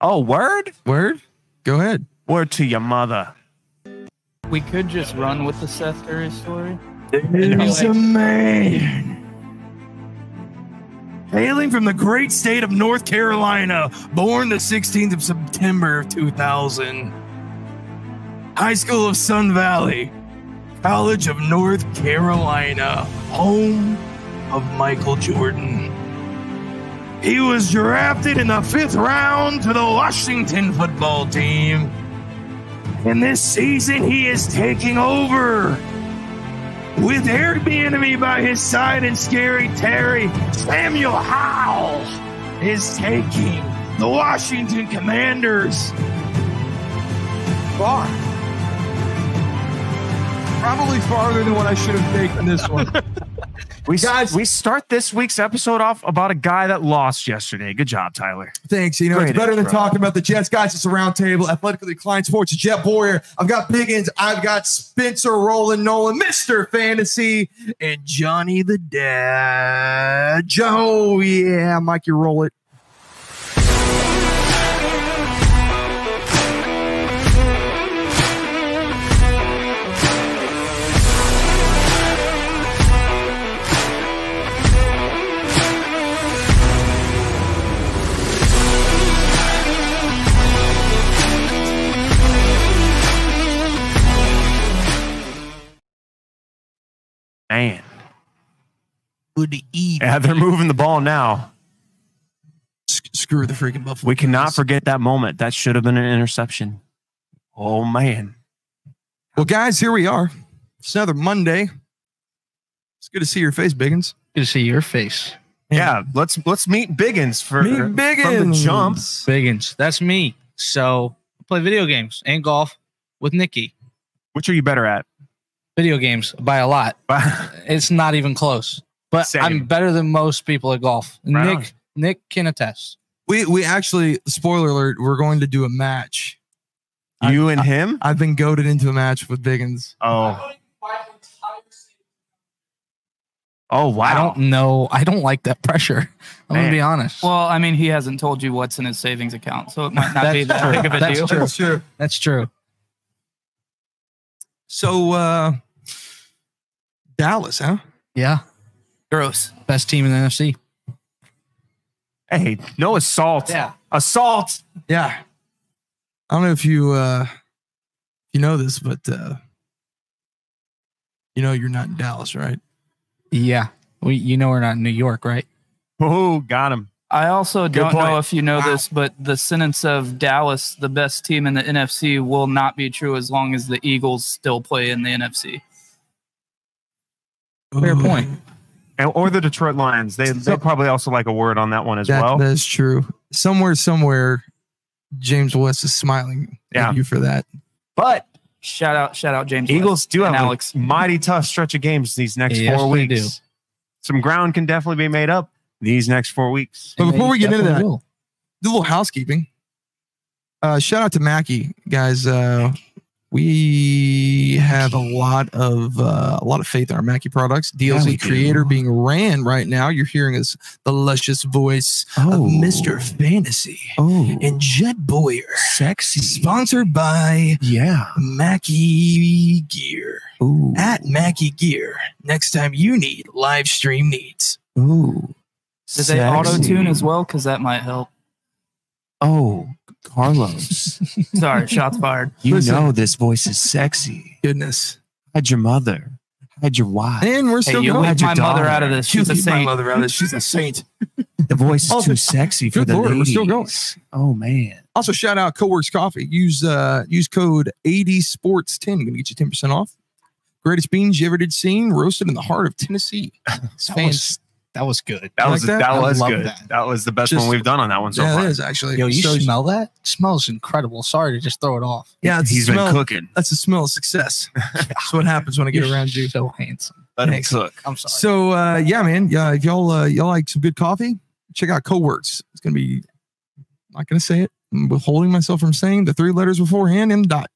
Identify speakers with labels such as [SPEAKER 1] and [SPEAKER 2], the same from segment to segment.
[SPEAKER 1] Oh, word?
[SPEAKER 2] Word? Go ahead.
[SPEAKER 1] Word to your mother.
[SPEAKER 3] We could just run with the Seth Curry story.
[SPEAKER 4] There's
[SPEAKER 3] No.
[SPEAKER 4] a man hailing from the great state of North Carolina, born the 16th of September of 2000. High School of Sun Valley, College of North Carolina, home of Michael Jordan. He was drafted in the fifth round to the Washington football team. And this season, he is taking over with Eric the Enemy by his side and Scary Terry, Samuel Howell is taking the Washington Commanders.
[SPEAKER 5] Far. Probably farther than what I should have taken this one.
[SPEAKER 1] We, s-
[SPEAKER 5] Guys-
[SPEAKER 1] we start this week's episode off about a guy that lost yesterday. Good job, Tyler.
[SPEAKER 5] Thanks. You know,
[SPEAKER 1] Great
[SPEAKER 5] it's better than
[SPEAKER 1] intro.
[SPEAKER 5] talking about the Jets. Guys, it's a round table. Athletically Klein Sports, Jet Boyer. I've got Biggins. I've got Spencer, Roland, Nolan, Mr. Fantasy, and Johnny the Dad. Oh, yeah. Mike, you roll it.
[SPEAKER 1] Man.
[SPEAKER 5] Good eat.
[SPEAKER 1] Yeah, they're moving the ball now.
[SPEAKER 5] Screw the freaking Buffalo.
[SPEAKER 1] We cannot
[SPEAKER 5] Bills.
[SPEAKER 1] forget that moment. That should have been an interception. Oh, man.
[SPEAKER 5] Well, guys, here we are. It's another Monday. It's good to see your face, Biggins.
[SPEAKER 6] Good to see your face.
[SPEAKER 1] Yeah, let's let's meet Biggins for
[SPEAKER 5] Meet
[SPEAKER 1] from the
[SPEAKER 5] Biggins.
[SPEAKER 1] jump.
[SPEAKER 6] Biggins. That's me. So I play video games and golf with Nikki.
[SPEAKER 1] Which are you better at?
[SPEAKER 6] Video games by a lot. It's not even close. But
[SPEAKER 1] Same.
[SPEAKER 6] I'm better than most people at golf.
[SPEAKER 1] Right
[SPEAKER 6] Nick
[SPEAKER 1] on.
[SPEAKER 6] Nick can attest.
[SPEAKER 5] We we actually spoiler alert. We're going to do a match.
[SPEAKER 1] you and him?
[SPEAKER 5] I've been goaded into a match with Biggins.
[SPEAKER 1] Oh. Oh
[SPEAKER 6] I
[SPEAKER 1] wow.
[SPEAKER 6] don't know. I don't like that pressure. I'm
[SPEAKER 1] Man.
[SPEAKER 6] gonna be honest.
[SPEAKER 3] Well, I mean, he hasn't told you what's in his savings account, so it might not be
[SPEAKER 6] That's
[SPEAKER 3] that big of a
[SPEAKER 6] That's
[SPEAKER 3] deal.
[SPEAKER 6] true.
[SPEAKER 5] true.
[SPEAKER 6] That's true.
[SPEAKER 5] So uh Dallas, huh?
[SPEAKER 6] Yeah.
[SPEAKER 3] Gross.
[SPEAKER 6] Best team in the NFC.
[SPEAKER 1] Hey, no assault. Assault.
[SPEAKER 5] Yeah. I don't know if you uh you know this, but uh you know you're not in Dallas, right?
[SPEAKER 6] Yeah. We you know we're not in New York, right?
[SPEAKER 1] Oh, got him.
[SPEAKER 3] I also don't
[SPEAKER 1] point.
[SPEAKER 3] know if you know this, but the sentence of Dallas, the best team in the NFC, will not be true as long as the Eagles still play in the NFC.
[SPEAKER 6] Fair
[SPEAKER 5] Ooh.
[SPEAKER 6] point.
[SPEAKER 1] And, or the Detroit Lions. They they probably also like a word on that one as
[SPEAKER 5] That,
[SPEAKER 1] well.
[SPEAKER 5] that is true. Somewhere, somewhere, James West is smiling
[SPEAKER 1] Yeah.
[SPEAKER 5] at you for that.
[SPEAKER 1] but
[SPEAKER 3] Shout out, shout out, James. West.
[SPEAKER 1] Eagles do have
[SPEAKER 3] And
[SPEAKER 1] a
[SPEAKER 3] Alex.
[SPEAKER 1] mighty tough stretch of games these next
[SPEAKER 6] Yes,
[SPEAKER 1] four
[SPEAKER 6] they
[SPEAKER 1] weeks.
[SPEAKER 6] do.
[SPEAKER 1] Some ground can definitely be made up these next four weeks.
[SPEAKER 5] But
[SPEAKER 6] And
[SPEAKER 5] before
[SPEAKER 6] they
[SPEAKER 5] we get into
[SPEAKER 6] definitely
[SPEAKER 5] that-
[SPEAKER 6] will.
[SPEAKER 5] Do a little housekeeping. Uh, shout out to Mackie, guys. Uh, we have a lot of uh, a lot of faith in our Mackie products. DLC
[SPEAKER 6] we do.
[SPEAKER 5] creator being ran right now. You're hearing us the luscious voice
[SPEAKER 6] Oh.
[SPEAKER 5] of Mr. Fantasy
[SPEAKER 2] Oh,
[SPEAKER 5] and Jet Boyer,
[SPEAKER 2] sexy.
[SPEAKER 5] sponsored by
[SPEAKER 2] Yeah.
[SPEAKER 5] Mackie Gear
[SPEAKER 2] Ooh.
[SPEAKER 6] Ah.
[SPEAKER 5] at Mackie Gear. Next time you need live stream needs.
[SPEAKER 2] Ooh.
[SPEAKER 3] Did they auto tune as well? Because that might help.
[SPEAKER 2] Oh, Carlos.
[SPEAKER 3] Sorry, shots fired.
[SPEAKER 2] you
[SPEAKER 5] Listen.
[SPEAKER 2] know this voice is sexy.
[SPEAKER 5] Goodness.
[SPEAKER 2] Hide your mother. Hide your wife.
[SPEAKER 5] And we're
[SPEAKER 3] Hey,
[SPEAKER 5] still
[SPEAKER 3] you
[SPEAKER 5] going.
[SPEAKER 3] leave
[SPEAKER 2] your
[SPEAKER 3] my mother
[SPEAKER 2] daughter.
[SPEAKER 3] out of this. She's a saint.
[SPEAKER 5] mother out of this. She's a saint.
[SPEAKER 2] The voice is
[SPEAKER 5] Oh,
[SPEAKER 2] too
[SPEAKER 5] good-
[SPEAKER 2] sexy for
[SPEAKER 5] good
[SPEAKER 2] the
[SPEAKER 5] Lord, we're
[SPEAKER 2] ladies.
[SPEAKER 5] still
[SPEAKER 2] Oh man.
[SPEAKER 5] Also, shout out Co-Works Coffee. Use uh use code AD Sports 10. Gonna get you 10% off. Greatest beans you ever did seen, roasted in the heart of Tennessee. It's
[SPEAKER 6] That
[SPEAKER 5] fan-
[SPEAKER 6] was that was good.
[SPEAKER 1] That
[SPEAKER 5] You
[SPEAKER 1] was
[SPEAKER 5] like that?
[SPEAKER 1] that,
[SPEAKER 6] I
[SPEAKER 1] was
[SPEAKER 6] love
[SPEAKER 1] good. That.
[SPEAKER 6] that.
[SPEAKER 1] was the best
[SPEAKER 5] Just-
[SPEAKER 1] one we've done on that one so
[SPEAKER 5] yeah,
[SPEAKER 1] far.
[SPEAKER 5] it is actually.
[SPEAKER 6] Yo, you
[SPEAKER 5] So-
[SPEAKER 6] smell that? smells incredible. Sorry to just throw it off.
[SPEAKER 5] yeah, it's
[SPEAKER 1] He's
[SPEAKER 5] the
[SPEAKER 1] been
[SPEAKER 5] smell,
[SPEAKER 1] cooking.
[SPEAKER 5] That's the smell of success. that's what happens when I get
[SPEAKER 6] You're
[SPEAKER 5] around you.
[SPEAKER 6] So handsome.
[SPEAKER 1] Let him
[SPEAKER 5] Thanks.
[SPEAKER 1] cook.
[SPEAKER 6] I'm sorry.
[SPEAKER 5] So uh yeah, man. Yeah, if y'all uh, y'all like some good coffee, check out Co-Works. It's gonna be I'm not gonna say it. I'm withholding myself from saying the three letters beforehand and the dot.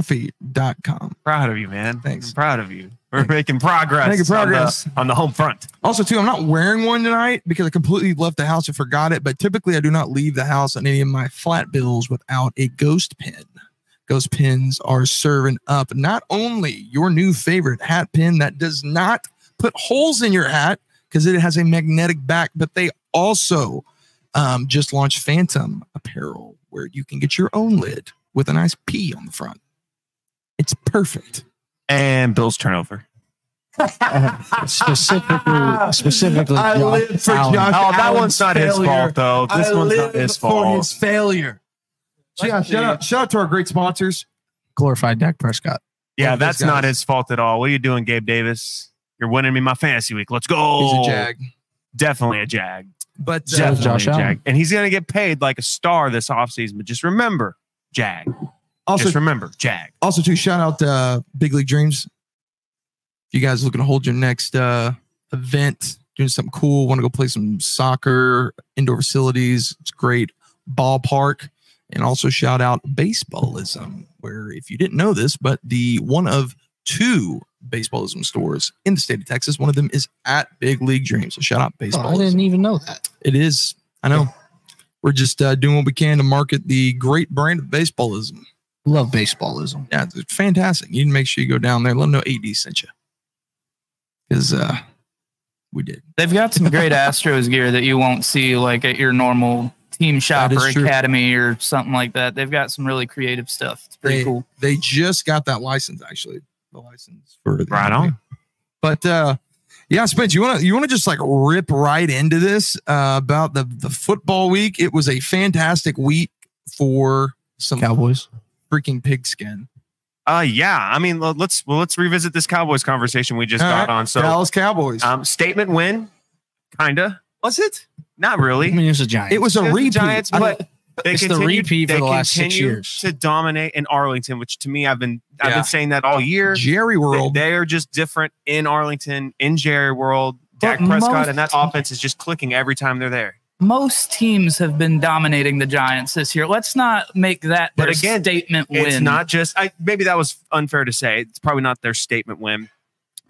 [SPEAKER 5] coworkcoffee.com.
[SPEAKER 1] Proud of you, man.
[SPEAKER 5] Thanks.
[SPEAKER 1] I'm proud of you. We're making progress.
[SPEAKER 5] Making progress.
[SPEAKER 1] on the, on the home front.
[SPEAKER 5] Also, too, I'm not wearing one tonight because I completely left the house and forgot it. But typically, I do not leave the house on any of my flat bills without a ghost pin. Ghost pins are serving up not only your new favorite hat pin that does not put holes in your hat because it has a magnetic back, but they also um, just launched Phantom apparel where you can get your own lid with a nice P on the front. It's perfect.
[SPEAKER 1] And Bill's turnover.
[SPEAKER 2] specifically, specifically,
[SPEAKER 5] I
[SPEAKER 2] Josh
[SPEAKER 5] live for
[SPEAKER 2] Allen.
[SPEAKER 5] Josh.
[SPEAKER 1] Oh, that
[SPEAKER 5] Alan's
[SPEAKER 1] one's not his
[SPEAKER 5] failure.
[SPEAKER 1] fault, though. This
[SPEAKER 5] I
[SPEAKER 1] one's
[SPEAKER 5] live
[SPEAKER 1] not his
[SPEAKER 5] for
[SPEAKER 1] fault.
[SPEAKER 5] his failure. Yeah, shout out, shout out to our great sponsors.
[SPEAKER 6] Glorified Dak Prescott.
[SPEAKER 1] yeah,
[SPEAKER 5] Love those
[SPEAKER 1] that's not
[SPEAKER 5] guys.
[SPEAKER 1] his fault at all. What are you doing, Gabe Davis? You're winning me my fantasy week. Let's go.
[SPEAKER 5] He's a jag,
[SPEAKER 1] Definitely a jag.
[SPEAKER 5] but uh,
[SPEAKER 1] Definitely
[SPEAKER 6] Josh
[SPEAKER 1] a jag.
[SPEAKER 6] Allen.
[SPEAKER 1] And he's going to get paid like a star this offseason. But just remember, jag.
[SPEAKER 5] also,
[SPEAKER 1] just remember, jag.
[SPEAKER 5] also to shout out uh, Big League Dreams. If you guys looking to hold your next uh, event, doing something cool, want to go play some soccer, indoor facilities, it's great ballpark. And also shout out Baseballism, where if you didn't know this, but the one of two baseballism stores in the state of Texas, one of them is at Big League Dreams. So shout out
[SPEAKER 6] Oh,
[SPEAKER 5] baseballism.
[SPEAKER 6] I didn't even know that.
[SPEAKER 5] It is. I know. We're just uh, doing what we can to market the great brand of baseballism.
[SPEAKER 6] Love baseballism.
[SPEAKER 5] Yeah, it's fantastic. You need to make sure you go down there. Let them know AD sent you. Because uh, we did.
[SPEAKER 3] They've got some great Astros gear that you won't see like at your normal team shop
[SPEAKER 5] That is
[SPEAKER 3] or
[SPEAKER 5] true.
[SPEAKER 3] academy or something like that. They've got some really creative stuff. It's pretty
[SPEAKER 5] They-
[SPEAKER 3] cool.
[SPEAKER 5] They just got that license, actually. The license for the
[SPEAKER 1] Right on.
[SPEAKER 5] But uh, yeah, Spence, you want to you want to just like rip right into this uh, about the the football week. It was a fantastic week for some
[SPEAKER 6] Cowboys.
[SPEAKER 5] freaking pigskin.
[SPEAKER 1] Uh, yeah. I mean, le- let's well, let's revisit this Cowboys conversation we just
[SPEAKER 5] All
[SPEAKER 1] got
[SPEAKER 5] right.
[SPEAKER 1] on. So,
[SPEAKER 5] Dallas Cowboys.
[SPEAKER 1] um, statement win, kinda.
[SPEAKER 5] was it?
[SPEAKER 1] Not
[SPEAKER 6] I
[SPEAKER 1] really.
[SPEAKER 6] mean, it was a giant.
[SPEAKER 5] It was a
[SPEAKER 1] It was the
[SPEAKER 5] repeat.
[SPEAKER 1] Giants,
[SPEAKER 5] I-
[SPEAKER 1] but they
[SPEAKER 6] It's the
[SPEAKER 1] continued-
[SPEAKER 6] repeat for
[SPEAKER 1] they
[SPEAKER 6] the last six
[SPEAKER 1] continue
[SPEAKER 6] years.
[SPEAKER 1] to dominate in Arlington, which to me I've been I've
[SPEAKER 5] Yeah.
[SPEAKER 1] been saying that all year.
[SPEAKER 5] Jerry
[SPEAKER 1] They,
[SPEAKER 5] World.
[SPEAKER 1] they are just different in Arlington, in Jerry World. Dak
[SPEAKER 3] But
[SPEAKER 1] Prescott
[SPEAKER 3] most-
[SPEAKER 1] and that offense is just clicking every time they're there.
[SPEAKER 3] Most teams have been dominating the Giants this year. Let's not make that
[SPEAKER 1] But
[SPEAKER 3] their
[SPEAKER 1] again,
[SPEAKER 3] statement win.
[SPEAKER 1] It's not just I maybe that was unfair to say. It's probably not their statement win,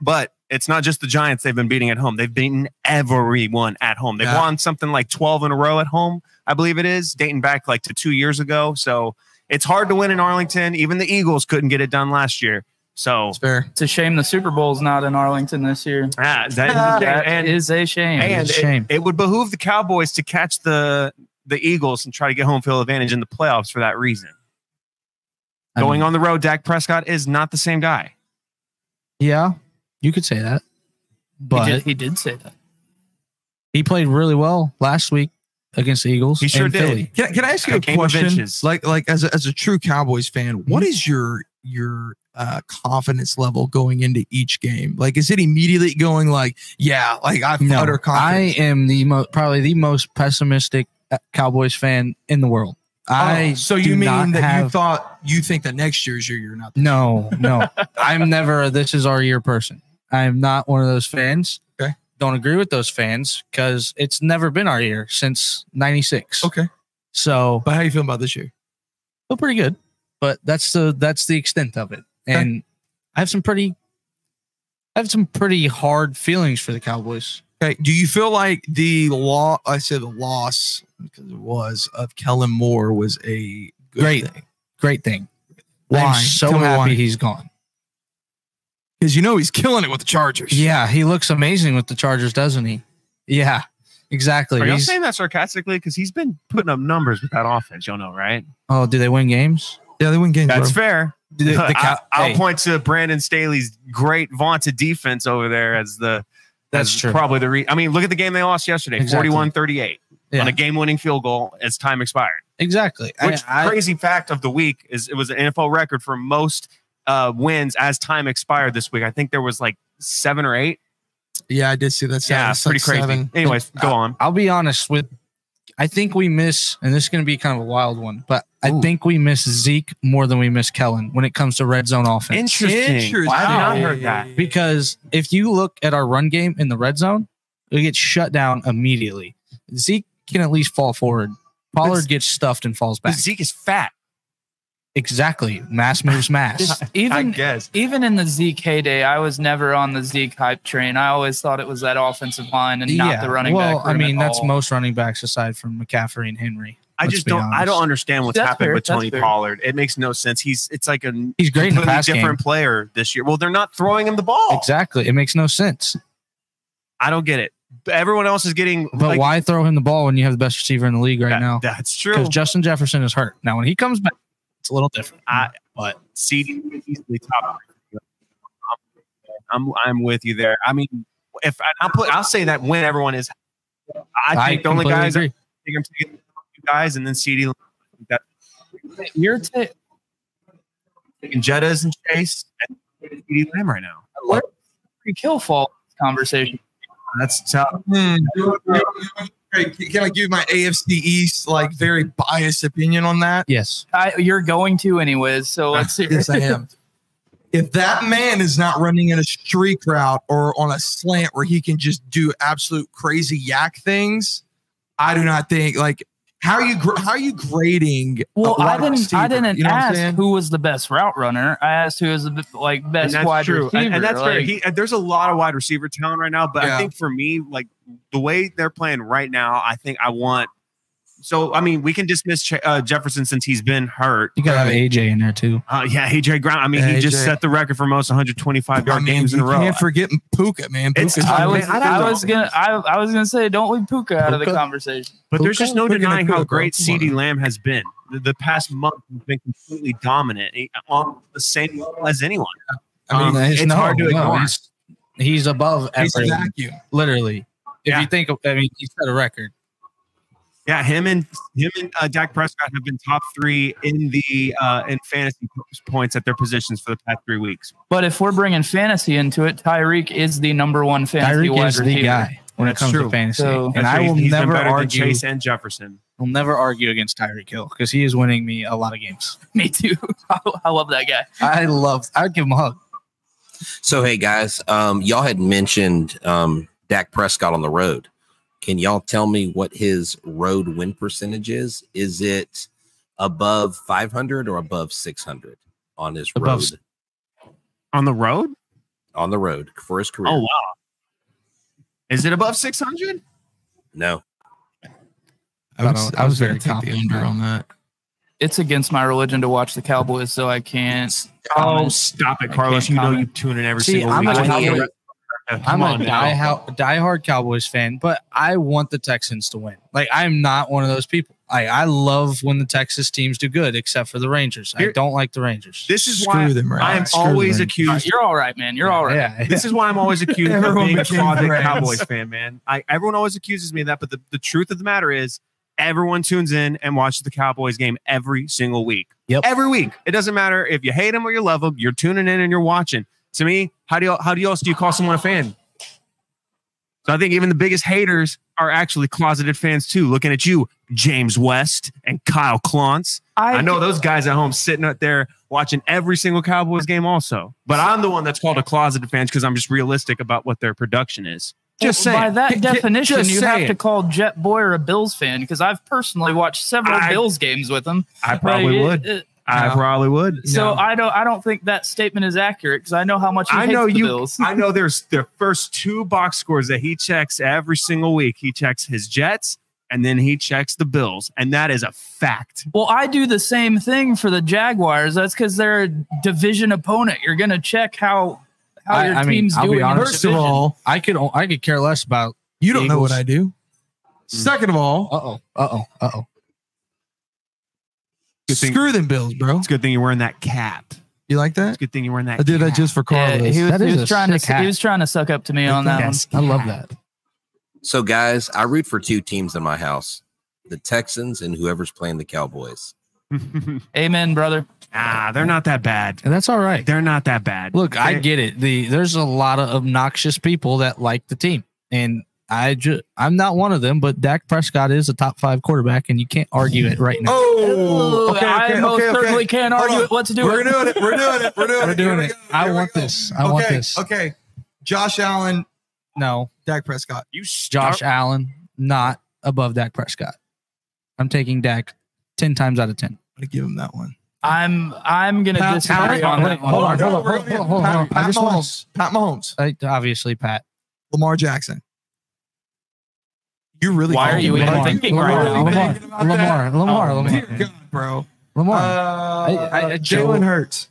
[SPEAKER 1] but it's not just the Giants they've been beating at home. They've beaten everyone at home. They've
[SPEAKER 5] Yeah.
[SPEAKER 1] won something like 12 in a row at home, I believe it is, dating back like to two years ago. So it's hard to win in Arlington. Even the Eagles couldn't get it done last year. So
[SPEAKER 5] It's fair.
[SPEAKER 3] It's a shame the Super Bowl's not in Arlington this year.
[SPEAKER 1] ah, that-
[SPEAKER 3] That
[SPEAKER 1] and
[SPEAKER 3] is a shame.
[SPEAKER 1] and
[SPEAKER 6] It's a
[SPEAKER 1] it-
[SPEAKER 6] shame.
[SPEAKER 1] it would behoove the Cowboys to catch the the Eagles and try to get home field advantage in the playoffs for that reason.
[SPEAKER 6] I mean,
[SPEAKER 1] Going on the road, Dak Prescott is not the same guy.
[SPEAKER 6] Yeah, you could say that. But
[SPEAKER 3] he,
[SPEAKER 6] he,
[SPEAKER 3] did, he did say that.
[SPEAKER 6] played really well last week against the Eagles.
[SPEAKER 1] He sure
[SPEAKER 6] and
[SPEAKER 1] did.
[SPEAKER 6] Philly.
[SPEAKER 5] Can, can I ask you
[SPEAKER 1] A
[SPEAKER 5] a,
[SPEAKER 1] game of
[SPEAKER 5] question?
[SPEAKER 1] inches.
[SPEAKER 5] Like like as a, as a true Cowboys fan,
[SPEAKER 6] Mm-hmm.
[SPEAKER 5] what is your your uh, confidence level going into each game? Like, is it immediately going like, yeah, like I have
[SPEAKER 6] No,
[SPEAKER 5] utter confidence?
[SPEAKER 6] I am the mo- probably the most pessimistic uh, Cowboys fan in the world. I
[SPEAKER 5] Oh, so
[SPEAKER 6] do
[SPEAKER 5] you
[SPEAKER 6] not
[SPEAKER 5] mean that
[SPEAKER 6] have,
[SPEAKER 5] you thought you think that next year's your year, not
[SPEAKER 6] No, no. I'm never a this is our year person. I'm not one of those fans.
[SPEAKER 5] Okay.
[SPEAKER 6] Don't agree with those fans because it's never been our year since 96.
[SPEAKER 5] okay?
[SPEAKER 6] So
[SPEAKER 5] But how you feeling about this year?
[SPEAKER 6] feel pretty good. But that's the that's the extent of it. And I have some pretty I have some pretty hard feelings for the Cowboys.
[SPEAKER 5] Okay, do you feel like the law? I said the loss because it was of Kellen Moore was a good
[SPEAKER 6] Great.
[SPEAKER 5] thing.
[SPEAKER 6] Great thing.
[SPEAKER 5] Why?
[SPEAKER 6] I'm so
[SPEAKER 5] Tell me
[SPEAKER 6] happy
[SPEAKER 5] why.
[SPEAKER 6] he's gone.
[SPEAKER 5] Because you know he's killing it with the Chargers.
[SPEAKER 6] Yeah, he looks amazing with the Chargers, doesn't he? Yeah, exactly.
[SPEAKER 1] Are y'all
[SPEAKER 6] He's-
[SPEAKER 1] saying that sarcastically? Because he's been putting up numbers with that offense. Y'all know, right?
[SPEAKER 6] oh, do they win games?
[SPEAKER 5] yeah, they win games.
[SPEAKER 1] That's
[SPEAKER 5] bro.
[SPEAKER 1] fair.
[SPEAKER 6] Do they- the Cow-
[SPEAKER 1] I, will
[SPEAKER 6] hey,
[SPEAKER 1] point to Brandon Staley's great vaunted defense over there as the.
[SPEAKER 6] That's
[SPEAKER 1] as
[SPEAKER 6] true.
[SPEAKER 1] Probably the. Re- I mean, look at the game they lost yesterday,
[SPEAKER 6] Exactly.
[SPEAKER 1] 41-38
[SPEAKER 6] Yeah.
[SPEAKER 1] on a game-winning field goal as time expired.
[SPEAKER 6] exactly. I-
[SPEAKER 1] Which
[SPEAKER 6] I-
[SPEAKER 1] crazy fact of the week is it was an NFL record for most uh, wins as time expired this week. I think there was like seven or eight.
[SPEAKER 5] yeah, I did see that.
[SPEAKER 1] yeah,
[SPEAKER 5] It's
[SPEAKER 1] it's pretty
[SPEAKER 5] like
[SPEAKER 1] crazy.
[SPEAKER 5] seven.
[SPEAKER 1] Anyways, go on.
[SPEAKER 6] I'll be honest with I think we miss, and this is going to be kind of a wild one, but I think we miss Zeke more than we miss Kellen when it comes to red zone offense.
[SPEAKER 1] Interesting. Wow, I have not heard that.
[SPEAKER 6] because if you look at our run game in the red zone, it gets shut down immediately. Zeke can at least fall forward. Pollard gets stuffed and falls back.
[SPEAKER 1] Zeke is fat.
[SPEAKER 6] Exactly. Mass moves mass.
[SPEAKER 3] Just even
[SPEAKER 5] guess.
[SPEAKER 3] even in the ZK day, I was never on the Zeke hype train. I always thought it was that offensive line and not the running
[SPEAKER 6] well,
[SPEAKER 3] back.
[SPEAKER 6] I
[SPEAKER 3] room
[SPEAKER 6] mean,
[SPEAKER 3] at
[SPEAKER 6] that's
[SPEAKER 3] all.
[SPEAKER 6] most running backs aside from McCaffrey and Henry.
[SPEAKER 1] I
[SPEAKER 6] Let's
[SPEAKER 1] just
[SPEAKER 6] be
[SPEAKER 1] don't. I don't
[SPEAKER 6] honest.
[SPEAKER 1] understand what's
[SPEAKER 3] That's
[SPEAKER 1] happened
[SPEAKER 3] fair,
[SPEAKER 1] with
[SPEAKER 3] that's
[SPEAKER 1] Tony
[SPEAKER 3] fair.
[SPEAKER 1] Pollard. It makes no sense. He's it's like a
[SPEAKER 6] He's great in the
[SPEAKER 1] completely
[SPEAKER 6] pass game.
[SPEAKER 1] different player this year. Well, they're not throwing him the ball.
[SPEAKER 6] Exactly. It makes no sense.
[SPEAKER 1] I don't get it. Everyone else is getting.
[SPEAKER 6] But
[SPEAKER 1] like,
[SPEAKER 6] why throw him the ball when you have the best receiver in the league right
[SPEAKER 1] that-
[SPEAKER 6] now?
[SPEAKER 1] That's true.
[SPEAKER 6] Because Justin Jefferson is hurt. Now, when he comes back, it's a little different.
[SPEAKER 1] I-
[SPEAKER 6] but
[SPEAKER 1] CD is easily top. three. I'm I'm with you there. I mean, if I, I'll put, I'll say that when everyone is, I think the only
[SPEAKER 6] completely
[SPEAKER 1] guys
[SPEAKER 6] agree.
[SPEAKER 1] I think I'm taking two guys and then CD. Lamb. That
[SPEAKER 3] You're ta-
[SPEAKER 1] taking Jettas and Chase and CD Lamb right now.
[SPEAKER 3] free kill fall conversation.
[SPEAKER 1] That's tough.
[SPEAKER 5] Hey, Hmm. Can I give my AFC East like very biased opinion on that?
[SPEAKER 6] yes,
[SPEAKER 3] I, you're going to anyways, so let's see.
[SPEAKER 5] Yes, I am. If that man is not running in a streak route or on a slant where he can just do absolute crazy yak things, I do not think like how are you gr- how are you grading? a
[SPEAKER 3] Well, I
[SPEAKER 5] wide
[SPEAKER 3] didn't. I
[SPEAKER 5] receiver?
[SPEAKER 3] didn't
[SPEAKER 5] You know what I'm
[SPEAKER 3] ask
[SPEAKER 5] saying?
[SPEAKER 3] who was the best route runner. I asked who was the b- like best
[SPEAKER 1] and
[SPEAKER 3] wide
[SPEAKER 1] that's true.
[SPEAKER 3] receiver.
[SPEAKER 1] And, and that's fair.
[SPEAKER 3] like-
[SPEAKER 1] He, and there's a lot of wide receiver talent right now, but
[SPEAKER 5] Yeah.
[SPEAKER 1] I think for me, like the way they're playing right now, I think I want. So I mean, we can dismiss Ch- uh, Jefferson since he's been hurt.
[SPEAKER 6] you got to have AJ in there too.
[SPEAKER 1] Uh, yeah, AJ Brown. I mean, he just
[SPEAKER 5] AJ.
[SPEAKER 1] set the record for most 125
[SPEAKER 5] I
[SPEAKER 1] yard
[SPEAKER 5] mean,
[SPEAKER 1] games in a
[SPEAKER 5] you
[SPEAKER 1] row.
[SPEAKER 5] Can't forget Puka, man.
[SPEAKER 1] It's-
[SPEAKER 5] Puka's
[SPEAKER 3] I
[SPEAKER 1] I
[SPEAKER 3] was,
[SPEAKER 1] mean, I don't
[SPEAKER 3] I
[SPEAKER 1] know.
[SPEAKER 3] was gonna, I, I was gonna say, don't leave Puka out of the
[SPEAKER 6] Puka?
[SPEAKER 3] conversation.
[SPEAKER 1] But there's just no
[SPEAKER 5] Puka, Puka,
[SPEAKER 1] denying how
[SPEAKER 5] Puka,
[SPEAKER 1] great
[SPEAKER 5] come on.
[SPEAKER 1] CeeDee Lamb has been. The, the past month has been completely dominant eh, on the same level as anyone.
[SPEAKER 5] I mean,
[SPEAKER 1] Um,
[SPEAKER 6] it's
[SPEAKER 1] it's hard to ignore.
[SPEAKER 6] He's, he's above
[SPEAKER 5] he's a
[SPEAKER 6] everyone,
[SPEAKER 5] vacuum.
[SPEAKER 6] literally. If
[SPEAKER 1] Yeah.
[SPEAKER 6] you think, of, I mean, he set a record.
[SPEAKER 1] Yeah, him and him and uh, Dak Prescott have been top three in the uh, in fantasy points at their positions for the past three weeks.
[SPEAKER 3] But if we're bringing fantasy into it, Tyreek is the number one fantasy
[SPEAKER 6] Tyreek
[SPEAKER 3] wide
[SPEAKER 6] is
[SPEAKER 3] receiver.
[SPEAKER 6] the guy when it
[SPEAKER 1] That's
[SPEAKER 6] comes
[SPEAKER 1] true.
[SPEAKER 6] to fantasy,
[SPEAKER 3] So-
[SPEAKER 6] and
[SPEAKER 1] That's
[SPEAKER 6] I
[SPEAKER 1] right.
[SPEAKER 6] will
[SPEAKER 1] He's been
[SPEAKER 6] never
[SPEAKER 1] better than
[SPEAKER 6] argue.
[SPEAKER 1] Chase and Jefferson.
[SPEAKER 6] I'll never argue against Tyreek Hill because he is winning me a lot of games.
[SPEAKER 3] Me too. I, I love that guy.
[SPEAKER 6] I love. I'd give him a hug.
[SPEAKER 7] So hey guys, um, y'all had mentioned um, Dak Prescott on the road. Can y'all tell me what his road win percentage is? Is it above 500 or above 600 on his
[SPEAKER 6] Above
[SPEAKER 7] road
[SPEAKER 6] s-
[SPEAKER 1] On the road?
[SPEAKER 7] on the road for his career?
[SPEAKER 1] Oh wow! Is it above 600?
[SPEAKER 7] No,
[SPEAKER 6] I was- I was very
[SPEAKER 5] gonna take the
[SPEAKER 6] confident.
[SPEAKER 5] under on that.
[SPEAKER 3] It's against my religion to watch the Cowboys, so I can't.
[SPEAKER 6] Um,
[SPEAKER 1] Oh, stop it,
[SPEAKER 3] I
[SPEAKER 1] Carlos!
[SPEAKER 3] can't
[SPEAKER 1] You know you
[SPEAKER 3] comment.
[SPEAKER 1] tune in every
[SPEAKER 6] See,
[SPEAKER 1] single
[SPEAKER 6] I'm
[SPEAKER 1] week.
[SPEAKER 6] a
[SPEAKER 1] What
[SPEAKER 7] Cowboy-
[SPEAKER 1] the rest of the-
[SPEAKER 6] I'm
[SPEAKER 1] Come
[SPEAKER 6] a
[SPEAKER 1] on now.
[SPEAKER 6] die diehard Cowboys fan, but I want the Texans to win. Like I'm not one of those people. I I love when the Texas teams do good, except for the Rangers. I
[SPEAKER 1] Here-
[SPEAKER 6] don't like the Rangers.
[SPEAKER 1] This is
[SPEAKER 5] Screw
[SPEAKER 1] why
[SPEAKER 5] them, right?
[SPEAKER 1] I am
[SPEAKER 5] Screw
[SPEAKER 1] always
[SPEAKER 5] them.
[SPEAKER 1] accused
[SPEAKER 3] You're all right, man. You're all right.
[SPEAKER 6] Yeah,
[SPEAKER 1] This is why I'm always accused of
[SPEAKER 5] Everyone
[SPEAKER 1] being a
[SPEAKER 5] became
[SPEAKER 1] closet
[SPEAKER 5] friends.
[SPEAKER 1] Cowboys fan, man. I, everyone always accuses me of that, but the, the truth of the matter is everyone tunes in and watches the Cowboys game every single week.
[SPEAKER 6] Yep.
[SPEAKER 1] Every week. It doesn't matter if you hate them or you love them, you're tuning in and you're watching. To me, how do you, how do you else do you call someone a fan? So I think even the biggest haters are actually closeted fans too. Looking at you, James West and Kyle Clontz. I know those guys at home sitting out there watching every single Cowboys game also. But I'm the one that's called a closeted fan because I'm just realistic about what their production is. Just
[SPEAKER 3] Well,
[SPEAKER 1] saying.
[SPEAKER 3] By that
[SPEAKER 1] J- j-
[SPEAKER 3] definition,
[SPEAKER 1] just
[SPEAKER 3] you
[SPEAKER 1] saying.
[SPEAKER 3] have to call Jet Boyer a Bills fan because I've personally watched several
[SPEAKER 1] I-
[SPEAKER 3] Bills games with him.
[SPEAKER 1] I probably
[SPEAKER 3] Like,
[SPEAKER 1] would.
[SPEAKER 3] it- it-
[SPEAKER 1] I
[SPEAKER 5] No.
[SPEAKER 1] probably would.
[SPEAKER 3] so
[SPEAKER 5] No.
[SPEAKER 3] I don't. I don't think that statement is accurate because I know how much he
[SPEAKER 1] I
[SPEAKER 3] hates
[SPEAKER 1] know
[SPEAKER 3] the
[SPEAKER 1] you-
[SPEAKER 3] Bills.
[SPEAKER 1] I know there's their first two box scores that he checks every single week. He checks his Jets and then he checks the Bills. And that is a fact.
[SPEAKER 3] Well, I do the same thing for the Jaguars. That's because they're a division opponent. You're gonna check how how
[SPEAKER 6] I-
[SPEAKER 3] your
[SPEAKER 6] I mean,
[SPEAKER 3] team's
[SPEAKER 6] I'll be
[SPEAKER 3] doing. in
[SPEAKER 6] honest.
[SPEAKER 3] the
[SPEAKER 5] First of
[SPEAKER 3] division.
[SPEAKER 5] all,
[SPEAKER 6] I could o- I could care less about.
[SPEAKER 5] you don't know what
[SPEAKER 6] Eagles.
[SPEAKER 5] I do. Second of all,
[SPEAKER 6] Uh oh. Uh oh. Uh oh.
[SPEAKER 1] Good thing-
[SPEAKER 5] screw them Bills, bro.
[SPEAKER 1] It's a good thing you're wearing that cap.
[SPEAKER 5] You like
[SPEAKER 1] It's
[SPEAKER 5] that?
[SPEAKER 1] a good thing you're wearing that
[SPEAKER 5] I did that
[SPEAKER 1] cap.
[SPEAKER 5] just for
[SPEAKER 3] Yeah,
[SPEAKER 5] Carlos.
[SPEAKER 3] he was,
[SPEAKER 6] That
[SPEAKER 3] he
[SPEAKER 6] is
[SPEAKER 3] was
[SPEAKER 6] a
[SPEAKER 3] trying
[SPEAKER 6] sick
[SPEAKER 3] to
[SPEAKER 6] hat.
[SPEAKER 3] he was trying to suck up to me on that one.
[SPEAKER 6] I love that.
[SPEAKER 7] So, guys, I root for two teams in my house the Texans and whoever's playing the Cowboys.
[SPEAKER 3] Amen, brother.
[SPEAKER 1] ah, they're not that bad.
[SPEAKER 6] And that's all right.
[SPEAKER 1] They're not that bad.
[SPEAKER 6] Look, I
[SPEAKER 1] They-
[SPEAKER 6] get it. The there's a lot of obnoxious people that like the team, and I just I'm not one of them. But Dak Prescott is a top five quarterback, and you can't argue it right now.
[SPEAKER 5] Oh, okay,
[SPEAKER 3] I
[SPEAKER 5] okay,
[SPEAKER 3] most
[SPEAKER 5] okay, okay.
[SPEAKER 3] certainly can't
[SPEAKER 5] Hold
[SPEAKER 3] argue
[SPEAKER 5] on.
[SPEAKER 3] it. Let's do
[SPEAKER 5] We're
[SPEAKER 3] it.
[SPEAKER 5] doing it. We're doing it. We're doing it.
[SPEAKER 6] We're doing
[SPEAKER 5] Here we
[SPEAKER 6] it.
[SPEAKER 5] go.
[SPEAKER 6] I
[SPEAKER 5] Here we
[SPEAKER 6] want
[SPEAKER 5] go.
[SPEAKER 6] this. I want
[SPEAKER 5] Okay,
[SPEAKER 6] this.
[SPEAKER 5] Okay. Josh Allen,
[SPEAKER 6] No,
[SPEAKER 5] Dak Prescott.
[SPEAKER 1] You
[SPEAKER 6] Josh
[SPEAKER 1] start-
[SPEAKER 6] Allen not above Dak Prescott. I'm taking Dak ten times out of
[SPEAKER 5] I'm
[SPEAKER 6] ten.
[SPEAKER 5] gonna give him that one.
[SPEAKER 3] I'm I'm gonna
[SPEAKER 6] Pat-
[SPEAKER 3] disagree
[SPEAKER 6] Pat-
[SPEAKER 3] on that
[SPEAKER 6] wait, hold
[SPEAKER 3] one.
[SPEAKER 6] on, hold on, hold on, hold on, hold on.
[SPEAKER 5] Pat,
[SPEAKER 6] I
[SPEAKER 5] Pat
[SPEAKER 6] just want
[SPEAKER 5] Mahomes. Pat Mahomes.
[SPEAKER 6] to obviously Pat.
[SPEAKER 5] Lamar Jackson. You really?
[SPEAKER 3] Why are you
[SPEAKER 5] thinking
[SPEAKER 3] even
[SPEAKER 5] about
[SPEAKER 3] thinking
[SPEAKER 5] that?
[SPEAKER 3] right
[SPEAKER 5] Why are
[SPEAKER 3] now?
[SPEAKER 5] you
[SPEAKER 6] Lamar,
[SPEAKER 5] thinking about
[SPEAKER 6] Lamar,
[SPEAKER 5] that?
[SPEAKER 6] Lamar,
[SPEAKER 5] Oh,
[SPEAKER 6] Lamar,
[SPEAKER 5] dear God, bro.
[SPEAKER 6] Lamar.
[SPEAKER 5] Uh,
[SPEAKER 6] I- I-
[SPEAKER 5] Jalen Hurts.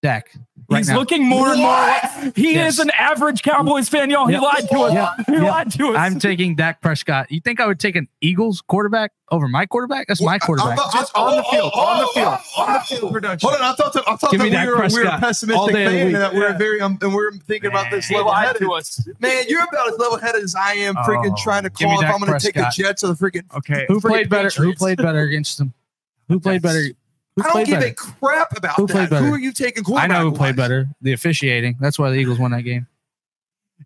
[SPEAKER 6] Dak. Right
[SPEAKER 3] He's
[SPEAKER 6] now.
[SPEAKER 3] looking more and more. He
[SPEAKER 6] Yes.
[SPEAKER 3] is an average Cowboys fan, y'all. He
[SPEAKER 6] Yeah.
[SPEAKER 3] lied to us.
[SPEAKER 6] Yeah.
[SPEAKER 3] He
[SPEAKER 6] Yeah.
[SPEAKER 3] lied to us.
[SPEAKER 6] I'm taking Dak Prescott. You think I would take an Eagles quarterback over my quarterback? That's my quarterback.
[SPEAKER 5] I, I,
[SPEAKER 1] Just on the field, on the field, on the field production.
[SPEAKER 5] Hold on, I thought that I thought
[SPEAKER 2] Give
[SPEAKER 5] that
[SPEAKER 2] me
[SPEAKER 5] we
[SPEAKER 2] Dak
[SPEAKER 5] were, we were a
[SPEAKER 2] Prescott all
[SPEAKER 5] pessimistic
[SPEAKER 2] day of the
[SPEAKER 5] fan and
[SPEAKER 2] week.
[SPEAKER 5] that we we're very um, and we we're thinking about this
[SPEAKER 3] he
[SPEAKER 5] level
[SPEAKER 3] lied
[SPEAKER 5] headed.
[SPEAKER 3] to us.
[SPEAKER 5] Man, you're about as level headed as I am. Freaking trying to
[SPEAKER 6] Oh, me
[SPEAKER 5] call if
[SPEAKER 6] Dak
[SPEAKER 5] I'm going to take the
[SPEAKER 6] Prescott.
[SPEAKER 5] Jets or the freaking.
[SPEAKER 1] Okay.
[SPEAKER 6] who played
[SPEAKER 5] freaking
[SPEAKER 6] better? Who
[SPEAKER 5] Patriots.
[SPEAKER 6] played better against them? Who played better? Who
[SPEAKER 5] I don't
[SPEAKER 6] played
[SPEAKER 5] give
[SPEAKER 6] better?
[SPEAKER 5] a crap about
[SPEAKER 6] Who
[SPEAKER 5] that.
[SPEAKER 6] played better?
[SPEAKER 5] Who are you taking?
[SPEAKER 6] I know who
[SPEAKER 5] quarterback-wise?
[SPEAKER 6] played better. The officiating. That's why the Eagles won that game.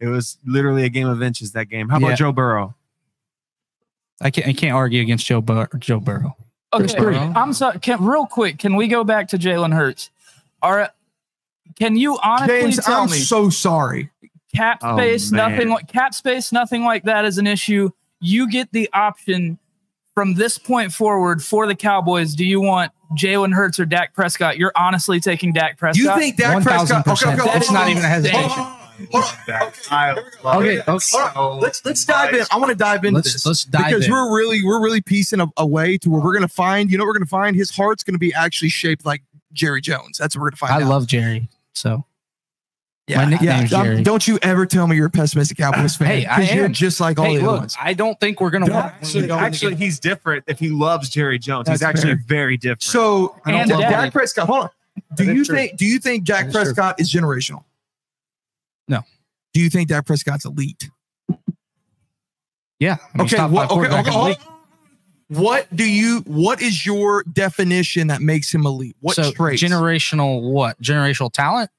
[SPEAKER 1] It was literally a game of inches that game. How about
[SPEAKER 6] Yeah.
[SPEAKER 1] Joe Burrow?
[SPEAKER 6] I can't. I can't argue against Joe Bur- Joe Burrow. Chris
[SPEAKER 3] Okay,
[SPEAKER 6] Burrow.
[SPEAKER 3] I'm sorry. Can, real quick, can we go back to Jalen Hurts? All right. Can you honestly
[SPEAKER 5] James,
[SPEAKER 3] tell
[SPEAKER 5] I'm
[SPEAKER 3] me
[SPEAKER 5] so sorry.
[SPEAKER 3] cap
[SPEAKER 1] Oh,
[SPEAKER 3] space,
[SPEAKER 1] man.
[SPEAKER 3] nothing like cap space, nothing like that is an issue. You get the option from this point forward for the Cowboys. Do you want Jalen Hurts or Dak Prescott? You're honestly taking Dak Prescott.
[SPEAKER 5] You think Dak
[SPEAKER 6] One thousand
[SPEAKER 5] Prescott? Okay, okay, okay,
[SPEAKER 6] percent. That's not even a
[SPEAKER 5] Hold on,
[SPEAKER 6] hesitation.
[SPEAKER 5] hold on, hold on. Okay, here we go.
[SPEAKER 6] Okay. okay.
[SPEAKER 5] Oh, All right, let's let's dive in. I want to dive into
[SPEAKER 6] Let's
[SPEAKER 5] this
[SPEAKER 6] let's dive
[SPEAKER 5] because
[SPEAKER 6] in.
[SPEAKER 5] we're really we're really piecing a, a way to where we're gonna find. You know, what we're gonna find his heart's gonna be actually shaped like Jerry Jones. That's what we're gonna find.
[SPEAKER 6] I
[SPEAKER 5] out.
[SPEAKER 6] love Jerry. So my
[SPEAKER 5] Yeah,
[SPEAKER 6] nickname's
[SPEAKER 5] um,
[SPEAKER 6] Jerry.
[SPEAKER 5] don't you ever tell me you're a pessimistic Cowboys fan.
[SPEAKER 6] Hey, I
[SPEAKER 5] 'cause You're
[SPEAKER 6] am.
[SPEAKER 5] just like all
[SPEAKER 6] Hey,
[SPEAKER 5] the other
[SPEAKER 6] look,
[SPEAKER 5] ones.
[SPEAKER 6] I don't think we're gonna win.
[SPEAKER 1] Actually, actually, he's different. If he loves Jerry Jones, he's
[SPEAKER 5] That's
[SPEAKER 1] actually very different.
[SPEAKER 5] So,
[SPEAKER 3] I don't
[SPEAKER 5] and
[SPEAKER 3] love
[SPEAKER 5] Dak
[SPEAKER 3] Dak.
[SPEAKER 5] Prescott. Hold on. Do
[SPEAKER 1] That
[SPEAKER 5] you
[SPEAKER 1] is true.
[SPEAKER 5] think? Do you think Dak
[SPEAKER 6] That is true.
[SPEAKER 5] Prescott is generational?
[SPEAKER 6] No.
[SPEAKER 5] Do you think Dak Prescott's elite?
[SPEAKER 6] yeah. I mean,
[SPEAKER 5] Okay.
[SPEAKER 6] top
[SPEAKER 5] What,
[SPEAKER 6] five
[SPEAKER 5] okay,
[SPEAKER 6] quarterback
[SPEAKER 5] okay,
[SPEAKER 6] in the
[SPEAKER 5] hold
[SPEAKER 6] league.
[SPEAKER 5] on. What do you? What is your definition that makes him elite? What
[SPEAKER 6] so
[SPEAKER 5] traits?
[SPEAKER 6] generational what? Generational talent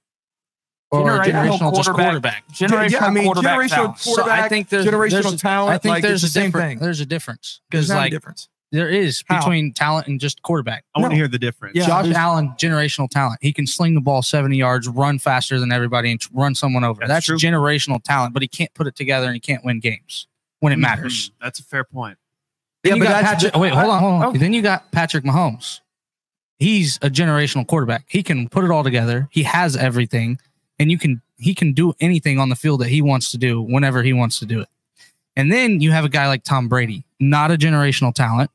[SPEAKER 6] or
[SPEAKER 3] Generational
[SPEAKER 6] generational, just
[SPEAKER 3] quarterback.
[SPEAKER 6] quarterback?
[SPEAKER 3] generational
[SPEAKER 5] Yeah, I mean,
[SPEAKER 3] quarterback
[SPEAKER 5] generational
[SPEAKER 3] talent.
[SPEAKER 5] quarter- Quarterback,
[SPEAKER 6] think there's
[SPEAKER 5] generational
[SPEAKER 6] there's a-
[SPEAKER 5] talent.
[SPEAKER 6] I think
[SPEAKER 5] like,
[SPEAKER 6] there's a
[SPEAKER 5] it's the same
[SPEAKER 6] different-
[SPEAKER 5] thing.
[SPEAKER 6] There's a difference
[SPEAKER 5] There's
[SPEAKER 6] because
[SPEAKER 5] not a
[SPEAKER 6] like
[SPEAKER 5] difference.
[SPEAKER 6] there is
[SPEAKER 5] How?
[SPEAKER 6] between talent and just quarterback.
[SPEAKER 1] I want
[SPEAKER 5] no.
[SPEAKER 1] to hear the difference.
[SPEAKER 5] Yeah.
[SPEAKER 6] Josh
[SPEAKER 5] there's-
[SPEAKER 6] Allen, generational talent. He can sling the ball 70 yards, run faster than everybody, and run someone over. That's,
[SPEAKER 1] That's true.
[SPEAKER 6] generational talent, but he can't put it together and he can't win games when
[SPEAKER 5] Mm-hmm.
[SPEAKER 6] it matters.
[SPEAKER 1] Mhm. That's a fair point.
[SPEAKER 5] Yeah,
[SPEAKER 6] Then you
[SPEAKER 5] but
[SPEAKER 6] got
[SPEAKER 5] that's-
[SPEAKER 6] Patrick. wait, hold on, hold on. Then you got Patrick Mahomes. He's a generational quarterback. He can put it all together. He has everything, and you can he can do anything on the field that he wants to do whenever he wants to do it. And then you have a guy like Tom Brady, not a generational talent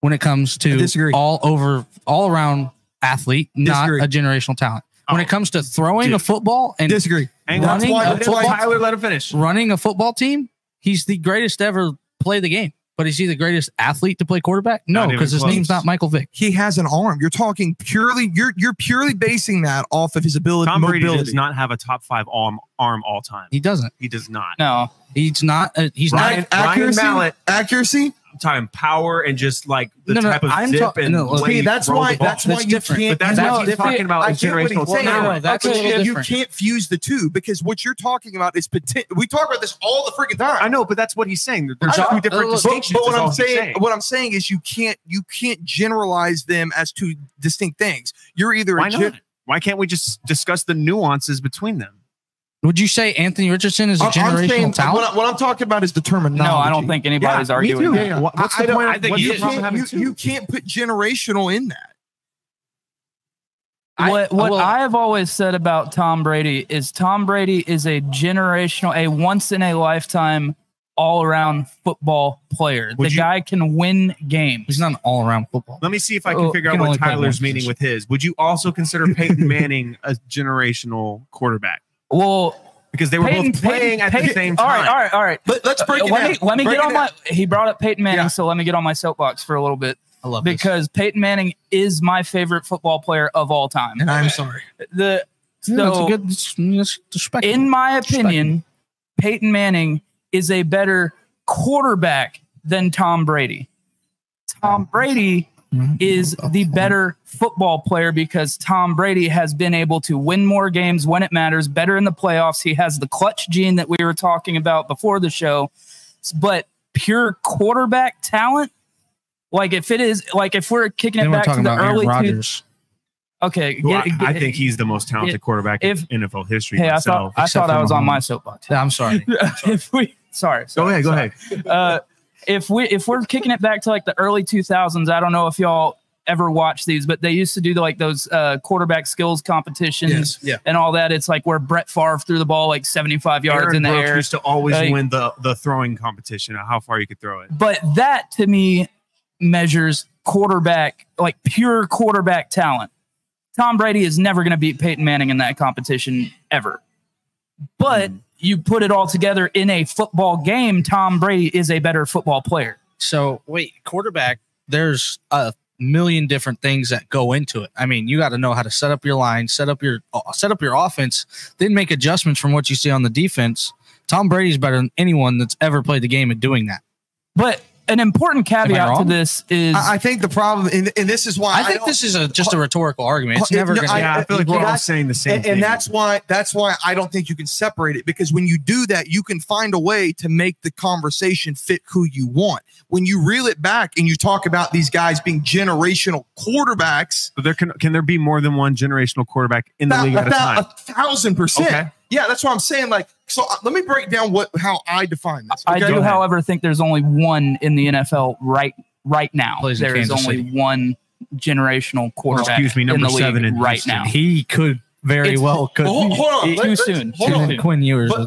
[SPEAKER 6] when it comes
[SPEAKER 5] I
[SPEAKER 6] to
[SPEAKER 5] disagree.
[SPEAKER 6] all over all around athlete, not
[SPEAKER 5] Disagree.
[SPEAKER 6] a generational talent. When it comes to throwing a
[SPEAKER 1] dude.
[SPEAKER 6] football and
[SPEAKER 5] Disagree.
[SPEAKER 1] Hang
[SPEAKER 6] That's
[SPEAKER 1] on.
[SPEAKER 6] why-
[SPEAKER 1] Let
[SPEAKER 6] that's
[SPEAKER 1] him-
[SPEAKER 6] why-
[SPEAKER 1] Tyler, let him finish.
[SPEAKER 6] running a football team, he's the greatest to ever play the game. But is he the greatest athlete to play quarterback? No,
[SPEAKER 1] Not even
[SPEAKER 6] because his
[SPEAKER 1] close.
[SPEAKER 6] name's not Michael Vick.
[SPEAKER 5] He has an arm. You're talking purely. You're you're purely basing that off of his ability.
[SPEAKER 1] Tom Brady
[SPEAKER 5] mobility.
[SPEAKER 1] does not have a top five arm arm all time.
[SPEAKER 6] He doesn't.
[SPEAKER 1] He does not.
[SPEAKER 3] no,
[SPEAKER 6] He's not. A, he's
[SPEAKER 1] Ryan-
[SPEAKER 6] not.
[SPEAKER 1] Ryan
[SPEAKER 5] accuracy,
[SPEAKER 1] Mallett.
[SPEAKER 5] accuracy.
[SPEAKER 1] I'm talking power and just like the
[SPEAKER 6] No, no,
[SPEAKER 1] type of
[SPEAKER 6] I'm
[SPEAKER 1] zip
[SPEAKER 6] talk-
[SPEAKER 1] and
[SPEAKER 6] no, look,
[SPEAKER 1] way
[SPEAKER 5] See,
[SPEAKER 1] you
[SPEAKER 5] that's
[SPEAKER 1] throw the
[SPEAKER 5] why.
[SPEAKER 1] ball.
[SPEAKER 5] That's why
[SPEAKER 6] That's
[SPEAKER 5] you
[SPEAKER 6] different.
[SPEAKER 5] can't.
[SPEAKER 1] but that's
[SPEAKER 6] no,
[SPEAKER 1] what he's
[SPEAKER 5] different.
[SPEAKER 1] talking about.
[SPEAKER 5] I
[SPEAKER 1] is
[SPEAKER 5] get what he's
[SPEAKER 1] generational
[SPEAKER 5] saying.
[SPEAKER 1] talent.
[SPEAKER 6] No, no, that's
[SPEAKER 5] Okay,
[SPEAKER 6] a little
[SPEAKER 5] you
[SPEAKER 6] different.
[SPEAKER 5] can't fuse the two because what you're talking about is poten- we talk about this all the freaking time.
[SPEAKER 1] I know, but that's what he's saying. There- There's
[SPEAKER 6] I know.
[SPEAKER 1] two different
[SPEAKER 6] But- but
[SPEAKER 5] But,
[SPEAKER 1] distinctions.
[SPEAKER 5] but what
[SPEAKER 1] is all
[SPEAKER 5] I'm
[SPEAKER 1] he's
[SPEAKER 5] saying, what I'm saying is you can't you can't generalize them as two distinct things. You're either
[SPEAKER 1] why
[SPEAKER 5] a gen-
[SPEAKER 1] not? Why can't we just discuss the nuances between them?
[SPEAKER 6] Would you say Anthony Richardson is a
[SPEAKER 5] I'm- I'm
[SPEAKER 6] generational
[SPEAKER 5] saying-
[SPEAKER 6] talent?
[SPEAKER 5] What, I, what I'm talking about is the terminology.
[SPEAKER 3] no, I don't think anybody's
[SPEAKER 1] me
[SPEAKER 3] arguing.
[SPEAKER 1] too.
[SPEAKER 3] That.
[SPEAKER 5] Yeah.
[SPEAKER 1] What- What's
[SPEAKER 5] I- I
[SPEAKER 1] the
[SPEAKER 5] don't-
[SPEAKER 1] point?
[SPEAKER 5] I think
[SPEAKER 1] what's
[SPEAKER 5] you,
[SPEAKER 1] the problem
[SPEAKER 5] can't,
[SPEAKER 1] having
[SPEAKER 5] you,
[SPEAKER 1] two?
[SPEAKER 5] you can't put generational in that.
[SPEAKER 6] I-
[SPEAKER 3] what what
[SPEAKER 6] well-
[SPEAKER 3] I have always said about Tom Brady is Tom Brady is a generational, a once in a lifetime, all around football player.
[SPEAKER 1] Would
[SPEAKER 3] the
[SPEAKER 1] you-
[SPEAKER 3] guy can win games.
[SPEAKER 6] he's not an all-around football.
[SPEAKER 1] Let me see if I
[SPEAKER 6] Oh,
[SPEAKER 1] can
[SPEAKER 6] you
[SPEAKER 1] figure out
[SPEAKER 6] can
[SPEAKER 1] what
[SPEAKER 6] only play
[SPEAKER 1] Tyler's
[SPEAKER 6] one
[SPEAKER 1] meaning
[SPEAKER 6] position.
[SPEAKER 1] with his. Would you also consider Peyton Manning a generational quarterback?
[SPEAKER 3] Well,
[SPEAKER 1] Because they were
[SPEAKER 3] Peyton-
[SPEAKER 1] both playing
[SPEAKER 3] Peyton-
[SPEAKER 1] at
[SPEAKER 3] Peyton-
[SPEAKER 1] the same
[SPEAKER 3] All
[SPEAKER 1] time.
[SPEAKER 3] right, all right, all right.
[SPEAKER 5] Let, let's break it
[SPEAKER 3] let
[SPEAKER 5] down.
[SPEAKER 3] me let me
[SPEAKER 5] Break
[SPEAKER 3] get
[SPEAKER 5] it
[SPEAKER 3] on my. He brought up Peyton Manning,
[SPEAKER 5] Yeah.
[SPEAKER 3] so let me get on my soapbox for a little bit
[SPEAKER 6] I love this.
[SPEAKER 3] because Peyton Manning is my favorite football player of all time.
[SPEAKER 5] and I'm sorry.
[SPEAKER 3] The
[SPEAKER 6] Yeah, that's a
[SPEAKER 3] so-
[SPEAKER 6] good. That's, that's respectable.
[SPEAKER 3] in my opinion, Peyton Manning is a better quarterback than Tom Brady. Tom Brady
[SPEAKER 6] Mm-hmm.
[SPEAKER 3] is the better football player because Tom Brady has been able to win more games when it matters, better in the playoffs. He has the clutch gene that we were talking about before the show. But pure quarterback talent, like if it is, like if we're kicking it
[SPEAKER 6] then we're
[SPEAKER 3] back to
[SPEAKER 6] talking
[SPEAKER 3] the
[SPEAKER 6] about
[SPEAKER 3] early
[SPEAKER 6] Aaron
[SPEAKER 3] two-
[SPEAKER 6] Rodgers.
[SPEAKER 3] Okay,
[SPEAKER 1] Who I,
[SPEAKER 3] get-
[SPEAKER 1] I
[SPEAKER 3] get-
[SPEAKER 1] think he's the most talented
[SPEAKER 3] If-
[SPEAKER 1] quarterback
[SPEAKER 3] if-
[SPEAKER 1] in NFL history.
[SPEAKER 3] Hey, I thought
[SPEAKER 1] myself.
[SPEAKER 3] I
[SPEAKER 6] except
[SPEAKER 3] thought I
[SPEAKER 6] for
[SPEAKER 3] was on my
[SPEAKER 6] Mahomes.
[SPEAKER 3] soapbox.
[SPEAKER 6] Yeah, I'm sorry.
[SPEAKER 3] if we sorry,
[SPEAKER 1] go
[SPEAKER 3] sorry
[SPEAKER 1] ahead, go
[SPEAKER 3] sorry.
[SPEAKER 1] ahead.
[SPEAKER 3] Uh, if we if we're kicking it back to like the early 2000s, I don't know if y'all ever watched these, but they used to do like those uh, quarterback skills competitions
[SPEAKER 8] Yeah.
[SPEAKER 3] and all that. It's like where Brett Favre threw the ball like 75 yards
[SPEAKER 1] Aaron
[SPEAKER 3] in the
[SPEAKER 1] Brooks
[SPEAKER 3] air.
[SPEAKER 1] used to always
[SPEAKER 3] Like-
[SPEAKER 1] win the the throwing competition, how far you could throw it.
[SPEAKER 3] But that to me measures quarterback, like pure quarterback talent. Tom Brady is never going to beat Peyton Manning in that competition ever. But
[SPEAKER 1] Hmm.
[SPEAKER 3] you put it all together in a football game, Tom Brady is a better football player.
[SPEAKER 6] So wait, quarterback. There's a million different things that go into it. I mean, you got to know how to set up your line, set up your uh, set up your offense, then make adjustments from what you see on the defense. Tom Brady's better than anyone that's ever played the game at doing that.
[SPEAKER 3] But an important caveat to
[SPEAKER 6] wrong?
[SPEAKER 3] this is
[SPEAKER 5] I, I think the problem, and, and this is why
[SPEAKER 6] I think
[SPEAKER 5] don't-
[SPEAKER 6] this is a just a rhetorical argument. It's never
[SPEAKER 5] No,
[SPEAKER 6] going to.
[SPEAKER 5] I-
[SPEAKER 1] yeah, I, feel like
[SPEAKER 5] you
[SPEAKER 1] we're all
[SPEAKER 5] got-
[SPEAKER 1] saying the same
[SPEAKER 5] and,
[SPEAKER 1] thing.
[SPEAKER 5] and that's why that's why I don't think you can separate it because when you do that, you can find a way to make the conversation fit who you want. When you reel it back and you talk about these guys being generational quarterbacks,
[SPEAKER 1] But there can can there be more than one generational quarterback in the
[SPEAKER 5] thou-
[SPEAKER 1] league
[SPEAKER 5] a,
[SPEAKER 1] at a
[SPEAKER 5] thou-
[SPEAKER 3] uh,
[SPEAKER 1] time?
[SPEAKER 5] a thousand percent.
[SPEAKER 1] Okay.
[SPEAKER 5] Yeah, that's what I'm saying. Like, so uh, let me break down what how I define this.
[SPEAKER 3] I do,
[SPEAKER 1] ahead.
[SPEAKER 3] however, think there's only one in the NFL right right now.
[SPEAKER 6] Plays in
[SPEAKER 3] There is
[SPEAKER 6] Kansas
[SPEAKER 3] only one generational quarterback
[SPEAKER 1] excuse me, number
[SPEAKER 3] in the
[SPEAKER 1] seven
[SPEAKER 3] league
[SPEAKER 1] in
[SPEAKER 3] right
[SPEAKER 1] Houston.
[SPEAKER 3] now.
[SPEAKER 6] He could very
[SPEAKER 3] It's-
[SPEAKER 6] well could.
[SPEAKER 5] Well, hold, hold on.
[SPEAKER 3] Too
[SPEAKER 5] Let- let's-
[SPEAKER 3] soon.
[SPEAKER 5] Hold
[SPEAKER 3] Too
[SPEAKER 5] on.
[SPEAKER 3] soon.
[SPEAKER 6] Quinn Ewers.
[SPEAKER 5] But-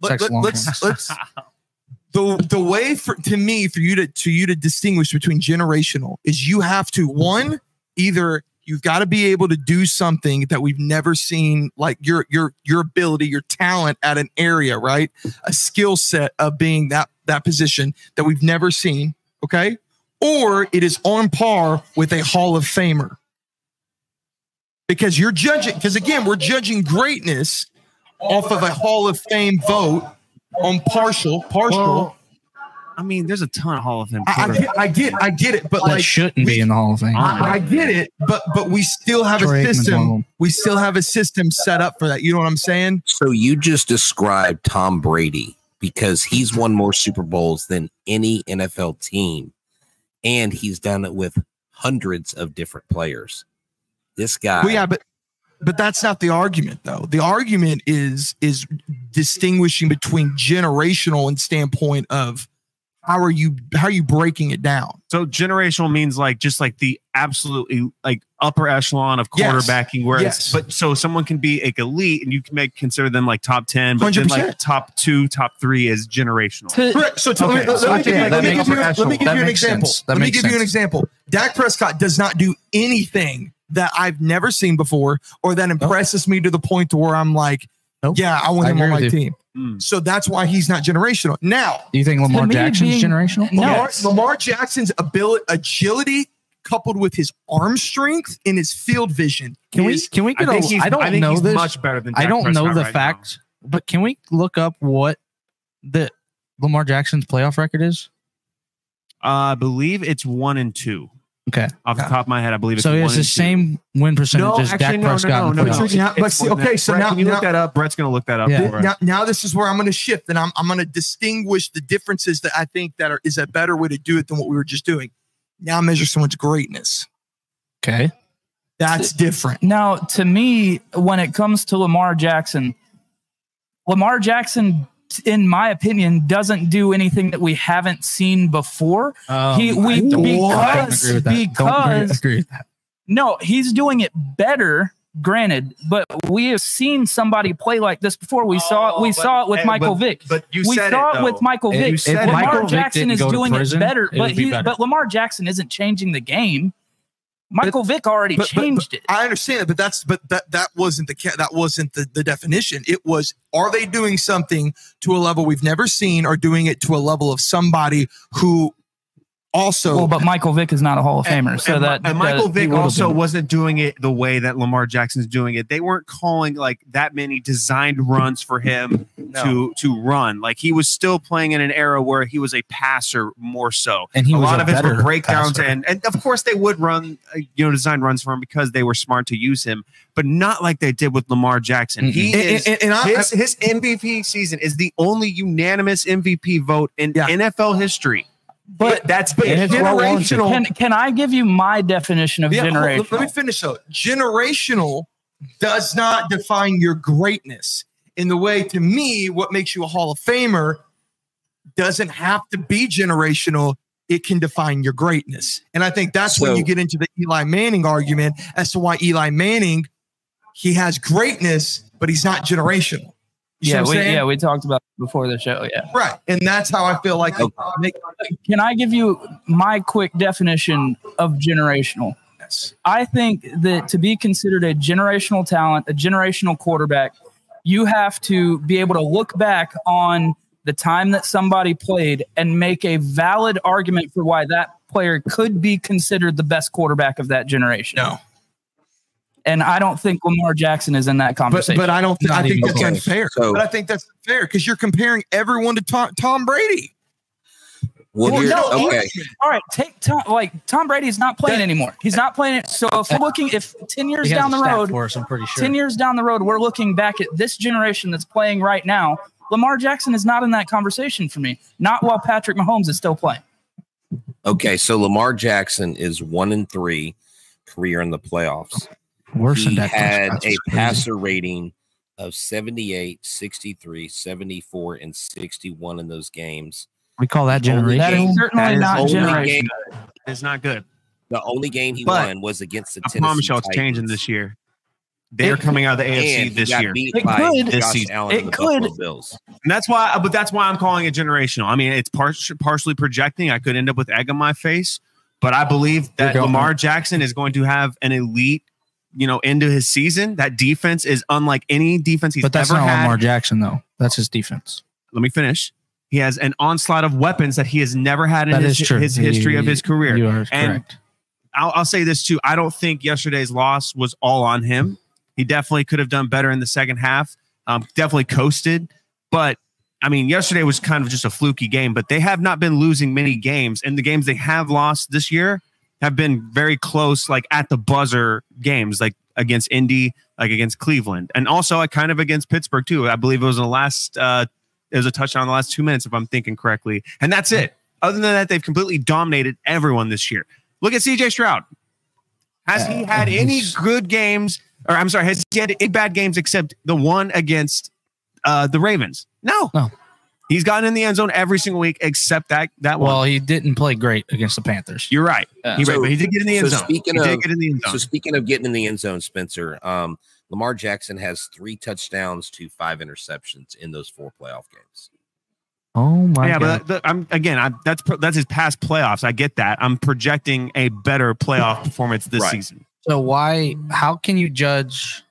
[SPEAKER 5] Let,
[SPEAKER 6] Sex
[SPEAKER 5] let,
[SPEAKER 6] long
[SPEAKER 5] let's let's the the way for to me for you to to you to distinguish between generational is you have to one either you've got to be able to do something that we've never seen like your your your ability your talent at an area right a skill set of being that that position that we've never seen okay or it is on par with a hall of famer because you're judging because again we're judging greatness off of a hall of fame vote on partial partial
[SPEAKER 1] Well, I mean, there's a ton of Hall of Fame.
[SPEAKER 5] I, I,
[SPEAKER 1] quarterbacks.
[SPEAKER 5] get, I get I get it, but
[SPEAKER 6] that
[SPEAKER 5] like
[SPEAKER 6] shouldn't be in the Hall of Fame.
[SPEAKER 5] I, I get it, but but we still have
[SPEAKER 6] Troy
[SPEAKER 5] a
[SPEAKER 6] Aikman's one of
[SPEAKER 5] system.
[SPEAKER 6] them.
[SPEAKER 5] We still have a system set up for that. You know what I'm saying?
[SPEAKER 7] So you just described Tom Brady because he's won more Super Bowls than any NFL team, and he's done it with hundreds of different players. This guy,
[SPEAKER 5] Well, yeah, but but that's not the argument though. The argument is is distinguishing between generational and standpoint of how are you how are you breaking it down?
[SPEAKER 1] so generational means like just like the absolutely like upper echelon of
[SPEAKER 5] Yes.
[SPEAKER 1] quarterbacking, where
[SPEAKER 5] Yes.
[SPEAKER 1] it's but so someone can be like elite and you can make consider them like top ten, but then like
[SPEAKER 5] 100%.
[SPEAKER 1] top two, top three is generational.
[SPEAKER 3] To-
[SPEAKER 5] Correct. So tell
[SPEAKER 1] Okay,
[SPEAKER 5] me, let,
[SPEAKER 1] so
[SPEAKER 5] let
[SPEAKER 1] I
[SPEAKER 5] me give
[SPEAKER 1] think
[SPEAKER 5] you-
[SPEAKER 1] that
[SPEAKER 5] let me
[SPEAKER 1] makes
[SPEAKER 5] give you let me
[SPEAKER 6] sense.
[SPEAKER 5] give you
[SPEAKER 6] That
[SPEAKER 5] an
[SPEAKER 6] makes
[SPEAKER 5] example.
[SPEAKER 6] sense. That
[SPEAKER 5] Let me
[SPEAKER 6] makes
[SPEAKER 5] give you an
[SPEAKER 6] sense.
[SPEAKER 5] example. Dak Prescott does not do anything that I've never seen before or that impresses me to the point to where I'm like,
[SPEAKER 6] Nope.
[SPEAKER 5] yeah, I want
[SPEAKER 6] Oh. I
[SPEAKER 5] him on
[SPEAKER 6] agree
[SPEAKER 5] my
[SPEAKER 6] with
[SPEAKER 5] team.
[SPEAKER 1] Mm.
[SPEAKER 5] So that's why he's not generational. Now,
[SPEAKER 6] Do you think Lamar
[SPEAKER 3] me,
[SPEAKER 6] Jackson's
[SPEAKER 3] being-
[SPEAKER 6] generational?
[SPEAKER 3] No.
[SPEAKER 5] Lamar, Lamar Jackson's ability, agility coupled with his arm strength and his field vision.
[SPEAKER 6] Can we
[SPEAKER 1] He's-
[SPEAKER 6] can we
[SPEAKER 1] I
[SPEAKER 6] get a?
[SPEAKER 1] think he's,
[SPEAKER 6] I don't
[SPEAKER 1] I think
[SPEAKER 6] know
[SPEAKER 1] he's
[SPEAKER 6] this.
[SPEAKER 1] much better than
[SPEAKER 6] I
[SPEAKER 1] Dak
[SPEAKER 6] don't know
[SPEAKER 1] Prescott
[SPEAKER 6] the
[SPEAKER 1] right now.
[SPEAKER 6] facts, but can we look up what the Lamar Jackson's playoff record is?
[SPEAKER 1] Uh, I believe it's one and two.
[SPEAKER 6] Okay.
[SPEAKER 1] Off the top of my head, I believe it's
[SPEAKER 6] So
[SPEAKER 1] one
[SPEAKER 6] it's the
[SPEAKER 1] and two.
[SPEAKER 6] same win percentage as Dak Prescott. in the playoffs.
[SPEAKER 5] no. It's- it's more than that. Brett,
[SPEAKER 1] can you look that up? Brett's gonna look that up.
[SPEAKER 6] Yeah.
[SPEAKER 1] for us.
[SPEAKER 5] Now, now this is where I'm going to shift, and I'm, I'm going to distinguish the differences that I think that are is a better way to do it than what we were just doing. Now measure someone's greatness.
[SPEAKER 6] Okay.
[SPEAKER 5] That's different.
[SPEAKER 3] now, to me, when it comes to Lamar Jackson, Lamar Jackson, in my opinion, doesn't do anything that we haven't seen before.
[SPEAKER 6] I
[SPEAKER 3] He- we-
[SPEAKER 6] don't- I don't agree with
[SPEAKER 3] because-
[SPEAKER 6] that. Don't agree,
[SPEAKER 3] because-
[SPEAKER 6] agree with that.
[SPEAKER 3] No, he's doing it better. Granted, but we have seen somebody play like this before. We saw it. We
[SPEAKER 1] Oh, but-
[SPEAKER 3] saw it with
[SPEAKER 1] eh,
[SPEAKER 3] Michael
[SPEAKER 1] but-
[SPEAKER 3] Vick.
[SPEAKER 1] But you
[SPEAKER 3] we
[SPEAKER 1] said
[SPEAKER 3] saw
[SPEAKER 1] it,
[SPEAKER 3] it, with
[SPEAKER 1] though.
[SPEAKER 3] Michael
[SPEAKER 6] And you
[SPEAKER 3] Vick.
[SPEAKER 6] said
[SPEAKER 3] Lamar
[SPEAKER 6] Michael Vick
[SPEAKER 3] Jackson
[SPEAKER 6] didn't
[SPEAKER 3] is
[SPEAKER 6] go to
[SPEAKER 3] doing
[SPEAKER 6] prison,
[SPEAKER 3] it better,
[SPEAKER 6] it
[SPEAKER 3] but
[SPEAKER 6] would be
[SPEAKER 3] he,
[SPEAKER 6] better.
[SPEAKER 3] but Lamar Jackson isn't changing the game. Michael Vick already
[SPEAKER 5] but- but-
[SPEAKER 3] changed it.
[SPEAKER 5] I understand it, but that's but that that wasn't the ca- that wasn't the, the definition. It was are they doing something to a level we've never seen, or doing it to a level of somebody who also
[SPEAKER 3] well, but Michael Vick is not a Hall of Famer, so
[SPEAKER 1] and, Mi-
[SPEAKER 3] that
[SPEAKER 1] and Michael
[SPEAKER 3] that-
[SPEAKER 1] Vick
[SPEAKER 3] he would've
[SPEAKER 1] also
[SPEAKER 3] been.
[SPEAKER 1] wasn't doing it the way that Lamar Jackson's doing it. They weren't calling like that many designed runs for him to to run. Like he was still playing in an era where he was a passer more so.
[SPEAKER 6] And he
[SPEAKER 1] a
[SPEAKER 6] was
[SPEAKER 1] lot of it were
[SPEAKER 6] better
[SPEAKER 1] breakdowns,
[SPEAKER 6] passer.
[SPEAKER 1] and and of course they would run uh, you know design runs for him because they were smart to use him, but not like they did with Lamar Jackson. He
[SPEAKER 5] and,
[SPEAKER 1] is.
[SPEAKER 5] and, and, and I,
[SPEAKER 1] his, his MVP season is the only unanimous MVP vote in
[SPEAKER 5] Yeah.
[SPEAKER 1] NFL history.
[SPEAKER 3] But
[SPEAKER 1] that's big.
[SPEAKER 2] And it's well warranted.
[SPEAKER 5] generational.
[SPEAKER 3] can can I give you my definition of
[SPEAKER 5] Yeah, hold- let-
[SPEAKER 3] generational?
[SPEAKER 5] Let me finish though. Generational does not define your greatness in the way to me what makes you a Hall of Famer doesn't have to be generational. it can define your greatness. And I think that's when
[SPEAKER 7] So-
[SPEAKER 5] you get into the Eli Manning argument as to why Eli Manning, he has greatness, but he's not generational. You see
[SPEAKER 3] yeah,
[SPEAKER 5] what I'm
[SPEAKER 3] we,
[SPEAKER 5] saying?
[SPEAKER 3] yeah, we talked about it before the show. Yeah.
[SPEAKER 5] Right. And that's how I feel like
[SPEAKER 3] Can I give you my quick definition of generational? I think that to be considered a generational talent, a generational quarterback, you have to be able to look back on the time that somebody played and make a valid argument for why that player could be considered the best quarterback of that generation.
[SPEAKER 5] No.
[SPEAKER 3] And I don't think Lamar Jackson is in that
[SPEAKER 5] but
[SPEAKER 3] conversation.
[SPEAKER 5] but I don't think I
[SPEAKER 6] Not
[SPEAKER 5] think
[SPEAKER 6] even
[SPEAKER 5] that's
[SPEAKER 7] close.
[SPEAKER 5] unfair.
[SPEAKER 7] So-
[SPEAKER 5] but I think that's unfair because you're comparing everyone to Tom, Tom Brady.
[SPEAKER 7] Well,
[SPEAKER 5] Well,
[SPEAKER 7] here-
[SPEAKER 5] no,
[SPEAKER 7] okay.
[SPEAKER 3] all right, take Tom. Like Tom Brady's not playing anymore. He's not playing it. So if we're looking, if ten years
[SPEAKER 6] He has
[SPEAKER 3] down
[SPEAKER 6] a
[SPEAKER 3] the
[SPEAKER 6] stat
[SPEAKER 3] road,
[SPEAKER 6] for us. I'm pretty sure.
[SPEAKER 3] 10 years down the road, we're looking back at this generation that's playing right now. Lamar Jackson is not in that conversation for me, not while Patrick Mahomes is still playing.
[SPEAKER 7] Okay, so Lamar Jackson is one in three career in the playoffs.
[SPEAKER 1] Oh,
[SPEAKER 6] Worse
[SPEAKER 7] he
[SPEAKER 6] than that.
[SPEAKER 7] had
[SPEAKER 6] That's
[SPEAKER 7] a
[SPEAKER 6] crazy.
[SPEAKER 7] passer rating of 78, 63, 74, and 61 in those games.
[SPEAKER 6] We call that generation.
[SPEAKER 3] That is certainly
[SPEAKER 1] That is
[SPEAKER 3] not
[SPEAKER 1] only
[SPEAKER 3] generation.
[SPEAKER 7] game-
[SPEAKER 1] It's not good.
[SPEAKER 7] the only game he
[SPEAKER 1] But
[SPEAKER 7] won was against the
[SPEAKER 1] I
[SPEAKER 7] Tennessee
[SPEAKER 1] promise y'all it's
[SPEAKER 7] Titans.
[SPEAKER 1] changing this year. They're coming out of the AFC
[SPEAKER 7] And he
[SPEAKER 1] this
[SPEAKER 7] got
[SPEAKER 1] year.
[SPEAKER 7] beat
[SPEAKER 3] It
[SPEAKER 7] by
[SPEAKER 3] could-
[SPEAKER 1] this
[SPEAKER 7] Josh
[SPEAKER 1] season.
[SPEAKER 7] Allen and
[SPEAKER 3] It
[SPEAKER 7] the
[SPEAKER 3] could-
[SPEAKER 7] Buffalo Bills.
[SPEAKER 1] And that's why, but that's why I'm calling it generational. I mean, it's par- partially projecting. I could end up with egg on my face, but I believe that
[SPEAKER 2] going-
[SPEAKER 1] Lamar Jackson is going to have an elite, you know, into his season. That defense is unlike any defense he's
[SPEAKER 6] But that's
[SPEAKER 1] ever
[SPEAKER 6] not
[SPEAKER 1] had.
[SPEAKER 6] Lamar Jackson though. That's his defense.
[SPEAKER 1] Let me finish. He has an onslaught of weapons that he has never had in
[SPEAKER 6] That
[SPEAKER 1] his,
[SPEAKER 6] is true.
[SPEAKER 1] his history of
[SPEAKER 6] You-
[SPEAKER 1] his career.
[SPEAKER 6] You are
[SPEAKER 1] And-
[SPEAKER 6] correct.
[SPEAKER 1] I'll, I'll say this too. I don't think yesterday's loss was all on him. He definitely could have done better in the second half. Um, definitely coasted, but I mean, yesterday was kind of just a fluky game. But they have not been losing many games, and the games they have lost this year have been very close, like at the buzzer games, like against Indy, like against Cleveland, and also uh, kind of against Pittsburgh too. I believe it was in the last. Uh, it was a touchdown in the last two minutes, if I'm thinking correctly, and that's it. Other than that, they've completely dominated everyone this year. Look at CJ Stroud. Has he had any
[SPEAKER 6] he's-
[SPEAKER 1] good games, or I'm sorry, has he had any bad games except the one against uh, the Ravens? No.
[SPEAKER 6] No.
[SPEAKER 1] He's gotten in the end zone every single week except that that one.
[SPEAKER 6] Well, he didn't play great against the Panthers.
[SPEAKER 1] You're right.
[SPEAKER 3] Yeah.
[SPEAKER 1] You're right,
[SPEAKER 7] So-
[SPEAKER 1] but he did get in the end
[SPEAKER 7] so
[SPEAKER 1] zone. He
[SPEAKER 7] speaking
[SPEAKER 1] did
[SPEAKER 7] of-
[SPEAKER 1] get in the end zone.
[SPEAKER 7] So speaking of getting in the end zone, Spencer, um, Lamar Jackson has three touchdowns to five interceptions in those four playoff games.
[SPEAKER 6] Oh my
[SPEAKER 1] yeah,
[SPEAKER 6] god.
[SPEAKER 1] but that- that- I'm again. I, that's pro- that's his past playoffs. I get that. I'm projecting a better playoff performance this
[SPEAKER 7] Right.
[SPEAKER 1] season.
[SPEAKER 6] So why? How can you judge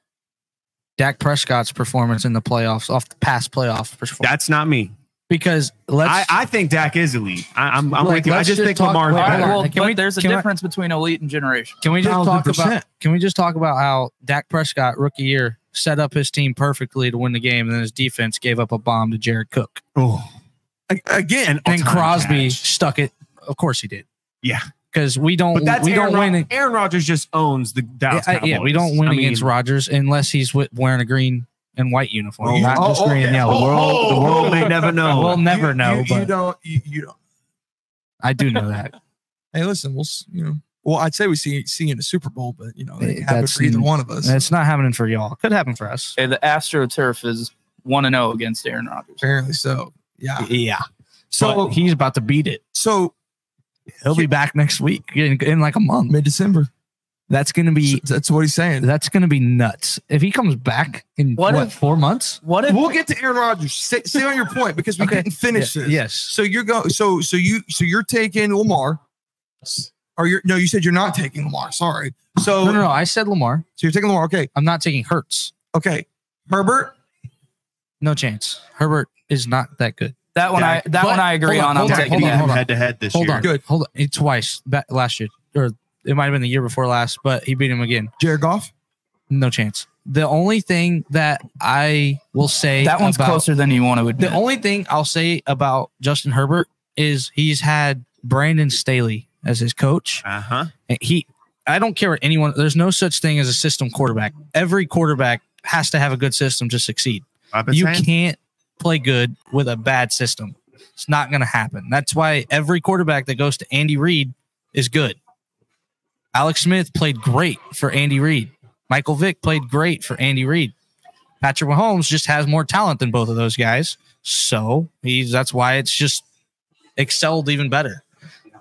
[SPEAKER 6] Dak Prescott's performance in the playoffs off the past playoff performance?
[SPEAKER 1] That's not me.
[SPEAKER 6] Because let's.
[SPEAKER 1] I, I think Dak is elite. I, I'm, I'm
[SPEAKER 6] Like,
[SPEAKER 1] with you. I
[SPEAKER 6] let's
[SPEAKER 1] just
[SPEAKER 6] just
[SPEAKER 1] think
[SPEAKER 6] talk-
[SPEAKER 1] Lamar.
[SPEAKER 6] wait,
[SPEAKER 3] All
[SPEAKER 6] hold
[SPEAKER 3] right,
[SPEAKER 6] on.
[SPEAKER 1] better.
[SPEAKER 3] well,
[SPEAKER 6] Can
[SPEAKER 3] but
[SPEAKER 6] we-
[SPEAKER 3] there's a
[SPEAKER 6] can I-
[SPEAKER 3] difference between elite and generation.
[SPEAKER 6] can we just
[SPEAKER 5] Thousand
[SPEAKER 6] talk about?
[SPEAKER 5] percent.
[SPEAKER 6] Can we just talk about how Dak Prescott rookie year set up his team perfectly to win the game, and then his defense gave up a bomb to Jared Cook.
[SPEAKER 5] A- Again,
[SPEAKER 6] And
[SPEAKER 1] all-time
[SPEAKER 6] Crosby
[SPEAKER 1] catch.
[SPEAKER 6] stuck it. Of course he did.
[SPEAKER 1] Yeah.
[SPEAKER 6] Because we don't.
[SPEAKER 1] But that's
[SPEAKER 6] we
[SPEAKER 1] Aaron,
[SPEAKER 6] don't
[SPEAKER 1] Rod-
[SPEAKER 6] win. it-
[SPEAKER 1] Aaron Rodgers just owns the Dallas.
[SPEAKER 6] I- yeah, we don't win against Rodgers
[SPEAKER 1] Rodgers.
[SPEAKER 6] unless he's wi- wearing a green and white uniform.
[SPEAKER 5] Oh,
[SPEAKER 2] Not
[SPEAKER 5] oh,
[SPEAKER 2] just green
[SPEAKER 5] oh,
[SPEAKER 2] and yellow.
[SPEAKER 5] oh,
[SPEAKER 2] We're all-
[SPEAKER 1] The
[SPEAKER 5] oh,
[SPEAKER 1] world may never know.
[SPEAKER 6] we'll never
[SPEAKER 5] You-
[SPEAKER 6] know,
[SPEAKER 5] You, you
[SPEAKER 6] but
[SPEAKER 5] don't. You, you don't.
[SPEAKER 6] I do know that.
[SPEAKER 5] Hey, listen, we'll s- you know. Well, I'd say we see see you in the Super Bowl, but you know,
[SPEAKER 6] Hey,
[SPEAKER 5] it happened
[SPEAKER 6] that's-
[SPEAKER 5] for either one of us.
[SPEAKER 6] It's not happening for y'all. Could happen for us.
[SPEAKER 3] Okay, the AstroTurf is 1 0 against Aaron Rodgers.
[SPEAKER 5] Apparently so. Yeah.
[SPEAKER 6] Yeah. So
[SPEAKER 5] So
[SPEAKER 6] he's about to beat it.
[SPEAKER 5] so
[SPEAKER 6] He'll be back next week in, in like a month.
[SPEAKER 5] mid December.
[SPEAKER 6] That's gonna be
[SPEAKER 5] That's what he's saying.
[SPEAKER 6] that's gonna be nuts. If he comes back in
[SPEAKER 3] What
[SPEAKER 6] what,
[SPEAKER 3] if-
[SPEAKER 6] four months?
[SPEAKER 3] What if
[SPEAKER 5] We'll get to Aaron Rodgers. Stay, stay on your point because we
[SPEAKER 6] Okay.
[SPEAKER 5] didn't finish
[SPEAKER 6] Yeah,
[SPEAKER 5] this.
[SPEAKER 6] Yes.
[SPEAKER 5] So you're going. So so you so you're taking Lamar, or you're no? You said you're not taking Lamar. Sorry. So
[SPEAKER 6] No, no, no. I said Lamar.
[SPEAKER 5] so you're taking Lamar. Okay.
[SPEAKER 6] I'm not taking Hertz.
[SPEAKER 5] Okay. Herbert.
[SPEAKER 6] No chance. Herbert is not that good.
[SPEAKER 3] that one? I that
[SPEAKER 6] But-
[SPEAKER 3] one I agree
[SPEAKER 6] hold on,
[SPEAKER 3] on. I'm
[SPEAKER 6] hold on,
[SPEAKER 3] taking
[SPEAKER 6] hold on,
[SPEAKER 3] that.
[SPEAKER 6] hold on.
[SPEAKER 1] head to head this
[SPEAKER 6] hold
[SPEAKER 1] year.
[SPEAKER 6] on. Good. Hold on. It twice back last year. Or it might have been the year before last, but he beat him again.
[SPEAKER 5] Jared Goff.
[SPEAKER 6] No chance. The only thing that I will say
[SPEAKER 3] That one's
[SPEAKER 6] about-
[SPEAKER 3] closer than you want to
[SPEAKER 6] The
[SPEAKER 3] admit.
[SPEAKER 6] only thing I'll say about Justin Herbert is he's had Brandon Staley as his coach.
[SPEAKER 1] Uh huh.
[SPEAKER 6] And he, I don't care what anyone. There's no such thing as a system quarterback. Every quarterback has to have a good system to succeed.
[SPEAKER 1] I've been
[SPEAKER 6] you
[SPEAKER 1] saying.
[SPEAKER 6] can't play good with a bad system. It's not going to happen. That's why every quarterback that goes to Andy Reid is good. Alex Smith played great for Andy Reid. Michael Vick played great for Andy Reid. Patrick Mahomes just has more talent than both of those guys. So he's that's why it's just excelled even better.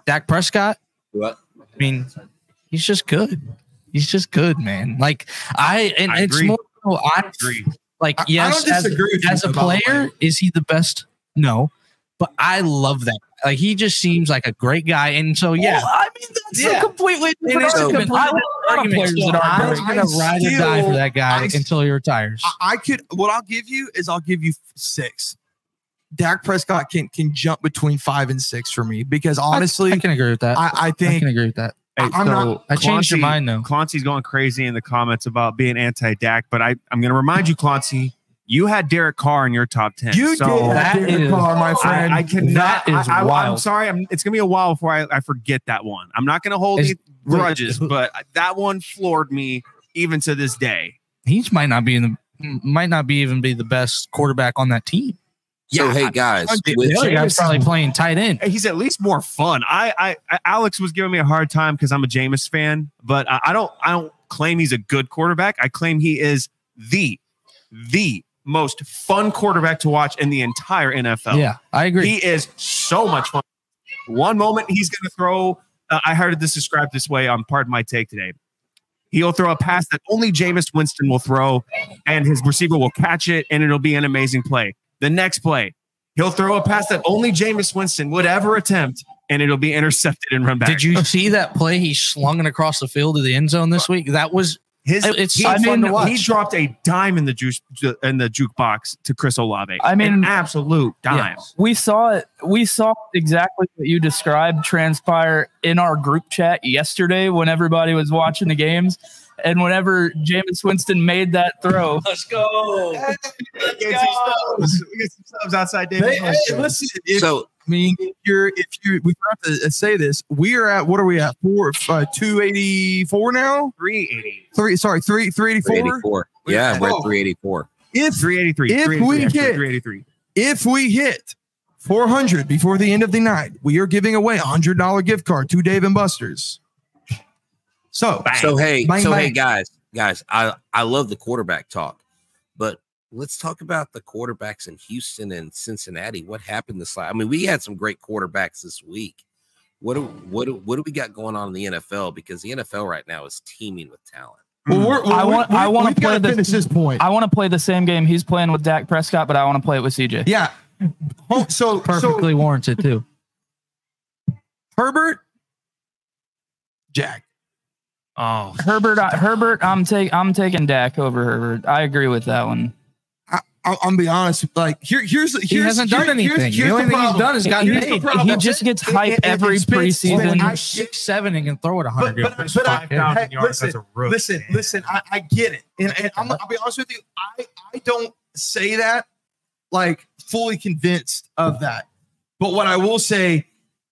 [SPEAKER 6] Dak Prescott.
[SPEAKER 7] What?
[SPEAKER 6] I mean, he's just good. He's just good, man. Like I and
[SPEAKER 1] I
[SPEAKER 6] it's
[SPEAKER 1] agree.
[SPEAKER 6] more. so I
[SPEAKER 1] Agree.
[SPEAKER 6] like
[SPEAKER 5] I- I
[SPEAKER 6] yes.
[SPEAKER 5] don't
[SPEAKER 6] as-
[SPEAKER 5] disagree with you,
[SPEAKER 6] as a
[SPEAKER 5] by the way.
[SPEAKER 6] player, is he the best? No, but I love that. Like he just seems like a great guy, and so yeah,
[SPEAKER 3] Well, I mean, that's
[SPEAKER 5] Yeah.
[SPEAKER 3] a completely different
[SPEAKER 7] is a
[SPEAKER 3] argument.
[SPEAKER 6] complete
[SPEAKER 3] I love a lot of
[SPEAKER 6] argument.
[SPEAKER 3] players that
[SPEAKER 5] I-
[SPEAKER 3] are
[SPEAKER 6] I'm
[SPEAKER 3] great.
[SPEAKER 6] gonna ride or die for
[SPEAKER 5] still-
[SPEAKER 6] that guy
[SPEAKER 5] I-
[SPEAKER 6] until he retires.
[SPEAKER 5] I, I could. What I'll give you is I'll give you six. Dak Prescott can can jump between five and six for me because honestly,
[SPEAKER 6] I, can agree with that. I,
[SPEAKER 5] I, I think
[SPEAKER 6] can agree with that.
[SPEAKER 1] Hey,
[SPEAKER 5] I'm not-
[SPEAKER 6] I changed your
[SPEAKER 1] Clancy-
[SPEAKER 6] mind though.
[SPEAKER 1] Clancy's going crazy in the comments about being anti-Dak, but I, I'm going to remind you, Clancy, you had Derek Carr in your top ten.
[SPEAKER 5] you
[SPEAKER 1] so
[SPEAKER 5] did
[SPEAKER 6] that
[SPEAKER 5] that
[SPEAKER 6] is-
[SPEAKER 5] Derek Carr, my friend.
[SPEAKER 1] I, I cannot.
[SPEAKER 6] That is
[SPEAKER 1] I, I, am
[SPEAKER 6] wild.
[SPEAKER 1] sorry. I'm, it's going to be a while before I, I forget that one. I'm not going to hold
[SPEAKER 6] Is-
[SPEAKER 1] any grudges, but that one floored me even to this day.
[SPEAKER 6] He might not be in the might not be even be the best quarterback on that team.
[SPEAKER 7] So
[SPEAKER 1] Yeah,
[SPEAKER 7] hey guys, with-
[SPEAKER 6] The other guy's probably playing tight end.
[SPEAKER 1] He's at least more fun. I, I, I Alex was giving me a hard time because I'm a Jameis fan, but I, I don't, I don't claim he's a good quarterback. I claim he is the, the most fun quarterback to watch in the entire NFL.
[SPEAKER 6] Yeah, I agree.
[SPEAKER 1] Oh. He is so much fun. One moment he's going to throw. Uh, I heard this described this way on Pardon My Take today. He'll throw a pass that only Jameis Winston will throw, and his receiver will catch it, and it'll be an amazing play. The next play, he'll throw a pass that only Jameis Winston would ever attempt, and it'll be intercepted and run back.
[SPEAKER 6] Did you see that play he slung it across the field to the end zone this week? That was
[SPEAKER 1] His,
[SPEAKER 6] It- it's
[SPEAKER 1] he,
[SPEAKER 6] so fun
[SPEAKER 1] I mean,
[SPEAKER 6] to watch.
[SPEAKER 1] he dropped a dime in the juice in the jukebox to Chris Olave.
[SPEAKER 3] I mean-
[SPEAKER 1] an absolute dime.
[SPEAKER 3] We saw it. We saw exactly what you described transpire in our group chat yesterday when everybody was watching the games. And whenever Jameis Winston made that throw, let's go.
[SPEAKER 1] Get some
[SPEAKER 6] uh,
[SPEAKER 1] subs. We get some subs outside
[SPEAKER 5] Hey,
[SPEAKER 1] David.
[SPEAKER 5] hey, listen, if,
[SPEAKER 7] so
[SPEAKER 5] I mean, if you're if you we forgot to uh, say this, we are at what are we at four uh, two eighty four now
[SPEAKER 1] 380.
[SPEAKER 5] three sorry three three eighty four.
[SPEAKER 7] 384. Yeah, we're at
[SPEAKER 5] Oh.
[SPEAKER 7] 384.
[SPEAKER 5] If
[SPEAKER 1] 383.
[SPEAKER 5] If we
[SPEAKER 1] 383, actually,
[SPEAKER 5] get-
[SPEAKER 1] 383.
[SPEAKER 5] If we hit 400 before the end of the night, we are giving away a $100 gift card to Dave and Buster's. So,
[SPEAKER 1] Bang.
[SPEAKER 7] So hey,
[SPEAKER 5] Bang,
[SPEAKER 7] so
[SPEAKER 5] bang.
[SPEAKER 7] hey guys, guys, I I love the quarterback talk, but let's talk about the quarterbacks in Houston and Cincinnati. What happened this last? I mean, we had some great quarterbacks this week. What do what do, what do we got going on in the NFL? Because the NFL right now is teeming with talent.
[SPEAKER 5] well, we're,
[SPEAKER 3] I want- I wanna
[SPEAKER 5] we've gotta
[SPEAKER 3] play the-
[SPEAKER 5] finish this point.
[SPEAKER 3] I want to play the same game he's playing with Dak Prescott, but I want to play it with CJ.
[SPEAKER 5] yeah. Oh, so, so
[SPEAKER 6] perfectly warranted too.
[SPEAKER 5] Herbert, Jack.
[SPEAKER 1] Oh,
[SPEAKER 3] Herbert, I, Herbert, I'm take I'm taking Dak over Herbert. I agree with that one.
[SPEAKER 5] I'll, I'll be honest. Like here, here's here's
[SPEAKER 6] He hasn't done
[SPEAKER 5] here- here's-
[SPEAKER 6] anything.
[SPEAKER 5] Here's,
[SPEAKER 6] the only
[SPEAKER 5] the
[SPEAKER 6] thing he's
[SPEAKER 5] problem.
[SPEAKER 6] done is gotten
[SPEAKER 5] Here's the
[SPEAKER 6] paid.
[SPEAKER 5] problem.
[SPEAKER 3] He just gets hype
[SPEAKER 5] If- if
[SPEAKER 3] every
[SPEAKER 5] it's been-
[SPEAKER 3] preseason.
[SPEAKER 5] I-
[SPEAKER 6] six seven and can throw it
[SPEAKER 5] But,
[SPEAKER 6] hundred.
[SPEAKER 5] but, but I, hey, listen,
[SPEAKER 1] a rook.
[SPEAKER 5] listen, listen. I, I get it, and, and I'm, I'll be honest with you. I I don't say that like fully convinced of that, but what I will say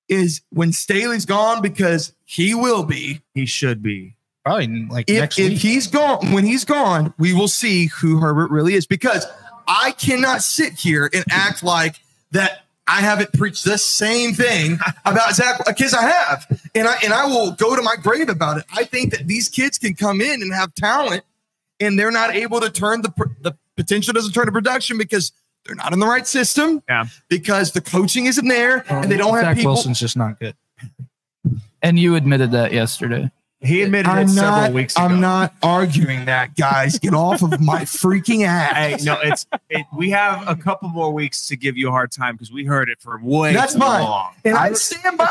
[SPEAKER 5] is when Staley's gone, because he will be.
[SPEAKER 1] He should be.
[SPEAKER 6] Probably like
[SPEAKER 5] If,
[SPEAKER 6] next
[SPEAKER 5] if
[SPEAKER 6] week.
[SPEAKER 5] he's gone, when he's gone, we will see who Herbert really is. Because I cannot sit here and act like that. I haven't preached the same thing about Zach because I have, and I and I will go to my grave about it. I think that these kids can come in and have talent, and they're not able to turn the pr- the potential doesn't turn to production because they're not in the right system.
[SPEAKER 1] Yeah.
[SPEAKER 5] Because the coaching isn't there, and they don't
[SPEAKER 6] Zach
[SPEAKER 5] have people.
[SPEAKER 6] Wilson's just not good.
[SPEAKER 3] and you admitted that yesterday.
[SPEAKER 1] He admitted it
[SPEAKER 5] I'm
[SPEAKER 1] several
[SPEAKER 5] not.
[SPEAKER 1] weeks ago.
[SPEAKER 5] I'm not arguing that, guys. Get off of my freaking ass.
[SPEAKER 1] Hey, no, it's it, we have a couple more weeks to give you a hard time because we heard it for way
[SPEAKER 5] That's
[SPEAKER 1] too
[SPEAKER 5] mine.
[SPEAKER 1] long.
[SPEAKER 5] And I stand by.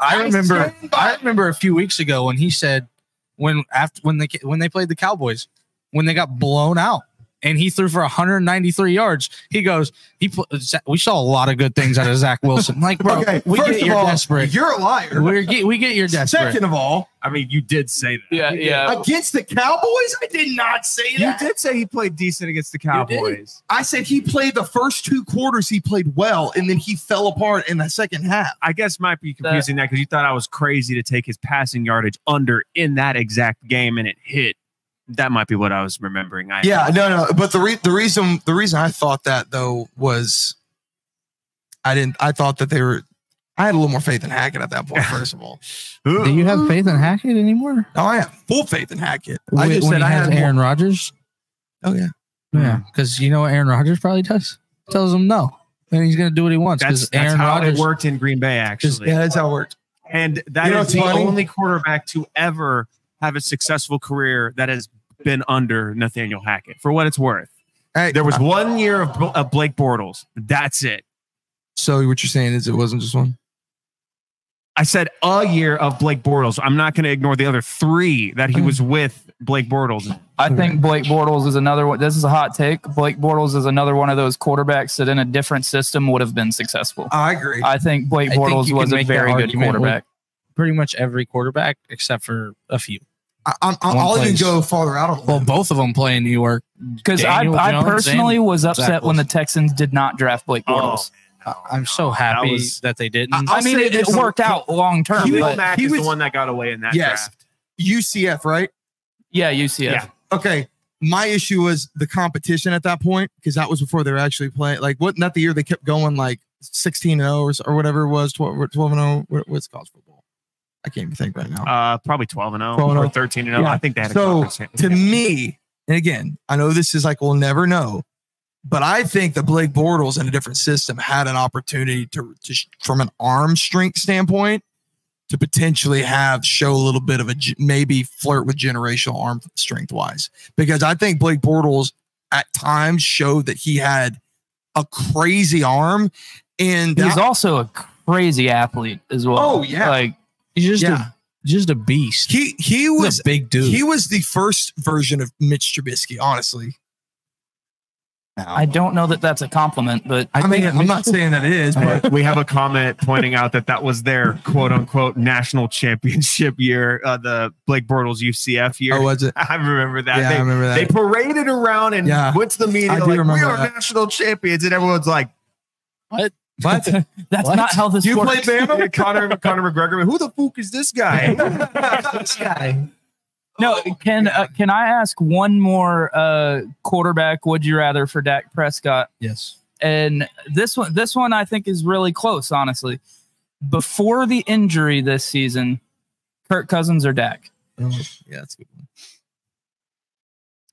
[SPEAKER 6] I remember.
[SPEAKER 5] stand by
[SPEAKER 6] I remember a few weeks ago when he said when after when they when they played the Cowboys when they got blown out and he threw for 193 yards. He goes. He pl- Zach- we saw a lot of good things out of Zach Wilson. Like bro,
[SPEAKER 5] okay,
[SPEAKER 6] we
[SPEAKER 5] first
[SPEAKER 6] get
[SPEAKER 5] of
[SPEAKER 6] you're
[SPEAKER 5] all,
[SPEAKER 6] desperate.
[SPEAKER 5] You're a liar.
[SPEAKER 6] We're get, we get you're desperate.
[SPEAKER 5] Second of all,
[SPEAKER 1] I mean, you did say that.
[SPEAKER 3] Yeah, yeah.
[SPEAKER 5] against the Cowboys, I did not say
[SPEAKER 1] You
[SPEAKER 5] that.
[SPEAKER 1] did say he played decent against the Cowboys.
[SPEAKER 5] I said he played the first two quarters. He played well, and then he fell apart in the second half.
[SPEAKER 1] I guess might be confusing that because you thought I was crazy to take his passing yardage under in that exact game and it hit. That might be what I was remembering. I
[SPEAKER 5] Yeah, no, no. But the re- the reason the reason I thought that though was I didn't. I thought that they were. I had a little more faith in Hackett at that point. First of all,
[SPEAKER 6] Do you have faith in Hackett anymore?
[SPEAKER 5] no, I have full faith in Hackett. I
[SPEAKER 6] Wh-
[SPEAKER 5] just
[SPEAKER 6] when
[SPEAKER 5] said
[SPEAKER 6] he
[SPEAKER 5] I
[SPEAKER 6] has
[SPEAKER 5] had more.
[SPEAKER 6] Aaron Rodgers.
[SPEAKER 5] Oh yeah.
[SPEAKER 6] Yeah, because you know what Aaron Rodgers probably does. Tells him no, and he's gonna do what he wants.
[SPEAKER 1] that's,
[SPEAKER 6] Because
[SPEAKER 1] that's
[SPEAKER 6] Aaron
[SPEAKER 1] how
[SPEAKER 6] Rodgers,
[SPEAKER 1] it worked in Green Bay. Actually,
[SPEAKER 5] Yeah, that's how it worked.
[SPEAKER 1] And that is
[SPEAKER 5] You know what's
[SPEAKER 1] the
[SPEAKER 5] funny?
[SPEAKER 1] only quarterback to ever have a successful career that has been under Nathaniel Hackett, for what it's worth.
[SPEAKER 5] Hey,
[SPEAKER 1] There was one year of, of Blake Bortles. That's it.
[SPEAKER 5] So what you're saying is it wasn't just one?
[SPEAKER 1] I said a year of Blake Bortles. I'm not going to ignore the other three that he was with Blake Bortles.
[SPEAKER 3] I think Blake Bortles is another one. This is a hot take. Blake Bortles is another one of those quarterbacks that in a different system would have been successful.
[SPEAKER 5] I agree.
[SPEAKER 3] I think Blake
[SPEAKER 6] I think
[SPEAKER 3] Bortles
[SPEAKER 6] you
[SPEAKER 3] was
[SPEAKER 6] can
[SPEAKER 3] a
[SPEAKER 6] make that
[SPEAKER 3] very good
[SPEAKER 6] argument with-
[SPEAKER 3] quarterback.
[SPEAKER 6] Pretty much every quarterback except for a few.
[SPEAKER 5] I, I'm, I'm,
[SPEAKER 6] One
[SPEAKER 5] I'll even
[SPEAKER 6] place.
[SPEAKER 5] go farther out on a
[SPEAKER 6] Well,
[SPEAKER 5] limb.
[SPEAKER 6] both of them play in New York.
[SPEAKER 3] Because I,
[SPEAKER 6] Daniel
[SPEAKER 3] I
[SPEAKER 6] Jones
[SPEAKER 3] personally
[SPEAKER 6] and
[SPEAKER 3] was upset
[SPEAKER 6] Zach
[SPEAKER 3] when the Texans did not draft Blake Bortles.
[SPEAKER 6] I- I'm so happy that,
[SPEAKER 1] was-
[SPEAKER 6] they didn't.
[SPEAKER 5] I-
[SPEAKER 3] I mean,
[SPEAKER 5] say
[SPEAKER 3] it, it
[SPEAKER 5] this-
[SPEAKER 3] worked out long term.
[SPEAKER 5] You-
[SPEAKER 1] Khalil
[SPEAKER 3] But
[SPEAKER 1] Mack
[SPEAKER 5] he
[SPEAKER 1] is
[SPEAKER 5] was-
[SPEAKER 1] the one that got away in that
[SPEAKER 5] Yes.
[SPEAKER 1] draft.
[SPEAKER 5] UCF, right?
[SPEAKER 3] yeah, UCF.
[SPEAKER 1] Yeah.
[SPEAKER 5] Okay. My issue was the competition at that point because that was before they were actually playing. Like, wasn't that the year they kept going like 16 0 or, s- or whatever it was, 12 12 and 0? What, what's college football? I can't even think right now.
[SPEAKER 1] Uh, probably 12 and 0
[SPEAKER 5] 12 and
[SPEAKER 1] or
[SPEAKER 5] 0.
[SPEAKER 1] 13 and 0.
[SPEAKER 5] Yeah.
[SPEAKER 1] I think they had a
[SPEAKER 5] So,
[SPEAKER 1] conference champ-
[SPEAKER 5] to me, and again, I know this is like we'll never know, but I think that Blake Bortles in a different system had an opportunity to just from an arm strength standpoint to potentially have show a little bit of a ge- maybe flirt with generational arm strength wise because I think Blake Bortles at times showed that he had a crazy arm and
[SPEAKER 3] He's
[SPEAKER 5] that-
[SPEAKER 3] also a crazy athlete as well.
[SPEAKER 5] Oh, yeah.
[SPEAKER 3] Like
[SPEAKER 6] he's just
[SPEAKER 5] yeah.
[SPEAKER 6] a just a beast.
[SPEAKER 5] he he
[SPEAKER 6] He's
[SPEAKER 5] was
[SPEAKER 6] a big dude.
[SPEAKER 5] he was the first version of Mitch Trubisky honestly
[SPEAKER 3] I don't know that that's a compliment, but
[SPEAKER 5] I, mean I'm not saying that it is but
[SPEAKER 1] Uh, we have a comment pointing out that that was their quote unquote national championship year, uh, the Blake Bortles UCF year.
[SPEAKER 5] oh was it
[SPEAKER 1] I remember that.
[SPEAKER 5] yeah I
[SPEAKER 1] they,
[SPEAKER 5] remember that
[SPEAKER 1] they paraded around and
[SPEAKER 5] Yeah.
[SPEAKER 1] went to the media
[SPEAKER 5] I do
[SPEAKER 1] like, we
[SPEAKER 5] remember
[SPEAKER 1] are
[SPEAKER 5] that."
[SPEAKER 1] national champions. And everyone's like,
[SPEAKER 5] What?
[SPEAKER 3] that's
[SPEAKER 6] What?
[SPEAKER 3] not how this
[SPEAKER 5] You
[SPEAKER 3] works.
[SPEAKER 5] play Bama?
[SPEAKER 1] "Hey, Conor, Conor McGregor, who the fuck is this guy?
[SPEAKER 3] No, can uh, can I ask one more uh, quarterback? Would you rather for Dak Prescott?
[SPEAKER 6] yes.
[SPEAKER 3] And this one, this one, I think is really close, honestly. Before the injury this season, Kirk Cousins or Dak?
[SPEAKER 5] yeah, that's a good one.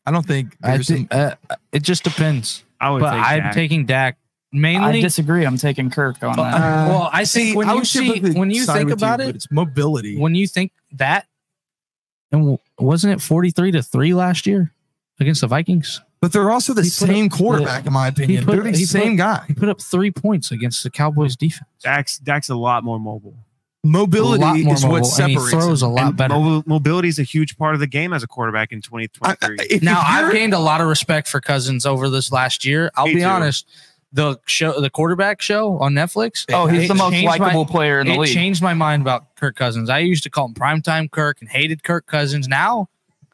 [SPEAKER 5] I don't think
[SPEAKER 6] I
[SPEAKER 5] there's
[SPEAKER 6] think uh, it just depends.
[SPEAKER 1] I would
[SPEAKER 6] But
[SPEAKER 1] take
[SPEAKER 6] I'm
[SPEAKER 1] Dak.
[SPEAKER 6] taking Dak mainly. Oh,
[SPEAKER 3] I disagree. I'm taking Kirk on
[SPEAKER 6] Well,
[SPEAKER 3] that.
[SPEAKER 5] Uh,
[SPEAKER 6] well, I see when you
[SPEAKER 5] would
[SPEAKER 6] see
[SPEAKER 5] typically
[SPEAKER 6] when you
[SPEAKER 5] side
[SPEAKER 6] think
[SPEAKER 5] with
[SPEAKER 6] about
[SPEAKER 5] but
[SPEAKER 6] it,
[SPEAKER 5] it's mobility.
[SPEAKER 6] when you think that, and w- wasn't it forty three to three last year against the Vikings?
[SPEAKER 5] But they're also the
[SPEAKER 6] He put
[SPEAKER 5] same quarterback, in my opinion.
[SPEAKER 6] put-
[SPEAKER 5] they're the
[SPEAKER 6] he put-
[SPEAKER 5] same guy.
[SPEAKER 6] He put up three points against the Cowboys defense.
[SPEAKER 1] Dak's, Dak's a lot more mobile.
[SPEAKER 5] Mobility
[SPEAKER 6] a lot more
[SPEAKER 5] is
[SPEAKER 6] mobile,
[SPEAKER 5] what
[SPEAKER 6] and he
[SPEAKER 5] separates.
[SPEAKER 6] throws a lot
[SPEAKER 1] And
[SPEAKER 6] better.
[SPEAKER 1] mobi- mobility is a huge part of the game as a quarterback in
[SPEAKER 5] I, I,
[SPEAKER 1] 2023.
[SPEAKER 5] if
[SPEAKER 6] Now
[SPEAKER 5] you're-
[SPEAKER 6] I've gained a lot of respect for Cousins over this last year. I'll
[SPEAKER 1] Me
[SPEAKER 6] be
[SPEAKER 1] too.
[SPEAKER 6] honest. The show, the quarterback show on Netflix.
[SPEAKER 3] oh, he's
[SPEAKER 6] it
[SPEAKER 3] the most
[SPEAKER 6] changed my-
[SPEAKER 3] likable player in the
[SPEAKER 6] It
[SPEAKER 3] league.
[SPEAKER 6] changed my mind about Kirk Cousins. I used to call him primetime Kirk and hated Kirk Cousins. Now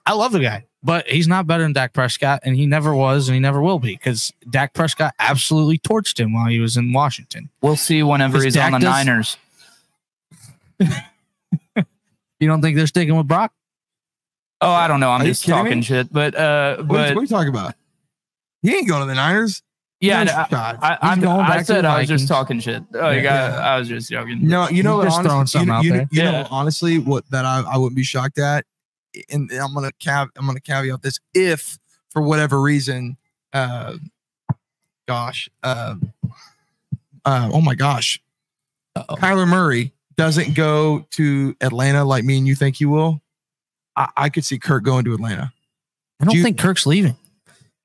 [SPEAKER 6] I love the guy, but he's not better than Dak Prescott, and he never was, and he never will be, because Dak Prescott absolutely torched him while he was in Washington.
[SPEAKER 3] We'll see whenever
[SPEAKER 6] Because
[SPEAKER 3] he's
[SPEAKER 6] Dak
[SPEAKER 3] on the
[SPEAKER 6] does-
[SPEAKER 3] Niners.
[SPEAKER 6] You don't think they're sticking with Brock?
[SPEAKER 3] Oh, I don't know. I'm
[SPEAKER 5] Are you
[SPEAKER 3] just
[SPEAKER 5] kidding me?
[SPEAKER 3] talking shit. But uh,
[SPEAKER 5] what, are
[SPEAKER 3] but
[SPEAKER 5] you talking about? He ain't going to the Niners.
[SPEAKER 3] yeah,
[SPEAKER 5] no,
[SPEAKER 3] I,
[SPEAKER 5] shot.
[SPEAKER 3] I, I'm,
[SPEAKER 6] going back
[SPEAKER 3] I
[SPEAKER 6] to the
[SPEAKER 3] said I was
[SPEAKER 6] Vikings.
[SPEAKER 3] just talking shit. Oh, Like,
[SPEAKER 5] Yeah.
[SPEAKER 3] I, I was just joking.
[SPEAKER 5] no, you know what?
[SPEAKER 6] Just throwing
[SPEAKER 5] Honestly, you,
[SPEAKER 6] something
[SPEAKER 5] know-
[SPEAKER 6] out
[SPEAKER 5] you, know-
[SPEAKER 6] there.
[SPEAKER 5] you know,
[SPEAKER 3] Yeah.
[SPEAKER 5] honestly, what that I, I wouldn't be shocked at, and I'm gonna cav, I'm gonna caveat this if for whatever reason, uh, gosh, uh, uh, oh my gosh,
[SPEAKER 6] Uh-oh.
[SPEAKER 5] Kyler Murray doesn't go to Atlanta like me and you think he will, I, I could see Kirk going to Atlanta.
[SPEAKER 6] I don't
[SPEAKER 5] Do you-
[SPEAKER 6] think Kirk's leaving.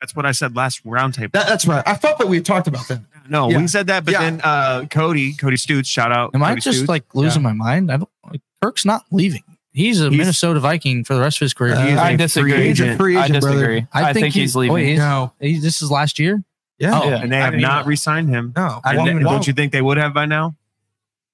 [SPEAKER 1] That's what I said last roundtable.
[SPEAKER 5] That, that's right. I thought that we had talked about that.
[SPEAKER 1] No,
[SPEAKER 5] Yeah.
[SPEAKER 1] we said that, but
[SPEAKER 5] Yeah.
[SPEAKER 1] then uh, Cody, Cody Stutes, shout out.
[SPEAKER 6] Am I
[SPEAKER 1] Cody
[SPEAKER 6] just
[SPEAKER 1] Stutes.
[SPEAKER 6] like losing my mind? I don't. like, Kirk's not leaving. He's a
[SPEAKER 1] He's-
[SPEAKER 6] Minnesota Viking for the rest of his career.
[SPEAKER 5] Uh,
[SPEAKER 1] He is
[SPEAKER 3] I
[SPEAKER 1] a
[SPEAKER 3] disagree.
[SPEAKER 1] free
[SPEAKER 5] He's a
[SPEAKER 1] agent,
[SPEAKER 5] free
[SPEAKER 3] I
[SPEAKER 5] agent, brother.
[SPEAKER 3] disagree. I, think,
[SPEAKER 6] he-
[SPEAKER 3] he's
[SPEAKER 6] oh,
[SPEAKER 3] leaving.
[SPEAKER 6] he is?
[SPEAKER 5] No,
[SPEAKER 6] He- this is last year.
[SPEAKER 5] yeah,
[SPEAKER 6] Oh.
[SPEAKER 1] and they have
[SPEAKER 6] didn't
[SPEAKER 1] not
[SPEAKER 6] even-
[SPEAKER 1] re-signed him.
[SPEAKER 5] no.
[SPEAKER 1] And
[SPEAKER 5] Why-
[SPEAKER 1] th-
[SPEAKER 5] why-
[SPEAKER 1] don't you think they would have by now?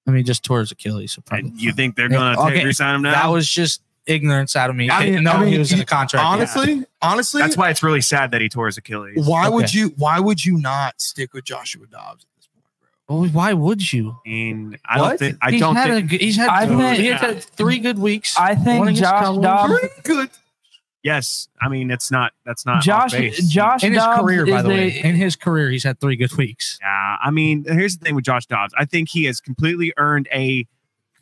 [SPEAKER 6] I mean, he just tore his Achilles. so probably
[SPEAKER 1] And you
[SPEAKER 6] not.
[SPEAKER 1] think they're going to
[SPEAKER 6] Okay,
[SPEAKER 1] take re-sign him now?
[SPEAKER 6] that was just ignorance out of me?
[SPEAKER 5] I mean-
[SPEAKER 6] no,
[SPEAKER 5] I mean,
[SPEAKER 6] he was in
[SPEAKER 5] you-
[SPEAKER 6] a contract.
[SPEAKER 5] honestly, honestly,
[SPEAKER 1] That's why it's really sad that he tore his Achilles.
[SPEAKER 5] why would
[SPEAKER 6] Okay.
[SPEAKER 5] you? Why would you not stick with Joshua Dobbs at this point, bro?
[SPEAKER 6] Well, why would you?
[SPEAKER 1] I mean, I don't think. I
[SPEAKER 6] he's
[SPEAKER 1] don't
[SPEAKER 6] had
[SPEAKER 1] think.
[SPEAKER 6] a, good- he's had
[SPEAKER 3] I
[SPEAKER 6] two-
[SPEAKER 3] think-
[SPEAKER 6] he's had three good weeks.
[SPEAKER 3] I
[SPEAKER 6] One
[SPEAKER 3] think
[SPEAKER 6] against
[SPEAKER 3] Josh
[SPEAKER 6] Cowboys.
[SPEAKER 3] Dobbs.
[SPEAKER 5] good.
[SPEAKER 1] yes, I mean it's not. That's not. Josh.
[SPEAKER 3] Josh.
[SPEAKER 1] Base.
[SPEAKER 3] Josh
[SPEAKER 6] in his
[SPEAKER 3] Dobbs
[SPEAKER 6] career, by
[SPEAKER 3] is
[SPEAKER 6] the
[SPEAKER 3] a-
[SPEAKER 6] way, in his career, he's had three good weeks.
[SPEAKER 1] Yeah, I mean, here's the thing with Josh Dobbs. I think he has completely earned a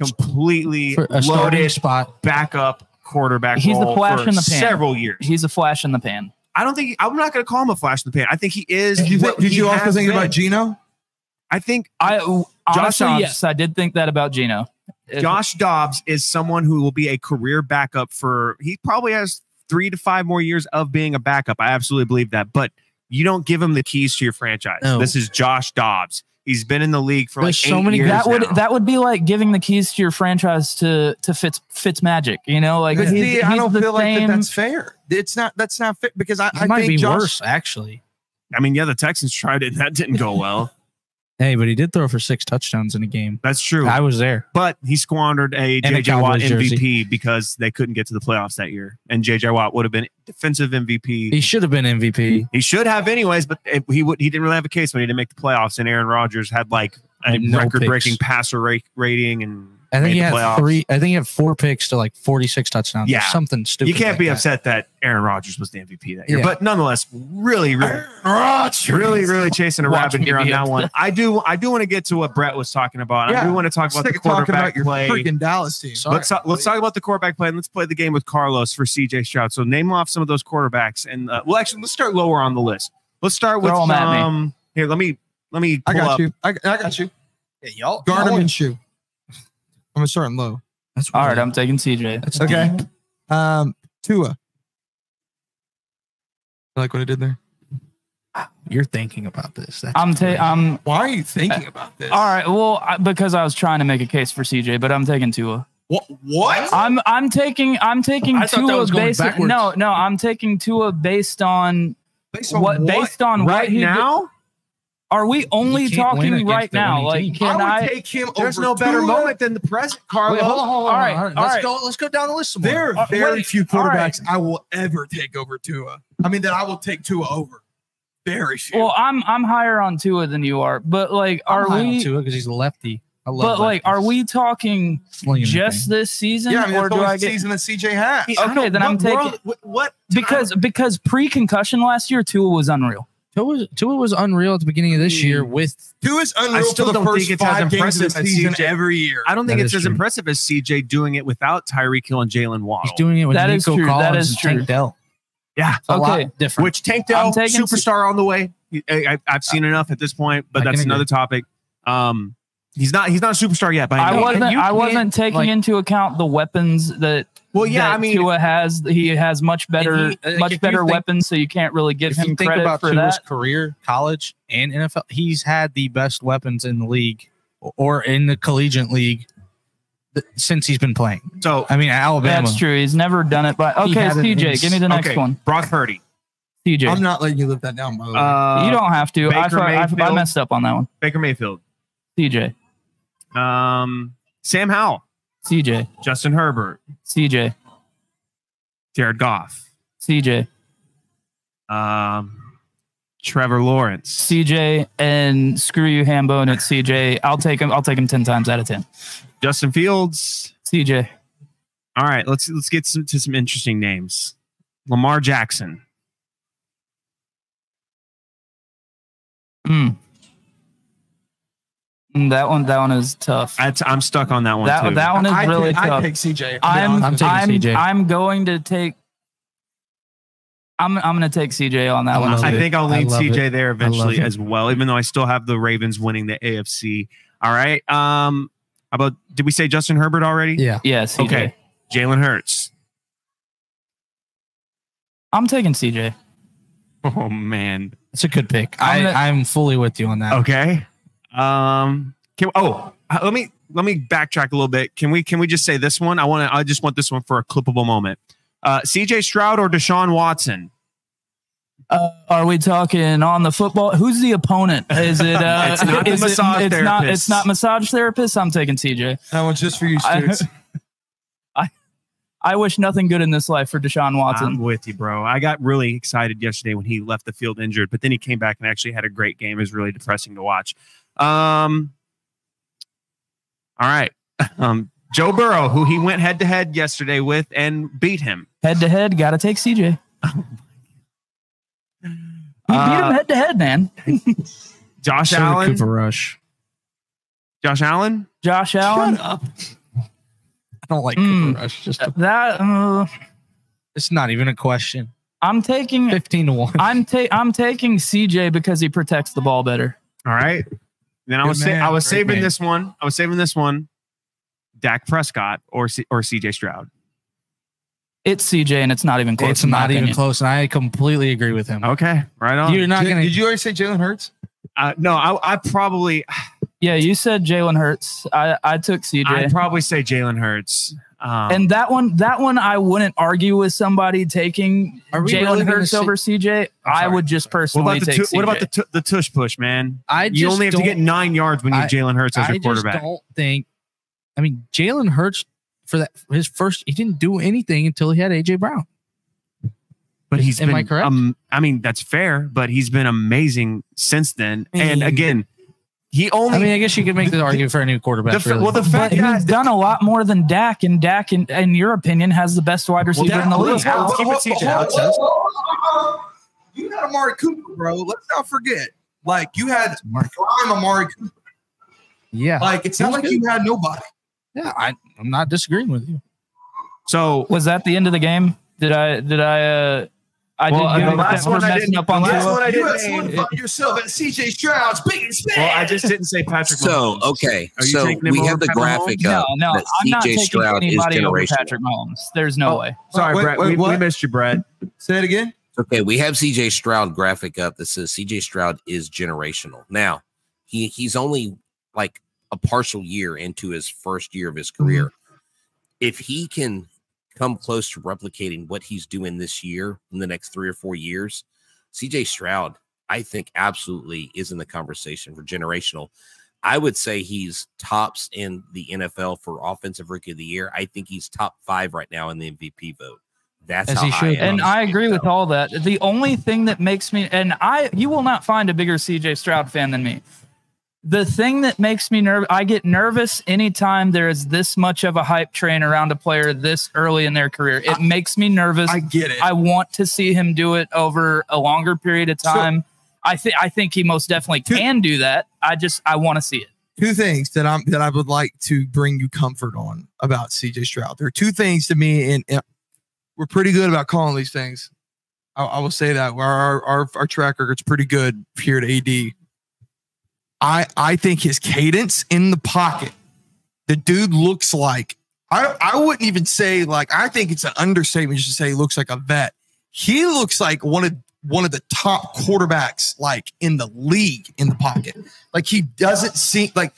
[SPEAKER 1] completely
[SPEAKER 6] For a starting
[SPEAKER 1] loaded
[SPEAKER 6] spot,
[SPEAKER 1] backup quarterback
[SPEAKER 3] He's the
[SPEAKER 1] role
[SPEAKER 3] flash
[SPEAKER 1] for
[SPEAKER 3] in the pan.
[SPEAKER 1] several years.
[SPEAKER 3] He's a flash in the pan.
[SPEAKER 1] I don't think I'm not going to call him a flash in the pan. I think he is.
[SPEAKER 5] Did you,
[SPEAKER 1] what
[SPEAKER 5] think, did
[SPEAKER 1] he
[SPEAKER 5] you also
[SPEAKER 1] has
[SPEAKER 5] think
[SPEAKER 1] been.
[SPEAKER 5] about Gino?
[SPEAKER 1] I think
[SPEAKER 3] I honestly,
[SPEAKER 1] Dobbs-
[SPEAKER 3] yes, I did think that about Gino. if-
[SPEAKER 1] Josh Dobbs is someone who will be a career backup for he probably has three to five more years of being a backup. I absolutely believe that. But you don't give him the keys to your franchise.
[SPEAKER 6] No.
[SPEAKER 1] This is Josh Dobbs. He's been in the league for
[SPEAKER 6] There's
[SPEAKER 1] like
[SPEAKER 6] so
[SPEAKER 1] eight
[SPEAKER 6] many-
[SPEAKER 1] years
[SPEAKER 3] that would
[SPEAKER 1] now.
[SPEAKER 3] that would be like giving the keys to your franchise to to Fitz Fitz Magic. You know, like
[SPEAKER 5] But
[SPEAKER 3] he's-
[SPEAKER 5] see, I
[SPEAKER 3] he's
[SPEAKER 5] don't
[SPEAKER 3] the
[SPEAKER 5] feel like that
[SPEAKER 3] same-
[SPEAKER 5] that's fair. It's not. That's not fair because I,
[SPEAKER 6] It
[SPEAKER 5] I
[SPEAKER 6] might
[SPEAKER 5] think
[SPEAKER 6] be
[SPEAKER 5] Josh.
[SPEAKER 6] worse, actually.
[SPEAKER 1] I mean, yeah, the Texans tried it and that didn't go well.
[SPEAKER 6] Hey, but he did throw for six touchdowns in a game.
[SPEAKER 1] That's true.
[SPEAKER 6] I was there.
[SPEAKER 1] but he squandered a
[SPEAKER 6] And a
[SPEAKER 1] JJ Watt
[SPEAKER 6] Cowboys jersey.
[SPEAKER 1] MVP because they couldn't get to the playoffs that year. And JJ Watt would have been defensive MVP.
[SPEAKER 6] He should have been MVP.
[SPEAKER 1] He should have anyways, but it, he would. He didn't really have a case when he didn't make the playoffs, and Aaron Rodgers had like a
[SPEAKER 6] No
[SPEAKER 1] record-breaking
[SPEAKER 6] picks.
[SPEAKER 1] passer ra- rating, and
[SPEAKER 6] I
[SPEAKER 1] made
[SPEAKER 6] think he
[SPEAKER 1] the
[SPEAKER 6] had
[SPEAKER 1] playoffs.
[SPEAKER 6] three. I think he had four picks to like forty-six touchdowns.
[SPEAKER 1] Yeah.
[SPEAKER 6] or something stupid.
[SPEAKER 1] You can't
[SPEAKER 6] like
[SPEAKER 1] be
[SPEAKER 6] that.
[SPEAKER 1] upset that Aaron Rodgers was the MVP that year,
[SPEAKER 6] Yeah.
[SPEAKER 1] but nonetheless, really, really, really, really chasing a
[SPEAKER 3] Watch
[SPEAKER 1] rabbit
[SPEAKER 3] me
[SPEAKER 1] here on
[SPEAKER 3] be
[SPEAKER 1] that
[SPEAKER 3] upset.
[SPEAKER 1] one. I do. I do want to get to what Brett was talking about. I
[SPEAKER 5] Yeah.
[SPEAKER 1] do want to talk about
[SPEAKER 5] Sick
[SPEAKER 1] the
[SPEAKER 5] of talking
[SPEAKER 1] quarterback
[SPEAKER 5] about your
[SPEAKER 1] play.
[SPEAKER 5] freaking Dallas team.
[SPEAKER 6] Sorry.
[SPEAKER 1] Let's, talk, let's talk about the quarterback play and let's play the game with Carlos for CJ Stroud. So name off some of those quarterbacks, and uh, well, actually, let's start lower on the list. Let's start with
[SPEAKER 3] Throw 'em at me.
[SPEAKER 1] um. Here, let me let me
[SPEAKER 5] I
[SPEAKER 1] pull
[SPEAKER 5] got
[SPEAKER 1] up.
[SPEAKER 5] you. I, I got you.
[SPEAKER 7] Yeah, y'all.
[SPEAKER 5] Gardner Minshew. I'm starting low.
[SPEAKER 6] That's
[SPEAKER 3] All right, I'm taking CJ.
[SPEAKER 6] That's
[SPEAKER 5] Okay. Um, Tua. I like what I did there.
[SPEAKER 6] You're thinking about this. That's
[SPEAKER 3] I'm ta- I'm
[SPEAKER 5] Why are you thinking about this?
[SPEAKER 3] all right. Well, I, because I was trying to make a case for CJ, but I'm taking Tua.
[SPEAKER 5] What? What?
[SPEAKER 3] I'm I'm taking I'm taking
[SPEAKER 6] I thought that
[SPEAKER 3] Tua
[SPEAKER 6] was going
[SPEAKER 3] based
[SPEAKER 6] backwards.
[SPEAKER 3] no no I'm taking Tua based on
[SPEAKER 5] Based on
[SPEAKER 3] what, based on what
[SPEAKER 1] Right
[SPEAKER 3] he did-
[SPEAKER 1] now,
[SPEAKER 3] Are we only
[SPEAKER 6] You can't win
[SPEAKER 3] talking
[SPEAKER 6] against
[SPEAKER 3] right
[SPEAKER 6] the
[SPEAKER 3] now?
[SPEAKER 6] winning team.
[SPEAKER 5] I
[SPEAKER 3] Like can
[SPEAKER 5] would
[SPEAKER 3] I?
[SPEAKER 5] take him
[SPEAKER 1] there's
[SPEAKER 5] over
[SPEAKER 1] no better
[SPEAKER 5] Tua.
[SPEAKER 1] moment than the present, Carlos.
[SPEAKER 6] Wait, hold on, hold on,
[SPEAKER 3] All
[SPEAKER 6] hold
[SPEAKER 3] right,
[SPEAKER 6] on.
[SPEAKER 3] all
[SPEAKER 6] Let's
[SPEAKER 3] right.
[SPEAKER 6] go. Let's go down the list. Some
[SPEAKER 5] There
[SPEAKER 6] more.
[SPEAKER 5] are
[SPEAKER 3] Uh,
[SPEAKER 5] very
[SPEAKER 3] wait,
[SPEAKER 5] few
[SPEAKER 3] all right.
[SPEAKER 5] quarterbacks I will ever take over Tua. I mean, that I will take Tua over. Very few.
[SPEAKER 3] Well, I'm I'm higher on Tua than you are, but like
[SPEAKER 6] I'm
[SPEAKER 3] are
[SPEAKER 6] high on
[SPEAKER 3] we?
[SPEAKER 6] Tua because he's a lefty. I love.
[SPEAKER 3] But like,
[SPEAKER 6] lefties.
[SPEAKER 3] are we talking
[SPEAKER 6] Slinging the
[SPEAKER 3] just
[SPEAKER 6] thing.
[SPEAKER 3] this season,
[SPEAKER 5] yeah, I mean,
[SPEAKER 3] or
[SPEAKER 5] that's
[SPEAKER 3] do
[SPEAKER 5] the
[SPEAKER 3] I
[SPEAKER 5] only
[SPEAKER 3] get
[SPEAKER 5] season that CJ has.
[SPEAKER 3] Okay,
[SPEAKER 1] I don't-
[SPEAKER 3] then I'm
[SPEAKER 1] what
[SPEAKER 3] taking-
[SPEAKER 1] world- what, what
[SPEAKER 3] because because pre-concussion last year Tua was unreal.
[SPEAKER 6] Tua? Was, Tua was unreal at the beginning of
[SPEAKER 3] Hmm.
[SPEAKER 6] this year with
[SPEAKER 5] Tua's unreal
[SPEAKER 1] still
[SPEAKER 5] for the
[SPEAKER 1] don't
[SPEAKER 5] first
[SPEAKER 1] think it's as
[SPEAKER 5] five games of the
[SPEAKER 1] impressive as
[SPEAKER 5] season
[SPEAKER 1] CJ.
[SPEAKER 5] every year.
[SPEAKER 1] I don't think
[SPEAKER 6] That
[SPEAKER 1] it's
[SPEAKER 6] is
[SPEAKER 1] as
[SPEAKER 6] true.
[SPEAKER 1] impressive as CJ doing it without Tyreek Hill and Jalen Waddle.
[SPEAKER 6] he's doing it with
[SPEAKER 3] That is
[SPEAKER 6] Nico
[SPEAKER 3] true. That
[SPEAKER 6] Collins
[SPEAKER 3] is
[SPEAKER 6] and
[SPEAKER 3] true.
[SPEAKER 6] Tank Dell.
[SPEAKER 1] Yeah.
[SPEAKER 6] It's a
[SPEAKER 3] Okay.
[SPEAKER 6] lot different.
[SPEAKER 1] Which Tank Dell
[SPEAKER 3] I'm taking-
[SPEAKER 1] superstar on the way. He- I, I, have seen enough at this point,
[SPEAKER 6] I
[SPEAKER 1] but
[SPEAKER 6] can
[SPEAKER 1] that's
[SPEAKER 6] agree.
[SPEAKER 1] another topic. Um, he's not he's not a superstar yet. By any
[SPEAKER 3] I
[SPEAKER 1] means.
[SPEAKER 3] wasn't
[SPEAKER 6] you
[SPEAKER 3] I
[SPEAKER 6] can't,
[SPEAKER 3] wasn't taking
[SPEAKER 6] like-
[SPEAKER 3] into account the weapons that
[SPEAKER 1] Well, yeah,
[SPEAKER 3] that
[SPEAKER 1] I mean,
[SPEAKER 3] Tua has he has much
[SPEAKER 6] he-
[SPEAKER 3] better
[SPEAKER 6] like, if you
[SPEAKER 3] much better
[SPEAKER 6] think-
[SPEAKER 3] weapons, so you can't really give
[SPEAKER 6] if
[SPEAKER 3] him
[SPEAKER 6] you think
[SPEAKER 3] credit
[SPEAKER 6] about
[SPEAKER 3] for
[SPEAKER 6] Tua's
[SPEAKER 3] that.
[SPEAKER 6] career, college and NFL, he's had the best weapons in the league or in the collegiate league th- since he's been playing.
[SPEAKER 1] so
[SPEAKER 6] I mean, at Alabama.
[SPEAKER 3] That's true. He's never done it. But
[SPEAKER 6] He
[SPEAKER 3] okay,
[SPEAKER 6] had it in
[SPEAKER 3] CJ, give me the next
[SPEAKER 1] okay,
[SPEAKER 3] one.
[SPEAKER 1] Brock Purdy.
[SPEAKER 3] CJ,
[SPEAKER 5] I'm not letting you live that down, by the way.
[SPEAKER 1] Uh,
[SPEAKER 3] you don't have to. I,
[SPEAKER 1] Baker
[SPEAKER 3] thought- I, I
[SPEAKER 1] Mayfield.
[SPEAKER 3] messed up on that one.
[SPEAKER 1] Baker Mayfield,
[SPEAKER 3] CJ,
[SPEAKER 1] um, Sam Howell,
[SPEAKER 3] CJ,
[SPEAKER 1] Justin Herbert,
[SPEAKER 3] CJ,
[SPEAKER 1] Jared Goff,
[SPEAKER 3] CJ,
[SPEAKER 1] um, Trevor Lawrence.
[SPEAKER 3] CJ, and screw you, Hambone. It's CJ. I'll take him. I'll take him ten times out of ten.
[SPEAKER 1] Justin Fields.
[SPEAKER 3] CJ,
[SPEAKER 1] All right, let's let's get some, to some interesting names. Lamar Jackson,
[SPEAKER 3] mm. Mm, that one. That one is tough.
[SPEAKER 1] I, I'm stuck on that one
[SPEAKER 3] that
[SPEAKER 1] too.
[SPEAKER 3] that one is
[SPEAKER 5] I,
[SPEAKER 3] really
[SPEAKER 5] take, I
[SPEAKER 3] tough.
[SPEAKER 5] take CJ.
[SPEAKER 3] I'm
[SPEAKER 6] I'm
[SPEAKER 3] I'm
[SPEAKER 6] taking CJ.
[SPEAKER 3] I'm going to take. I'm I'm going to take CJ on that
[SPEAKER 6] I
[SPEAKER 3] one.
[SPEAKER 6] love
[SPEAKER 3] too.
[SPEAKER 1] I
[SPEAKER 6] it.
[SPEAKER 1] think I'll
[SPEAKER 6] I
[SPEAKER 1] lean
[SPEAKER 6] love
[SPEAKER 1] CJ
[SPEAKER 6] it.
[SPEAKER 1] there eventually
[SPEAKER 6] it.
[SPEAKER 1] as well, even though I still have the Ravens winning the AFC. All right. Um, how about did we say Justin Herbert already?
[SPEAKER 6] Yeah.
[SPEAKER 3] Yeah, CJ.
[SPEAKER 1] Okay. Jalen Hurts.
[SPEAKER 3] I'm taking CJ.
[SPEAKER 1] Oh man.
[SPEAKER 6] That's a good pick.
[SPEAKER 3] I'm
[SPEAKER 6] I'm,
[SPEAKER 3] gonna-
[SPEAKER 6] I, am fully with you on that.
[SPEAKER 1] Okay. Um. Can, oh, uh, let me let me backtrack a little bit. Can we can we just say this one? I want to. I just want this one for a clippable moment. Uh, CJ Stroud or Deshaun Watson?
[SPEAKER 3] Uh, are we talking on the football? Who's the opponent? Is it? Uh,
[SPEAKER 1] It's not the
[SPEAKER 3] is it-
[SPEAKER 1] massage
[SPEAKER 3] it's not. It's
[SPEAKER 1] therapist.
[SPEAKER 3] not massage therapist. I'm taking CJ.
[SPEAKER 5] That one's just for you,
[SPEAKER 3] I-
[SPEAKER 5] Stoots.
[SPEAKER 3] I wish nothing good in this life for Deshaun
[SPEAKER 1] I'm
[SPEAKER 6] Um,
[SPEAKER 3] Watson.
[SPEAKER 1] with you, bro. I got really excited yesterday when he left the field injured, but then he came back and actually had a great game. It was really depressing to watch. Um, all right. Um, Joe Burrow, who he went head to head yesterday with and beat him.
[SPEAKER 3] Head to head, gotta take CJ.
[SPEAKER 6] Oh
[SPEAKER 3] He beat
[SPEAKER 1] Uh,
[SPEAKER 3] him head to head, man.
[SPEAKER 1] Josh
[SPEAKER 6] Should've
[SPEAKER 1] Allen.
[SPEAKER 6] Cooper Rush.
[SPEAKER 1] Josh Allen.
[SPEAKER 3] Josh Allen.
[SPEAKER 6] I don't like
[SPEAKER 3] Mm.
[SPEAKER 6] Cooper Rush. Just a-
[SPEAKER 3] That uh,
[SPEAKER 6] it's not even a question.
[SPEAKER 3] I'm taking.
[SPEAKER 6] Fifteen to one.
[SPEAKER 3] I'm ta- I'm taking CJ because he protects the ball better.
[SPEAKER 1] All right. Then I
[SPEAKER 6] Good
[SPEAKER 1] was sa-
[SPEAKER 6] man.
[SPEAKER 1] I was
[SPEAKER 6] Great
[SPEAKER 1] saving
[SPEAKER 6] man.
[SPEAKER 1] this one. I was saving this one. Dak Prescott or C- or CJ Stroud.
[SPEAKER 3] It's CJ, and it's not even close.
[SPEAKER 6] it's
[SPEAKER 3] in my
[SPEAKER 6] not even
[SPEAKER 3] opinion.
[SPEAKER 6] close, and I completely agree with him.
[SPEAKER 1] Okay, right on.
[SPEAKER 6] You're not
[SPEAKER 5] Did,
[SPEAKER 6] gonna.
[SPEAKER 5] did you already say Jalen Hurts?
[SPEAKER 1] uh, no, I, I probably
[SPEAKER 3] Yeah, you said Jalen Hurts. I, I took CJ.
[SPEAKER 1] I'd probably say Jalen Hurts. Um,
[SPEAKER 3] and that one, that one, I wouldn't argue with somebody taking
[SPEAKER 6] Are we
[SPEAKER 3] Jalen
[SPEAKER 6] really gonna
[SPEAKER 3] Hurts
[SPEAKER 6] see-
[SPEAKER 3] over CJ.
[SPEAKER 6] I'm
[SPEAKER 3] I
[SPEAKER 6] sorry.
[SPEAKER 3] would just
[SPEAKER 1] what
[SPEAKER 3] personally
[SPEAKER 1] about the
[SPEAKER 3] take
[SPEAKER 1] tu- what
[SPEAKER 3] CJ.
[SPEAKER 1] about the tu- the tush push, man?
[SPEAKER 6] I
[SPEAKER 1] You only have to get nine yards when you have
[SPEAKER 6] I-
[SPEAKER 1] Jalen Hurts as
[SPEAKER 6] I
[SPEAKER 1] your
[SPEAKER 6] just
[SPEAKER 1] quarterback.
[SPEAKER 6] don't think. I mean, Jalen Hurts for that for his first. He didn't do anything until he had AJ Brown.
[SPEAKER 1] But he's
[SPEAKER 6] Am
[SPEAKER 1] been,
[SPEAKER 6] I correct?
[SPEAKER 1] Um, I mean, that's fair, but he's been amazing since then.
[SPEAKER 6] I
[SPEAKER 1] and
[SPEAKER 6] mean-
[SPEAKER 1] again, he
[SPEAKER 6] I
[SPEAKER 1] only
[SPEAKER 6] mean, I guess you could make the argument for a new quarterback.
[SPEAKER 1] the fa-
[SPEAKER 6] really.
[SPEAKER 1] well the
[SPEAKER 3] But
[SPEAKER 1] fact
[SPEAKER 3] he's
[SPEAKER 1] that
[SPEAKER 3] done a lot more than Dak, and Dak, in, in your opinion, has the best wide receiver in the
[SPEAKER 1] Dak-
[SPEAKER 3] league.
[SPEAKER 1] let's keep it CJ.
[SPEAKER 5] Hold- hold- hold- hold- hold. You had Amari Cooper, bro. Let's not forget. Like you had prime Amari Cooper.
[SPEAKER 6] yeah,
[SPEAKER 5] Like it's not
[SPEAKER 6] He was
[SPEAKER 5] like you had nobody.
[SPEAKER 6] yeah. I, I'm not disagreeing with you.
[SPEAKER 1] so
[SPEAKER 3] Was that the end of the game? Did I? Did I? Uh, I
[SPEAKER 1] Well,
[SPEAKER 3] did.
[SPEAKER 1] the
[SPEAKER 3] give
[SPEAKER 1] last
[SPEAKER 3] that
[SPEAKER 1] one
[SPEAKER 3] for
[SPEAKER 1] I
[SPEAKER 3] messing
[SPEAKER 1] didn't-
[SPEAKER 3] up on
[SPEAKER 1] the
[SPEAKER 5] You
[SPEAKER 1] last
[SPEAKER 3] Tua.
[SPEAKER 1] one I
[SPEAKER 5] had- you had
[SPEAKER 1] didn't name.
[SPEAKER 5] solidified yourself as CJ Stroud's biggest fan.
[SPEAKER 1] well I just didn't say Patrick.
[SPEAKER 7] So
[SPEAKER 1] Mahomes.
[SPEAKER 7] okay,
[SPEAKER 1] Are you
[SPEAKER 7] so
[SPEAKER 1] taking him
[SPEAKER 7] we
[SPEAKER 1] over
[SPEAKER 7] have the
[SPEAKER 1] Pat
[SPEAKER 7] graphic
[SPEAKER 3] No,
[SPEAKER 7] up.
[SPEAKER 3] no,
[SPEAKER 7] that
[SPEAKER 3] I'm not
[SPEAKER 7] CJ
[SPEAKER 3] taking
[SPEAKER 7] Stroud is
[SPEAKER 3] anybody over
[SPEAKER 7] generational.
[SPEAKER 3] Patrick Mahomes. There's no
[SPEAKER 5] Oh,
[SPEAKER 3] way.
[SPEAKER 1] Sorry,
[SPEAKER 5] Wait,
[SPEAKER 1] Brett.
[SPEAKER 5] wait,
[SPEAKER 1] we, we
[SPEAKER 5] what?
[SPEAKER 1] missed you, Brett.
[SPEAKER 5] Say it again.
[SPEAKER 7] Okay, we have CJ Stroud graphic up that says CJ Stroud is generational. Now, he he's only like a partial year into his first year of his
[SPEAKER 6] Mm-hmm.
[SPEAKER 7] career. If he can come close to replicating what he's doing this year in the next 3 or 4 years, CJ Stroud I think absolutely is in the conversation for generational. I would say he's tops in the NFL for offensive rookie of the year. I think he's top 5 right now in the MVP vote. That's
[SPEAKER 6] As
[SPEAKER 7] how
[SPEAKER 6] he
[SPEAKER 7] high
[SPEAKER 6] should
[SPEAKER 7] I am
[SPEAKER 3] And
[SPEAKER 7] on
[SPEAKER 3] I
[SPEAKER 7] CJ
[SPEAKER 3] agree
[SPEAKER 7] Stroud.
[SPEAKER 3] with all that. The only thing that makes me and I you will not find a bigger CJ Stroud fan than me. The thing that makes me nervous, I get nervous anytime there is this much of a hype train around a player this early in their career. It makes me nervous.
[SPEAKER 5] I
[SPEAKER 3] I,
[SPEAKER 5] get it.
[SPEAKER 3] want to see him do it over a longer period of
[SPEAKER 5] So-
[SPEAKER 3] time. I think I think he most definitely
[SPEAKER 5] Two-
[SPEAKER 3] can do that. I just I want to see it.
[SPEAKER 5] two things that I'm that I would like to bring you comfort on about CJ Stroud. There are two things to me, and, and we're pretty good about calling these things. I, I will say that our our our, our track record's pretty good here at AD. I I think his cadence in the pocket, the dude looks like I I wouldn't even say like I think it's an understatement just to say he looks like a vet. He looks like one of one of the top quarterbacks like in the league in the pocket. Like he doesn't seem like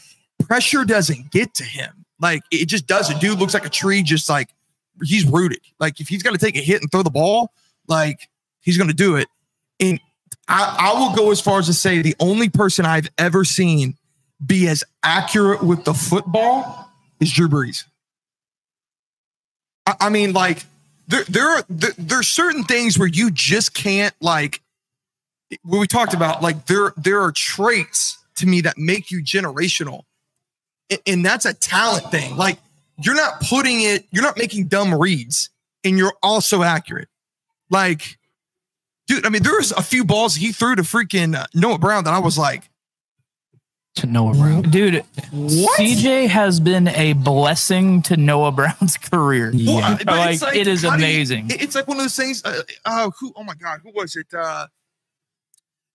[SPEAKER 5] pressure doesn't get to him. Like it just doesn't. Dude looks like a tree, just like he's rooted. Like if he's got to take a hit and throw the ball, like he's going to do it. And I, I will go as far as to say the only person I've ever seen be as accurate with the football is Drew Brees. I, I mean, like there there are there, there are certain things where you just can't like what we talked about like there there are traits to me that make you generational A- and, that's a talent thing like you're not putting it you're not making dumb reads and you're also accurate like dude i mean there was a few balls he threw to freaking uh, noah brown that i was like
[SPEAKER 6] To Noah Brown.
[SPEAKER 3] Dude, CJ has been a blessing to Noah Brown's career.
[SPEAKER 5] Well,
[SPEAKER 6] Yeah.
[SPEAKER 5] I- but it's
[SPEAKER 3] Like, it is
[SPEAKER 5] how do you-
[SPEAKER 3] amazing.
[SPEAKER 5] it- it's like one of those things. Uh, uh, who? Oh my God, who was it? Uh,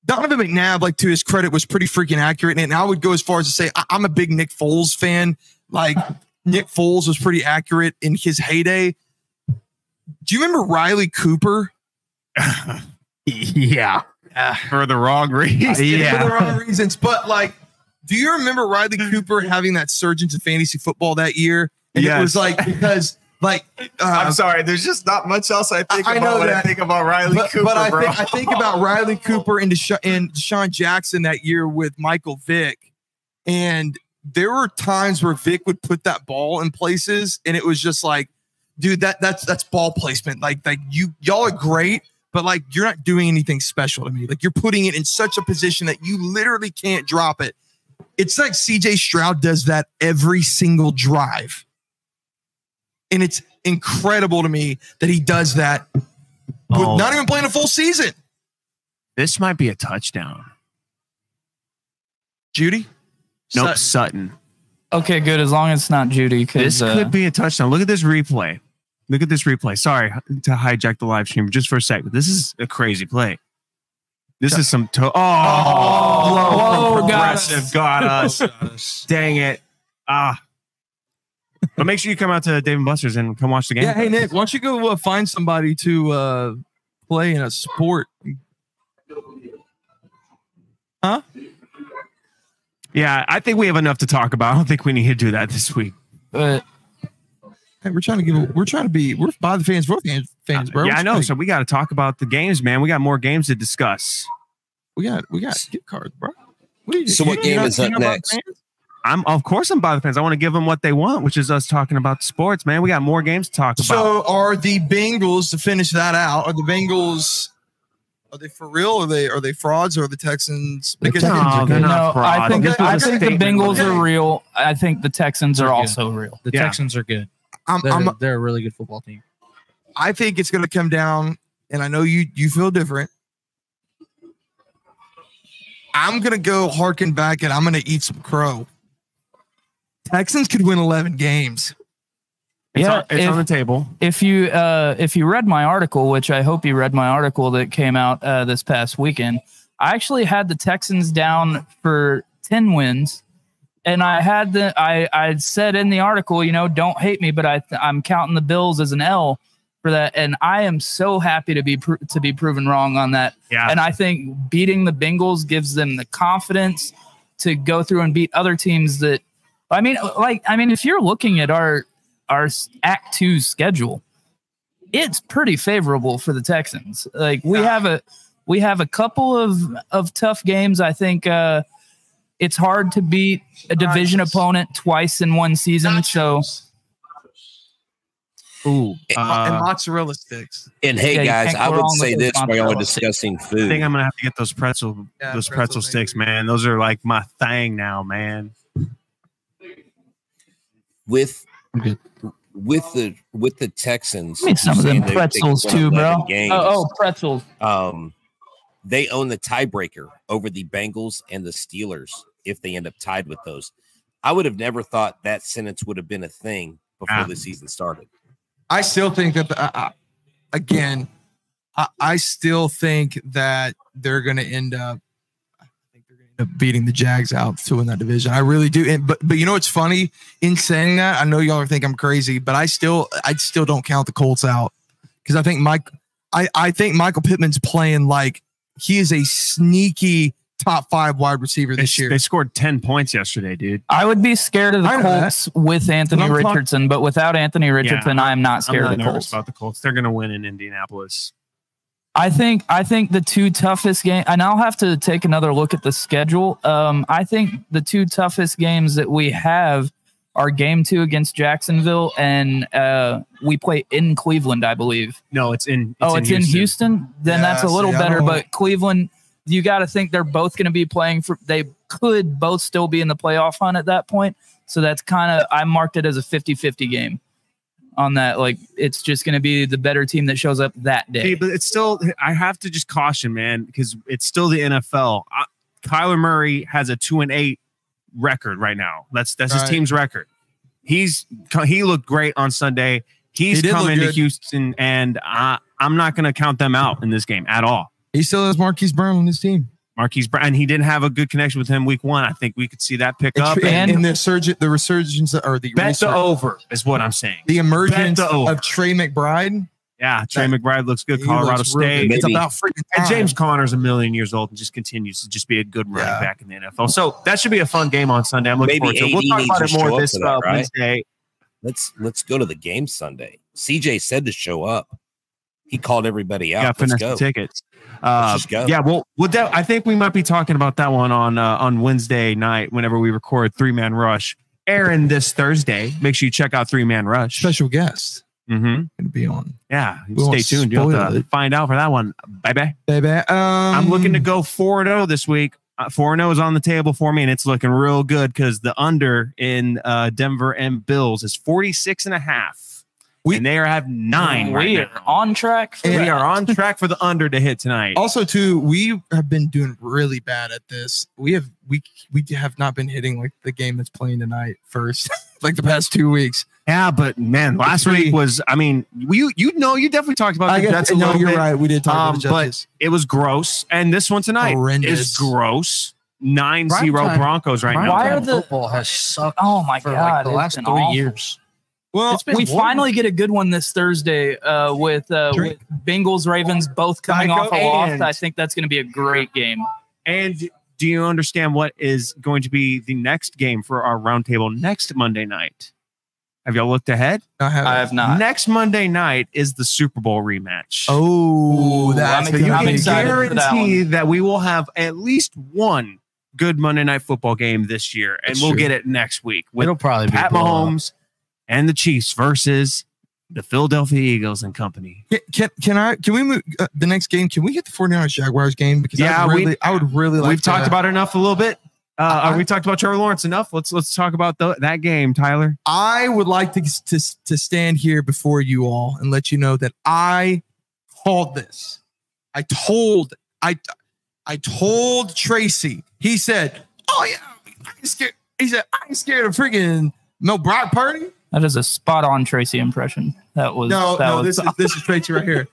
[SPEAKER 5] Donovan McNabb, like to his credit, was pretty freaking accurate, and I would go as far as to say I- I'm a big Nick Foles fan. Like Nick Foles was pretty accurate in his heyday. Do you remember Riley Cooper?
[SPEAKER 1] yeah. For the wrong reason.
[SPEAKER 5] For the wrong reasons, but like, do you remember Riley Cooper having that surge into fantasy football that year? And it
[SPEAKER 1] Yes.
[SPEAKER 5] was like because like uh,
[SPEAKER 8] I'm sorry. There's just not much else I think
[SPEAKER 5] I- I
[SPEAKER 8] about
[SPEAKER 5] know
[SPEAKER 8] when I
[SPEAKER 5] that.
[SPEAKER 8] think about Riley
[SPEAKER 5] but,
[SPEAKER 8] Cooper,
[SPEAKER 5] but I,
[SPEAKER 8] bro.
[SPEAKER 5] think, I think about Riley Cooper and, Desha- and Deshaun Jackson that year with Michael Vick. And there were times where Vick would put that ball in places, and it was just like, dude, that that's that's ball placement. Like, like you y'all are great, but like you're not doing anything special to me. Like you're putting it in such a position that you literally can't drop it. It's like CJ Stroud does that every single drive. And it's incredible to me that he does that with
[SPEAKER 1] Oh.
[SPEAKER 5] not even playing a full season.
[SPEAKER 1] This might be a touchdown.
[SPEAKER 5] Judy? Sutton.
[SPEAKER 1] Nope, Sutton.
[SPEAKER 3] Okay, good. As long as it's not Judy, uh, because
[SPEAKER 1] This
[SPEAKER 5] uh,
[SPEAKER 1] could be a touchdown. Look at this replay. Look at this replay. Sorry to hijack the live stream just for a second. This is a crazy play. This is some to- oh,
[SPEAKER 3] Oh,
[SPEAKER 1] low
[SPEAKER 3] got
[SPEAKER 1] progressive got us. Dang it. Ah. But make sure you come out to Dave and Buster's and come watch the game.
[SPEAKER 4] Yeah, hey Nick, why don't you go uh, find somebody to uh, play in a sport?
[SPEAKER 1] Yeah, I think we have enough to talk about. I don't think we need to do that this week.
[SPEAKER 4] But
[SPEAKER 5] Hey, we're trying to give. We're trying to be. We're by the fans, for the fans, fans, bro.
[SPEAKER 1] yeah, I know.
[SPEAKER 5] Like,
[SPEAKER 1] So we got to talk about the games, man. We got more games to discuss.
[SPEAKER 5] we got we got gift cards, bro. What do you-
[SPEAKER 7] So
[SPEAKER 5] you
[SPEAKER 7] what
[SPEAKER 5] know-
[SPEAKER 7] game
[SPEAKER 5] you know-
[SPEAKER 7] is
[SPEAKER 5] you
[SPEAKER 7] up
[SPEAKER 5] know about
[SPEAKER 7] next?
[SPEAKER 5] fans?
[SPEAKER 1] I'm of course I'm by the fans. I want to give them what they want, which is us talking about sports, man. We got more games to talk about.
[SPEAKER 5] So are the Bengals to finish that out? Are the Bengals? Are they for real? Are they are they frauds? Or are the Texans? Because
[SPEAKER 1] No, they're not
[SPEAKER 3] No, I
[SPEAKER 1] frauds.
[SPEAKER 3] think,
[SPEAKER 1] This was
[SPEAKER 3] I
[SPEAKER 1] a
[SPEAKER 3] think the
[SPEAKER 1] statement.
[SPEAKER 3] Bengals are real. I think the Texans are
[SPEAKER 6] Yeah.
[SPEAKER 3] also real.
[SPEAKER 6] The
[SPEAKER 1] Yeah.
[SPEAKER 6] Texans are good.
[SPEAKER 5] I'm,
[SPEAKER 6] They're,
[SPEAKER 5] I'm,
[SPEAKER 6] they're a really good football team.
[SPEAKER 5] I think it's going to come down, and I know you you feel different. I'm going to go harken back, and I'm going to eat some crow. Texans could win 11 games.
[SPEAKER 1] It's, on,
[SPEAKER 3] Yeah,
[SPEAKER 1] it's
[SPEAKER 3] if-
[SPEAKER 1] on the table.
[SPEAKER 3] if you uh, if you read my article, which I hope you read my article that came out uh, this past weekend, I actually had the Texans down for ten wins, and I had the I I said in the article, you know, don't hate me, but I I'm counting the Bills as an L for that, and I am so happy to be pro- to be proven wrong on that.
[SPEAKER 1] Yeah.
[SPEAKER 3] And I think beating the Bengals gives them the confidence to go through and beat other teams that I mean like I mean if you're looking at our our s- act 2 schedule it's pretty favorable for the Texans. Like we have a we have a couple of of tough games I think uh it's hard to beat a division opponent twice in one season so
[SPEAKER 1] Ooh.
[SPEAKER 5] and
[SPEAKER 1] uh,
[SPEAKER 5] mozzarella sticks.
[SPEAKER 7] And hey,
[SPEAKER 3] Yeah, you
[SPEAKER 7] guys,
[SPEAKER 3] can't go
[SPEAKER 7] I would
[SPEAKER 3] wrong with
[SPEAKER 7] say
[SPEAKER 3] those
[SPEAKER 7] this while y'all are
[SPEAKER 3] mozzarella sticks.
[SPEAKER 7] discussing
[SPEAKER 1] I think
[SPEAKER 7] food.
[SPEAKER 1] I'm gonna have to get those pretzel
[SPEAKER 5] Yeah,
[SPEAKER 1] those
[SPEAKER 5] pretzel
[SPEAKER 1] pretzel sticks,
[SPEAKER 5] things.
[SPEAKER 1] man. Those are like my thing now, man.
[SPEAKER 7] with
[SPEAKER 6] I'm good.
[SPEAKER 7] with the with the Texans.
[SPEAKER 3] I mean some of
[SPEAKER 7] saying
[SPEAKER 3] them
[SPEAKER 7] they- they
[SPEAKER 3] pretzels
[SPEAKER 7] won
[SPEAKER 3] too,
[SPEAKER 7] 11
[SPEAKER 3] bro.
[SPEAKER 7] games,
[SPEAKER 3] Oh, oh, pretzels.
[SPEAKER 7] Um, they own the tiebreaker over the Bengals and the Steelers if they end up tied with those. I would have never thought that sentence would have been a thing before
[SPEAKER 3] Ah.
[SPEAKER 1] Yeah.
[SPEAKER 7] the season started.
[SPEAKER 5] I still think that, the, I, I- again, I, I still think that they're going to end up. I think they're going to end up Beating the Jags out to win that division, I really do. And, but but you know what's funny? In saying that, I know y'all think I'm crazy, but I still I still don't count the Colts out because I think Mike I I think Michael Pittman's playing like he is a sneaky top five wide receiver
[SPEAKER 1] They,
[SPEAKER 5] this year.
[SPEAKER 1] they scored ten points yesterday, dude.
[SPEAKER 3] I would be scared of the
[SPEAKER 5] I know that.
[SPEAKER 3] Colts with Anthony
[SPEAKER 5] But I'm talk-
[SPEAKER 3] Richardson, but without Anthony Richardson, I am not
[SPEAKER 1] I'm
[SPEAKER 3] scared
[SPEAKER 1] not
[SPEAKER 3] of the
[SPEAKER 1] nervous
[SPEAKER 3] Colts.
[SPEAKER 1] about the Colts. They're gonna win in Indianapolis.
[SPEAKER 3] I think I think the two toughest game, and I'll have to take another look at the schedule. Um, I think the two toughest games that we have are game two against Jacksonville, and uh, we play in Cleveland, I believe.
[SPEAKER 1] No, it's in.
[SPEAKER 3] oh, it's in Houston. Then
[SPEAKER 5] Yeah,
[SPEAKER 3] that's a
[SPEAKER 5] see,
[SPEAKER 3] little
[SPEAKER 5] I
[SPEAKER 3] better.
[SPEAKER 5] don't-
[SPEAKER 3] But Cleveland, you got to think they're both going to be playing for. They could both still be in the playoff hunt at that point. So that's kind of I marked it as a 50-50 game on that. Like it's just going to be the better team that shows up that
[SPEAKER 1] Hey,
[SPEAKER 3] day.
[SPEAKER 1] but it's still. I have to just caution, man, because it's still the NFL. I, Kyler Murray has a two and eight record right now. That's that's
[SPEAKER 5] Right.
[SPEAKER 1] his team's record. He's he looked great on Sunday. He's
[SPEAKER 5] He did look
[SPEAKER 1] coming to
[SPEAKER 5] good.
[SPEAKER 1] Houston, and I, I'm not going to count them out in this game at all.
[SPEAKER 5] he still has Marquise Brown on his team.
[SPEAKER 1] Marquise Brown, and he didn't have a good connection with him week one. I think we could see that pick up.
[SPEAKER 5] It's-
[SPEAKER 3] and-
[SPEAKER 5] and, and the surge, the resurgence or the
[SPEAKER 1] Bet the
[SPEAKER 5] resurgence-
[SPEAKER 1] over is what I'm saying.
[SPEAKER 5] the emergence
[SPEAKER 1] Bet the over.
[SPEAKER 5] of Trey McBride.
[SPEAKER 1] Yeah, Trey McBride looks good.
[SPEAKER 5] He
[SPEAKER 1] Colorado
[SPEAKER 5] looks real
[SPEAKER 1] State.
[SPEAKER 5] good. It's
[SPEAKER 7] Maybe.
[SPEAKER 5] about freaking
[SPEAKER 1] And
[SPEAKER 5] time.
[SPEAKER 1] James Connor's a million years old and just continues to just be a good running
[SPEAKER 5] Yeah.
[SPEAKER 1] back in the NFL. So that should be a fun game on Sunday. I'm looking forward
[SPEAKER 7] Maybe
[SPEAKER 1] to it. We'll
[SPEAKER 7] AD
[SPEAKER 1] talk
[SPEAKER 7] needs
[SPEAKER 1] about
[SPEAKER 7] to
[SPEAKER 1] it
[SPEAKER 7] show
[SPEAKER 1] more
[SPEAKER 7] up
[SPEAKER 1] this
[SPEAKER 7] for that,
[SPEAKER 1] uh,
[SPEAKER 7] right?
[SPEAKER 1] Wednesday.
[SPEAKER 7] Let's let's go to the game Sunday. CJ said to show up. He called everybody out.
[SPEAKER 1] yeah,
[SPEAKER 7] let's
[SPEAKER 1] finesse
[SPEAKER 7] go.
[SPEAKER 1] the tickets. Uh,
[SPEAKER 7] Let's just go.
[SPEAKER 1] yeah, well, well that, I think we might be talking about that one on uh, on Wednesday night whenever we record Three Man Rush. Aaron this Thursday. Make sure you check out Three Man Rush.
[SPEAKER 5] special guest
[SPEAKER 1] Mm-hmm.
[SPEAKER 5] going to be on.
[SPEAKER 1] Yeah,
[SPEAKER 5] We
[SPEAKER 1] stay
[SPEAKER 5] won't
[SPEAKER 1] tuned. You'll have
[SPEAKER 5] spoil
[SPEAKER 1] to
[SPEAKER 5] it.
[SPEAKER 1] find out for that one. Bye bye.
[SPEAKER 5] Baby, um,
[SPEAKER 1] I'm looking to go 4 0 this week. Uh, 4 0 is on the table for me, and it's looking real good because the under in uh, Denver and Bills is 46 and a half.
[SPEAKER 5] We-
[SPEAKER 1] and they are, have nine
[SPEAKER 3] we
[SPEAKER 1] right
[SPEAKER 3] are
[SPEAKER 1] now.
[SPEAKER 3] on track. For
[SPEAKER 1] we
[SPEAKER 3] that.
[SPEAKER 1] are on track for the under to hit tonight.
[SPEAKER 5] Also, too, we have been doing really bad at this. We have we we have not been hitting like the game that's playing tonight first, like the past two weeks.
[SPEAKER 1] yeah, but man, last
[SPEAKER 5] Three.
[SPEAKER 1] week was, I mean, you you know, you definitely talked about the Jets a little bit.
[SPEAKER 5] right. We did
[SPEAKER 1] Um, but it was gross. And this one tonight
[SPEAKER 5] Oh,
[SPEAKER 1] is
[SPEAKER 5] Horrendous.
[SPEAKER 1] gross. 9 0
[SPEAKER 6] Primetime-
[SPEAKER 1] Broncos right now.
[SPEAKER 3] Why are the-
[SPEAKER 6] football has sucked
[SPEAKER 3] Oh my
[SPEAKER 6] for
[SPEAKER 3] god!
[SPEAKER 6] like the
[SPEAKER 3] it's
[SPEAKER 6] last
[SPEAKER 3] been
[SPEAKER 6] three
[SPEAKER 3] awful.
[SPEAKER 6] years?
[SPEAKER 5] Well,
[SPEAKER 3] It's been- we
[SPEAKER 5] won.
[SPEAKER 3] finally get a good one this Thursday uh, with, uh, with Bengals Ravens both coming
[SPEAKER 5] Psycho
[SPEAKER 3] off a loss.
[SPEAKER 5] and-
[SPEAKER 3] I think that's going to be a great game.
[SPEAKER 1] And do you understand what is going to be the next game for our roundtable next Monday night? Have y'all looked ahead?
[SPEAKER 5] I have.
[SPEAKER 3] I have not.
[SPEAKER 1] Next Monday night is the Super Bowl rematch.
[SPEAKER 5] oh,
[SPEAKER 3] Ooh,
[SPEAKER 5] that's
[SPEAKER 3] I'm
[SPEAKER 5] gonna
[SPEAKER 3] I'm
[SPEAKER 5] be-
[SPEAKER 3] excited. for that
[SPEAKER 1] guarantee that, we will have at least one good Monday night football game this year, and
[SPEAKER 6] That's
[SPEAKER 1] we'll
[SPEAKER 6] true.
[SPEAKER 1] get it next week with
[SPEAKER 6] It'll probably be
[SPEAKER 1] Pat
[SPEAKER 6] a blowout.
[SPEAKER 1] Mahomes and the Chiefs versus the Philadelphia Eagles and company.
[SPEAKER 5] Can, can, can I? Can we move uh, the next game? Can we get the 49ers Jaguars game? Because
[SPEAKER 1] Yeah,
[SPEAKER 5] I would
[SPEAKER 1] we-
[SPEAKER 5] really, I would really like.
[SPEAKER 1] We've talked
[SPEAKER 5] that.
[SPEAKER 1] about it enough a little bit. Uh, uh, we talked about Trevor Lawrence enough. Let's let's talk about tho- that game, Tyler.
[SPEAKER 5] I would like to, to to stand here before you all and let you know that I called this. I told I I told Tracy. He said, "Oh yeah, I'm scared." He said, "I'm scared of freaking no Brock Purdy."
[SPEAKER 3] That is a spot on Tracy impression. That was
[SPEAKER 5] No,
[SPEAKER 3] that
[SPEAKER 5] no,
[SPEAKER 3] was
[SPEAKER 5] this is this is Tracy right here.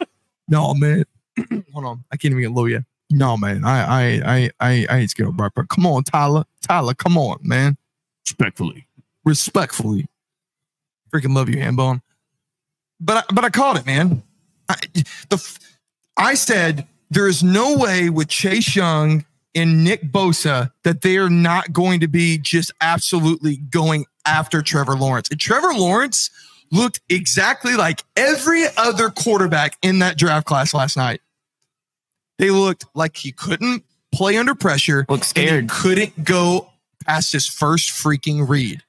[SPEAKER 5] no man, hold on, I can't even get low yet. No man, I I I I, I ain't scared of Brock Purdy. Come on, Tyler, Tyler, come on, man.
[SPEAKER 1] Respectfully,
[SPEAKER 5] respectfully. Freaking love you, Hambone. But I, but I called it, man. I, the f- I said there is no way with Chase Young and Nick Bosa that they are not going to be just absolutely going after Trevor Lawrence. And Trevor Lawrence looked exactly like every other quarterback in that draft class last night. They looked like he couldn't play under pressure
[SPEAKER 3] look
[SPEAKER 5] and
[SPEAKER 3] scared.
[SPEAKER 5] he couldn't go past his first freaking read.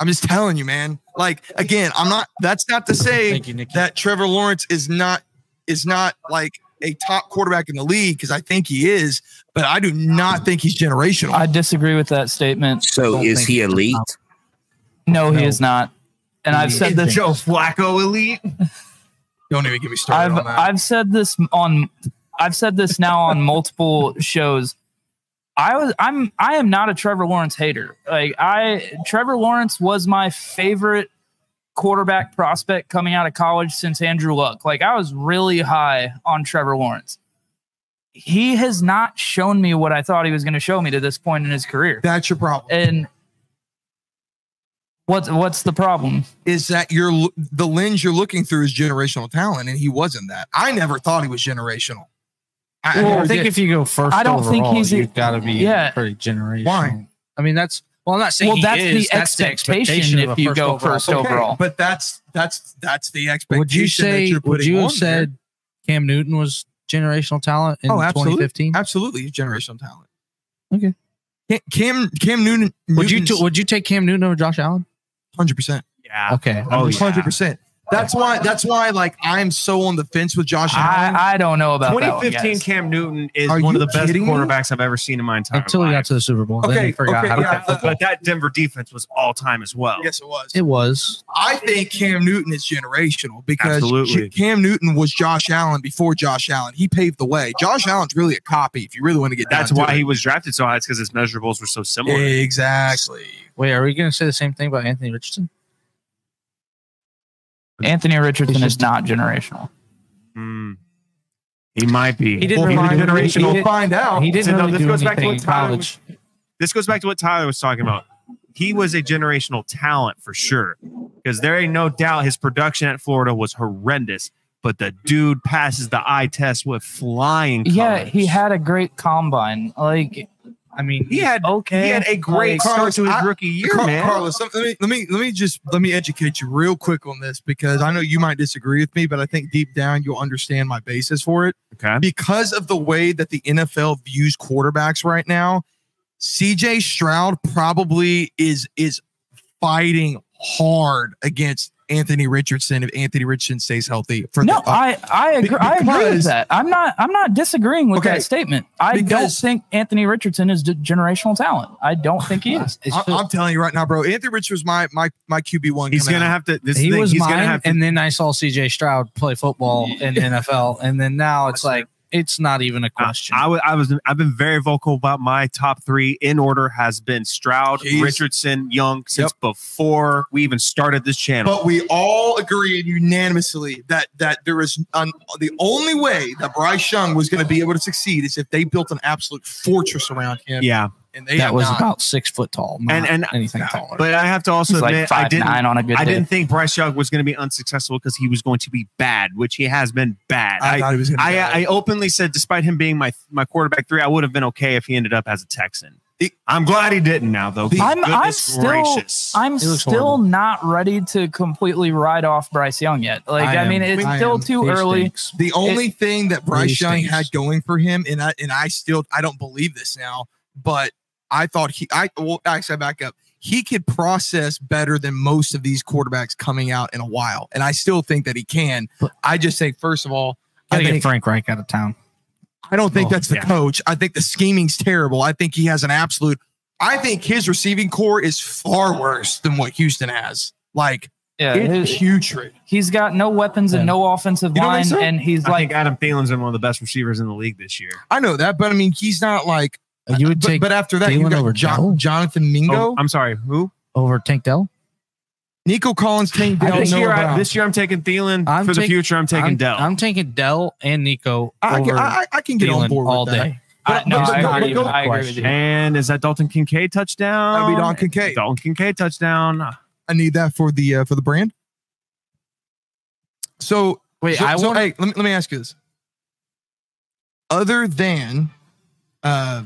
[SPEAKER 5] I'm just telling you, man. Like again, I'm not. That's not to say
[SPEAKER 6] Thank you, Nick.
[SPEAKER 5] that Trevor Lawrence is not is not like a top quarterback in the league because I think he is, but I do not think he's generational.
[SPEAKER 3] I disagree with that statement.
[SPEAKER 7] So
[SPEAKER 6] Don't
[SPEAKER 7] is
[SPEAKER 6] think
[SPEAKER 7] he elite?
[SPEAKER 3] No, he is not. And I've said this
[SPEAKER 1] Joe Flacco elite.
[SPEAKER 5] Don't even get me started
[SPEAKER 3] I've
[SPEAKER 5] on that.
[SPEAKER 3] I've said this on I've said this now on multiple shows. I was I'm I am not a Trevor Lawrence hater. Like I Trevor Lawrence was my favorite quarterback prospect coming out of college since Andrew Luck. Like I was really high on Trevor Lawrence. He has not shown me what I thought he was going to show me to this point in his career.
[SPEAKER 5] that's your problem.
[SPEAKER 3] And what's what's the problem?
[SPEAKER 5] Is that you're l- the lens you're looking through is generational talent, and he wasn't that. I never thought he was generational. I, I
[SPEAKER 6] Well,
[SPEAKER 5] never
[SPEAKER 6] I think
[SPEAKER 5] did.
[SPEAKER 6] if you go first,
[SPEAKER 3] I don't think
[SPEAKER 6] overall,
[SPEAKER 3] he's a-
[SPEAKER 6] You've got to be
[SPEAKER 3] Yeah.
[SPEAKER 6] pretty generational.
[SPEAKER 5] Why?
[SPEAKER 6] I mean, that's well. I'm not saying
[SPEAKER 3] Well,
[SPEAKER 6] he
[SPEAKER 3] that's
[SPEAKER 6] is,
[SPEAKER 3] the expectation
[SPEAKER 6] of
[SPEAKER 3] if
[SPEAKER 6] a
[SPEAKER 3] you go
[SPEAKER 6] overall
[SPEAKER 3] first
[SPEAKER 6] pick.
[SPEAKER 3] overall.
[SPEAKER 5] but that's that's that's the expectation.
[SPEAKER 6] Would you
[SPEAKER 5] that
[SPEAKER 6] say?
[SPEAKER 5] you're
[SPEAKER 6] Would
[SPEAKER 5] putting
[SPEAKER 6] you have
[SPEAKER 5] on there.
[SPEAKER 6] said Cam Newton was generational talent in
[SPEAKER 5] Oh, absolutely.
[SPEAKER 6] 2015?
[SPEAKER 5] Absolutely, he's generational talent.
[SPEAKER 6] Okay.
[SPEAKER 5] Ca- Cam Cam Newton.
[SPEAKER 6] Would you t- Would you take Cam Newton over Josh Allen?
[SPEAKER 5] hundred percent?
[SPEAKER 1] Yeah.
[SPEAKER 6] Okay.
[SPEAKER 1] Oh, yeah.
[SPEAKER 5] hundred percent. That's why. That's why. Like I'm so on the fence with Josh Allen.
[SPEAKER 3] I, I don't know about that one,
[SPEAKER 1] 2015
[SPEAKER 3] guys.
[SPEAKER 1] Cam Newton is
[SPEAKER 5] Are
[SPEAKER 1] one of
[SPEAKER 5] you
[SPEAKER 1] the best
[SPEAKER 5] kidding me?
[SPEAKER 1] quarterbacks I've ever seen in my entire
[SPEAKER 6] Until he
[SPEAKER 1] life.
[SPEAKER 6] got to the Super Bowl, then
[SPEAKER 5] Okay,
[SPEAKER 6] he forgot
[SPEAKER 5] okay,
[SPEAKER 6] how to
[SPEAKER 5] yeah.
[SPEAKER 6] play football.
[SPEAKER 1] but that Denver defense was all time as well.
[SPEAKER 5] yes, it was.
[SPEAKER 6] It was.
[SPEAKER 5] I think Cam Newton is generational because J-
[SPEAKER 1] Absolutely.
[SPEAKER 5] Cam Newton was Josh Allen before Josh Allen. He paved the way. Josh Allen's really a copy. If you really want to get,
[SPEAKER 1] That's
[SPEAKER 5] down to
[SPEAKER 1] why
[SPEAKER 5] it.
[SPEAKER 1] he was drafted so high. It's because his measurables were so similar.
[SPEAKER 5] exactly.
[SPEAKER 6] Wait, are we going to say the same thing about Anthony Richardson?
[SPEAKER 3] Anthony Richardson is not generational.
[SPEAKER 1] Hmm. He might be.
[SPEAKER 6] He didn't
[SPEAKER 1] Well,
[SPEAKER 6] remind-
[SPEAKER 1] he's generational.
[SPEAKER 6] he
[SPEAKER 5] We'll
[SPEAKER 6] did-
[SPEAKER 5] find out.
[SPEAKER 6] He didn't
[SPEAKER 1] So, no,
[SPEAKER 6] really
[SPEAKER 1] this
[SPEAKER 6] do
[SPEAKER 1] goes back to
[SPEAKER 6] anything
[SPEAKER 1] what
[SPEAKER 6] in
[SPEAKER 1] Tyler
[SPEAKER 6] college.
[SPEAKER 1] this goes back to what Tyler was talking about. He was a generational talent for sure, because there ain't no doubt his production at Florida was horrendous. But the dude passes the eye test with flying. Colors.
[SPEAKER 3] Yeah, he had a great combine. Like
[SPEAKER 6] I mean,
[SPEAKER 1] He had
[SPEAKER 3] okay,
[SPEAKER 1] he had a great
[SPEAKER 3] Like,
[SPEAKER 1] start
[SPEAKER 5] Carlos,
[SPEAKER 1] to his
[SPEAKER 5] I-
[SPEAKER 1] rookie year,
[SPEAKER 5] Car-
[SPEAKER 1] man.
[SPEAKER 5] Carlos, let me, let me let me just let me educate you real quick on this because I know you might disagree with me, but I think deep down you'll understand my basis for it.
[SPEAKER 1] okay.
[SPEAKER 5] Because of the way that the NFL views quarterbacks right now, CJ Stroud probably is is fighting hard against Anthony Richardson if Anthony Richardson stays healthy for
[SPEAKER 3] no,
[SPEAKER 5] the,
[SPEAKER 3] I I agree. I agree with
[SPEAKER 5] because-
[SPEAKER 3] that. I'm not I'm not disagreeing with
[SPEAKER 5] Okay,
[SPEAKER 3] that statement. I don't
[SPEAKER 5] because-
[SPEAKER 3] think Anthony Richardson is d- generational talent. I don't think he is.
[SPEAKER 6] It's
[SPEAKER 5] I,
[SPEAKER 6] just-
[SPEAKER 5] am telling you right now, bro. Anthony Richardson's my my my QB one.
[SPEAKER 1] He's gonna have to. This
[SPEAKER 6] he
[SPEAKER 1] thing,
[SPEAKER 6] was
[SPEAKER 1] he's
[SPEAKER 6] mine,
[SPEAKER 1] gonna have to. uh,
[SPEAKER 6] and then I saw C.J. Stroud play football in the NFL, and then now it's like it's not even a
[SPEAKER 1] I,
[SPEAKER 6] question.
[SPEAKER 1] I, wa- I was. I've been very vocal about my top three in order has been Stroud,
[SPEAKER 5] Jeez.
[SPEAKER 1] Richardson, Young since before we even started this channel.
[SPEAKER 5] But we all agreed unanimously that that there is an, the only way that Bryce Young was going to be able to succeed is if they built an absolute fortress around him.
[SPEAKER 1] yeah,
[SPEAKER 5] and they
[SPEAKER 6] that
[SPEAKER 5] have
[SPEAKER 6] was
[SPEAKER 5] not.
[SPEAKER 6] about six foot tall, not
[SPEAKER 1] And- and-
[SPEAKER 6] anything taller.
[SPEAKER 1] But I have to also
[SPEAKER 3] He's
[SPEAKER 1] admit,
[SPEAKER 3] like five
[SPEAKER 1] I didn't.
[SPEAKER 3] nine on a good
[SPEAKER 1] I
[SPEAKER 3] day.
[SPEAKER 1] didn't think Bryce Young was going to be unsuccessful because he was going to be bad, which he has been bad.
[SPEAKER 5] I,
[SPEAKER 1] I,
[SPEAKER 5] thought he was going to.
[SPEAKER 1] I, I openly said, despite him being my my quarterback three, I would have been okay if he ended up as a Texan. I'm glad he didn't now, though.
[SPEAKER 3] I'm- I'm
[SPEAKER 1] Goodness
[SPEAKER 3] still-
[SPEAKER 1] gracious.
[SPEAKER 3] I'm
[SPEAKER 6] looks
[SPEAKER 3] still
[SPEAKER 6] horrible.
[SPEAKER 3] not ready to completely ride off Bryce Young yet. Like I,
[SPEAKER 6] am-
[SPEAKER 3] mean, it's
[SPEAKER 6] I
[SPEAKER 3] still
[SPEAKER 6] am.
[SPEAKER 3] too
[SPEAKER 6] He
[SPEAKER 3] early.
[SPEAKER 6] stinks.
[SPEAKER 5] the only thing that Bryce
[SPEAKER 6] really
[SPEAKER 5] Young had
[SPEAKER 6] stinks.
[SPEAKER 5] going for him, and I and I still I don't believe this now, but I thought he I well actually I back up. He could process better than most of these quarterbacks coming out in a while, and I still think that he can.
[SPEAKER 6] But-
[SPEAKER 5] I just think first of all, I
[SPEAKER 6] Gotta
[SPEAKER 5] think
[SPEAKER 6] get Frank Reich out of town.
[SPEAKER 5] I don't think
[SPEAKER 6] Oh,
[SPEAKER 5] that's the
[SPEAKER 1] yeah.
[SPEAKER 5] coach. I think the scheming's terrible. I think he has an absolute. I think his receiving core is far worse than what Houston has. Like
[SPEAKER 3] Yeah,
[SPEAKER 5] it's
[SPEAKER 3] he-
[SPEAKER 5] putrid.
[SPEAKER 3] he's got no weapons
[SPEAKER 6] Yeah.
[SPEAKER 3] and no offensive
[SPEAKER 5] You don't
[SPEAKER 3] line,
[SPEAKER 5] think so?
[SPEAKER 3] and he's
[SPEAKER 1] I
[SPEAKER 3] like
[SPEAKER 1] think Adam Thielen's been one of the best receivers in the league this year.
[SPEAKER 5] I know that, but I mean, he's not like.
[SPEAKER 6] Uh, You would
[SPEAKER 5] But,
[SPEAKER 6] take
[SPEAKER 5] but after that, you
[SPEAKER 6] Thielen
[SPEAKER 5] got
[SPEAKER 6] over
[SPEAKER 5] Jo-
[SPEAKER 6] Dell?
[SPEAKER 5] Jonathan Mingo,
[SPEAKER 1] Oh, I'm sorry, who?
[SPEAKER 6] over Tank Dell.
[SPEAKER 5] Nico Collins, Tank Dell,
[SPEAKER 1] This year,
[SPEAKER 5] Noah
[SPEAKER 1] I,
[SPEAKER 5] Brown.
[SPEAKER 1] this year I'm taking Thielen.
[SPEAKER 6] I'm
[SPEAKER 1] For the
[SPEAKER 6] take-
[SPEAKER 1] future, I'm taking
[SPEAKER 6] I'm,
[SPEAKER 1] Dell.
[SPEAKER 6] I'm taking Dell and Nico
[SPEAKER 5] I,
[SPEAKER 6] over
[SPEAKER 5] I, I, I can get on
[SPEAKER 6] Thielen
[SPEAKER 5] board with
[SPEAKER 6] all
[SPEAKER 5] that.
[SPEAKER 6] day.
[SPEAKER 3] I, no,
[SPEAKER 5] but-
[SPEAKER 3] I,
[SPEAKER 5] but-
[SPEAKER 3] agree,
[SPEAKER 5] but-
[SPEAKER 3] I agree with you.
[SPEAKER 1] and is that Dalton Kincaid touchdown?
[SPEAKER 5] That'd be Dalton Kincaid.
[SPEAKER 1] Dalton Kincaid touchdown.
[SPEAKER 5] I need that for the uh, for the brand. So
[SPEAKER 6] Wait,
[SPEAKER 5] so-
[SPEAKER 6] I
[SPEAKER 5] so,
[SPEAKER 6] want
[SPEAKER 5] Hey, let me let me ask you this. Other than, uh,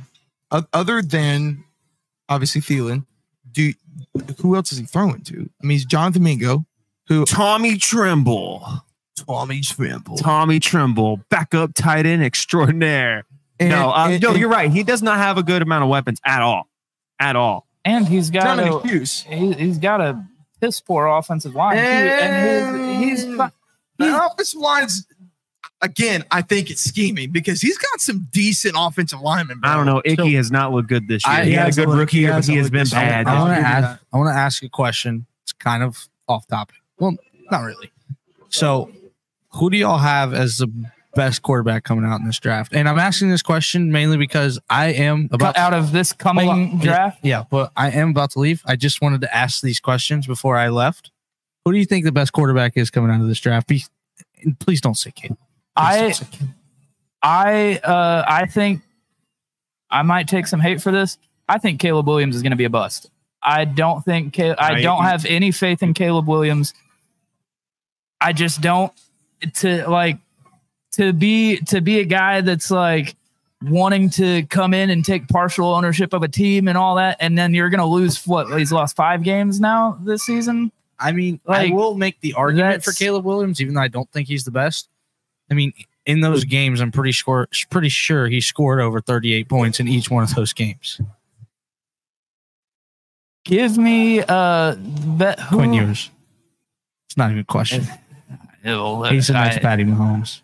[SPEAKER 5] o- other than, obviously Thielen, do who else is he throwing to? I mean, it's Jonathan Mingo, who
[SPEAKER 1] Tommy Tremble.
[SPEAKER 5] Tommy Trimble.
[SPEAKER 1] Tommy Tremble, backup tight end extraordinaire.
[SPEAKER 5] And-
[SPEAKER 1] no, uh,
[SPEAKER 5] and-
[SPEAKER 1] no,
[SPEAKER 5] and
[SPEAKER 1] you're right. He does not have a good amount of weapons at all, at all.
[SPEAKER 3] And he's
[SPEAKER 5] it's
[SPEAKER 3] got
[SPEAKER 5] not an
[SPEAKER 3] a
[SPEAKER 5] excuse.
[SPEAKER 3] he, he's got a piss poor offensive line, too, and his, he's
[SPEAKER 5] And-
[SPEAKER 3] fi-
[SPEAKER 5] The
[SPEAKER 3] he's-
[SPEAKER 5] offensive lines, again, I think it's scheming because he's got some decent offensive linemen. bro.
[SPEAKER 1] I don't know. Icky has not looked good this year.
[SPEAKER 6] I-
[SPEAKER 1] he
[SPEAKER 6] he
[SPEAKER 1] had a
[SPEAKER 5] hasn't
[SPEAKER 1] good
[SPEAKER 5] looked-
[SPEAKER 1] rookie
[SPEAKER 5] he
[SPEAKER 1] year, but
[SPEAKER 5] hasn't
[SPEAKER 1] he has
[SPEAKER 5] looked
[SPEAKER 1] been
[SPEAKER 5] good.
[SPEAKER 1] bad.
[SPEAKER 6] I
[SPEAKER 5] I'll
[SPEAKER 6] want to
[SPEAKER 5] give you
[SPEAKER 6] ask. I want to ask a question. It's kind of off topic. Well, not really. So, who do y'all have as the best quarterback coming out in this draft? And I'm asking this question mainly because I am about
[SPEAKER 3] cut out of this
[SPEAKER 6] Hold
[SPEAKER 3] coming
[SPEAKER 6] on.
[SPEAKER 3] draft.
[SPEAKER 6] Yeah, but I am about to leave. I just wanted to ask these questions before I left. Who do you think the best quarterback is coming out of this draft? Be, and please don't say Cam.
[SPEAKER 3] I I uh I think I might take some hate for this. I think Caleb Williams is going to be a bust. I don't think Cal- I
[SPEAKER 1] Right.
[SPEAKER 3] don't have any faith in Caleb Williams. I just don't to like to be to be a guy that's like wanting to come in and take partial ownership of a team and all that and then you're going to lose what he's lost 5 games now this season.
[SPEAKER 6] I mean,
[SPEAKER 3] Like,
[SPEAKER 6] I will make the argument for
[SPEAKER 3] that's-
[SPEAKER 6] Caleb Williams, even though I don't think he's the best. I mean, in those games, I'm pretty sure, pretty sure he scored over 38 points in each one of those games.
[SPEAKER 3] Give me uh bet who
[SPEAKER 6] Quinn Ewers. It's not even a question.
[SPEAKER 3] Ew,
[SPEAKER 6] He's the next
[SPEAKER 3] Oh, I-
[SPEAKER 6] Patty Mahomes.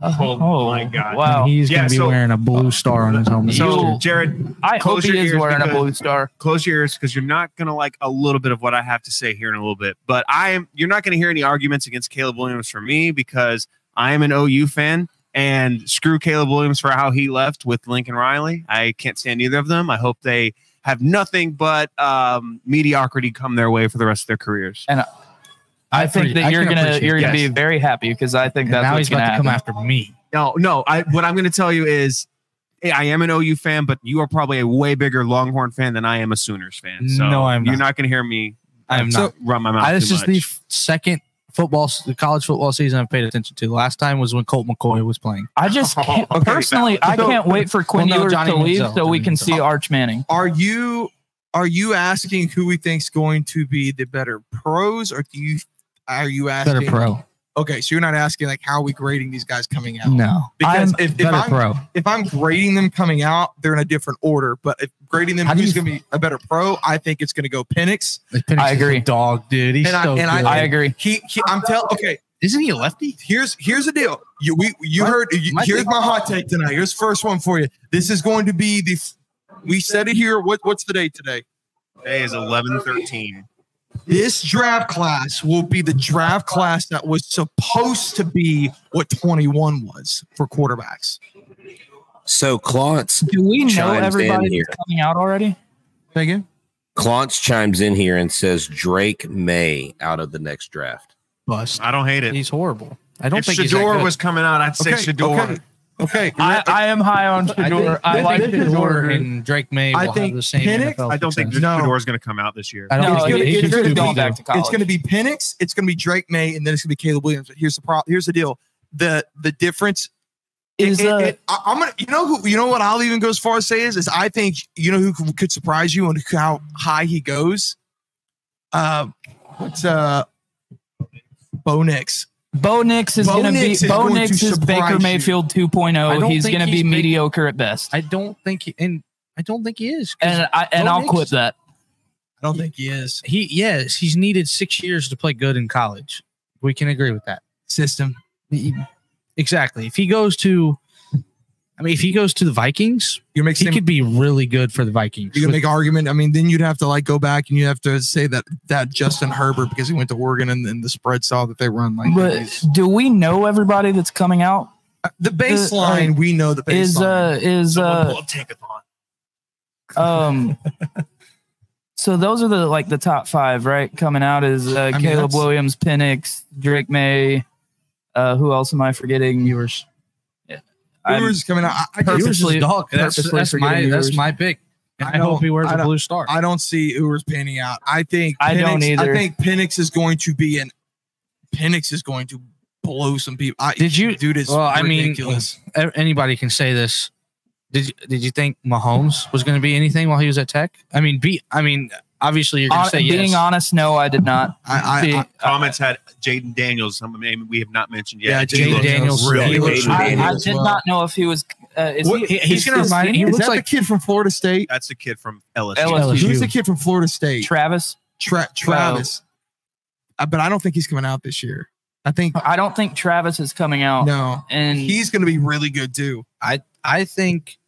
[SPEAKER 1] Oh,
[SPEAKER 3] Oh,
[SPEAKER 1] my God.
[SPEAKER 3] Wow.
[SPEAKER 6] And he's
[SPEAKER 1] Yeah,
[SPEAKER 6] going to be
[SPEAKER 1] so-
[SPEAKER 6] wearing a blue star on his helmet.
[SPEAKER 1] So,
[SPEAKER 3] You-
[SPEAKER 1] Jared,
[SPEAKER 3] I hope
[SPEAKER 1] Close
[SPEAKER 3] he
[SPEAKER 1] your
[SPEAKER 3] is
[SPEAKER 1] ears
[SPEAKER 3] wearing a
[SPEAKER 1] because-
[SPEAKER 3] blue star.
[SPEAKER 1] close your ears because you're not going to like a little bit of what I have to say here in a little bit. But I am, you're not going to hear any arguments against Caleb Williams for me because I am an OU fan and screw Caleb Williams for how he left with Lincoln Riley. I can't stand either of them. I hope they have nothing but um, mediocrity come their way for the rest of their careers.
[SPEAKER 3] I, think
[SPEAKER 6] appre-
[SPEAKER 3] that
[SPEAKER 6] I
[SPEAKER 3] you're
[SPEAKER 6] can
[SPEAKER 3] gonna
[SPEAKER 6] appreciate
[SPEAKER 3] you're gonna
[SPEAKER 6] that.
[SPEAKER 3] be very happy because I think
[SPEAKER 6] And
[SPEAKER 3] that's
[SPEAKER 6] now
[SPEAKER 3] what's
[SPEAKER 6] he's about
[SPEAKER 3] gonna
[SPEAKER 6] to
[SPEAKER 3] happen.
[SPEAKER 6] come after me.
[SPEAKER 1] No, no. I what I'm going to tell you is, hey, I am an OU fan, but you are probably a way bigger Longhorn fan than I am a Sooners fan. So
[SPEAKER 6] No, I'm
[SPEAKER 1] You're
[SPEAKER 6] not.
[SPEAKER 1] not going to hear me
[SPEAKER 6] I am
[SPEAKER 1] so-
[SPEAKER 6] not.
[SPEAKER 1] run my mouth.
[SPEAKER 6] I, this
[SPEAKER 1] too
[SPEAKER 6] is the
[SPEAKER 1] much.
[SPEAKER 6] f- second football, s- the college football season I've paid attention to. Last time was when Colt McCoy was playing.
[SPEAKER 3] I just can't,
[SPEAKER 1] Okay,
[SPEAKER 3] personally I
[SPEAKER 5] So-
[SPEAKER 3] can't wait for Quinn
[SPEAKER 6] no,
[SPEAKER 3] Ewers
[SPEAKER 6] Johnny
[SPEAKER 3] to leave
[SPEAKER 6] Manziel,
[SPEAKER 3] so we
[SPEAKER 6] Johnny
[SPEAKER 3] can
[SPEAKER 6] Manziel.
[SPEAKER 3] see Arch Manning.
[SPEAKER 5] Are you are you asking who we think's going to be the better pros, or do you are you
[SPEAKER 6] Better
[SPEAKER 5] asking?
[SPEAKER 6] pro.
[SPEAKER 5] Okay, so you're not asking like how are we grading these guys coming out?
[SPEAKER 6] No.
[SPEAKER 5] Because
[SPEAKER 3] I'm
[SPEAKER 5] if, if
[SPEAKER 6] Mm, Better
[SPEAKER 5] I'm
[SPEAKER 6] pro.
[SPEAKER 5] if I'm grading them coming out, they're in a different order. But if grading them
[SPEAKER 6] How do
[SPEAKER 5] who's
[SPEAKER 6] you-
[SPEAKER 5] going to be a better pro, I think it's going to go Penix.
[SPEAKER 6] Like, Penix
[SPEAKER 3] I
[SPEAKER 6] is a
[SPEAKER 3] agree.
[SPEAKER 6] dog, dude. He's
[SPEAKER 5] And I-
[SPEAKER 6] so
[SPEAKER 5] and I-
[SPEAKER 6] good.
[SPEAKER 3] I agree.
[SPEAKER 5] He, he I'm telling. Okay,
[SPEAKER 6] Isn't he a lefty?
[SPEAKER 5] here's here's the deal. You we you
[SPEAKER 6] My-
[SPEAKER 5] heard. You,
[SPEAKER 6] my
[SPEAKER 5] here's
[SPEAKER 6] thing-
[SPEAKER 5] my hot take tonight. Here's the first one for you. This is going to be the. f- We said it here. What what's the date today?
[SPEAKER 1] Today is 11 13.
[SPEAKER 5] this draft class will be the draft class that was supposed to be what 21 was for quarterbacks.
[SPEAKER 7] So Clontz
[SPEAKER 3] Do we know
[SPEAKER 7] Chimes in
[SPEAKER 3] everybody
[SPEAKER 7] here.
[SPEAKER 3] that's coming out already?
[SPEAKER 5] Say Again,
[SPEAKER 7] Clontz chimes in here and says Drake May out of the next draft.
[SPEAKER 6] Bust.
[SPEAKER 1] I don't hate it.
[SPEAKER 6] He's horrible. I don't
[SPEAKER 1] if
[SPEAKER 6] think he's that
[SPEAKER 1] Shador
[SPEAKER 6] good.
[SPEAKER 1] was coming out, I'd say Shador.
[SPEAKER 5] Okay.
[SPEAKER 3] I, I am high on Shador. I, like
[SPEAKER 6] think Shador
[SPEAKER 3] Shador.
[SPEAKER 6] and Drake May will
[SPEAKER 5] I
[SPEAKER 6] have
[SPEAKER 5] think
[SPEAKER 6] the same.
[SPEAKER 5] Penix-
[SPEAKER 6] NFL
[SPEAKER 1] I don't think
[SPEAKER 6] success.
[SPEAKER 5] No.
[SPEAKER 1] Shador's going to come out this year.
[SPEAKER 6] I
[SPEAKER 3] No,
[SPEAKER 6] don't
[SPEAKER 5] it's
[SPEAKER 6] think
[SPEAKER 5] gonna-
[SPEAKER 6] he-
[SPEAKER 5] it's
[SPEAKER 6] he's
[SPEAKER 5] gonna
[SPEAKER 6] too
[SPEAKER 5] go
[SPEAKER 6] big,
[SPEAKER 3] back
[SPEAKER 6] though.
[SPEAKER 3] to college.
[SPEAKER 5] It's going to be Penix. It's going to be Drake May, and then it's going to be Caleb Williams. But here's the problem. Here's the deal. The the difference it-
[SPEAKER 3] Is,
[SPEAKER 5] it-
[SPEAKER 3] uh,
[SPEAKER 5] it- I, am gonna. You know who? You know what? I'll even go as far as say is is I think you know who could, could surprise you on how high he goes. Um, what's uh, Bo Nix?
[SPEAKER 3] Bo Nix is
[SPEAKER 5] Bo
[SPEAKER 3] going to be
[SPEAKER 5] Nix is
[SPEAKER 3] Bo
[SPEAKER 5] going
[SPEAKER 3] Nix
[SPEAKER 5] to
[SPEAKER 3] is
[SPEAKER 5] surprise
[SPEAKER 3] Baker
[SPEAKER 5] you.
[SPEAKER 3] Mayfield
[SPEAKER 6] I
[SPEAKER 3] 2.0.
[SPEAKER 6] don't
[SPEAKER 3] He's
[SPEAKER 6] think
[SPEAKER 3] going to be
[SPEAKER 6] he's big-
[SPEAKER 3] mediocre at best.
[SPEAKER 6] I don't think he and I don't think he is. 'cause
[SPEAKER 3] and I and
[SPEAKER 6] Bo
[SPEAKER 3] I'll
[SPEAKER 6] Nix-
[SPEAKER 3] quit that.
[SPEAKER 5] I don't think he is
[SPEAKER 6] he yes, he's needed six years to play good in college. We can agree with that.
[SPEAKER 5] system.
[SPEAKER 6] Exactly. If he goes to, I mean, if he goes to the Vikings,
[SPEAKER 5] You're
[SPEAKER 6] he
[SPEAKER 5] making
[SPEAKER 6] could be really good for the Vikings.
[SPEAKER 5] you can
[SPEAKER 6] with-
[SPEAKER 5] make argument. I mean, then you'd have to like go back and you have to say that that Justin Herbert because he went to Oregon and, and the spread saw that they run like
[SPEAKER 3] But
[SPEAKER 5] these.
[SPEAKER 3] do we know everybody that's coming out?
[SPEAKER 5] the baseline. we know the baseline.
[SPEAKER 3] Is uh is uh um so those are the like the top five right coming out is uh,
[SPEAKER 5] mean,
[SPEAKER 3] Caleb
[SPEAKER 5] that's-
[SPEAKER 3] Williams, Penix, Drake May. Uh, who else am I forgetting? Yours. Yeah. I'm-
[SPEAKER 5] Brewers coming out. I, I guess-
[SPEAKER 6] Ewers is
[SPEAKER 3] purposely-
[SPEAKER 6] dog. That's,
[SPEAKER 3] purposely
[SPEAKER 6] that's
[SPEAKER 3] forgetting
[SPEAKER 6] my that's
[SPEAKER 3] Ewers.
[SPEAKER 6] my pick. And
[SPEAKER 5] I
[SPEAKER 6] I, hope
[SPEAKER 5] don't-
[SPEAKER 6] he wears
[SPEAKER 5] I
[SPEAKER 6] a
[SPEAKER 5] don't-
[SPEAKER 6] blue star.
[SPEAKER 5] I don't see Ewers panning out. I think
[SPEAKER 3] I don't either.
[SPEAKER 5] I think Penix is going to be an Penix is going to blow some people. I,
[SPEAKER 6] Did you-
[SPEAKER 5] dude? Is
[SPEAKER 6] well, I mean,
[SPEAKER 5] ridiculous.
[SPEAKER 6] A- e, Anybody can say this. Did you, did you think Mahomes was going to be anything while he was at Tech? I mean, be I mean, obviously you're going to
[SPEAKER 3] hon-
[SPEAKER 6] say
[SPEAKER 3] Uh, being
[SPEAKER 6] yes.
[SPEAKER 3] honest, no, I did not.
[SPEAKER 5] I, I,
[SPEAKER 3] See,
[SPEAKER 5] I,
[SPEAKER 1] Comments had Jaden Daniels, some name we have not mentioned
[SPEAKER 5] Yeah,
[SPEAKER 1] yet.
[SPEAKER 5] Jaden
[SPEAKER 6] Jaden
[SPEAKER 1] He looks
[SPEAKER 6] Daniels,
[SPEAKER 1] really
[SPEAKER 6] he looks-
[SPEAKER 7] Jaden
[SPEAKER 3] I, I
[SPEAKER 7] Daniels
[SPEAKER 3] did not know if he was. Uh, is
[SPEAKER 5] What-
[SPEAKER 3] he,
[SPEAKER 6] he- he's
[SPEAKER 3] is-
[SPEAKER 6] gonna
[SPEAKER 3] is
[SPEAKER 6] remind-
[SPEAKER 3] he-
[SPEAKER 6] he
[SPEAKER 5] is
[SPEAKER 6] looks
[SPEAKER 5] that
[SPEAKER 6] like-
[SPEAKER 5] the kid from Florida State?
[SPEAKER 1] That's the kid from LSU.
[SPEAKER 3] LSU.
[SPEAKER 5] Who's the kid from Florida State?
[SPEAKER 3] Travis.
[SPEAKER 5] Tra- Travis. Uh, but I don't think he's coming out this year. I think
[SPEAKER 6] Uh,
[SPEAKER 3] I don't think Travis is coming out.
[SPEAKER 5] no.
[SPEAKER 3] And
[SPEAKER 5] He's going to be really good too.
[SPEAKER 6] I think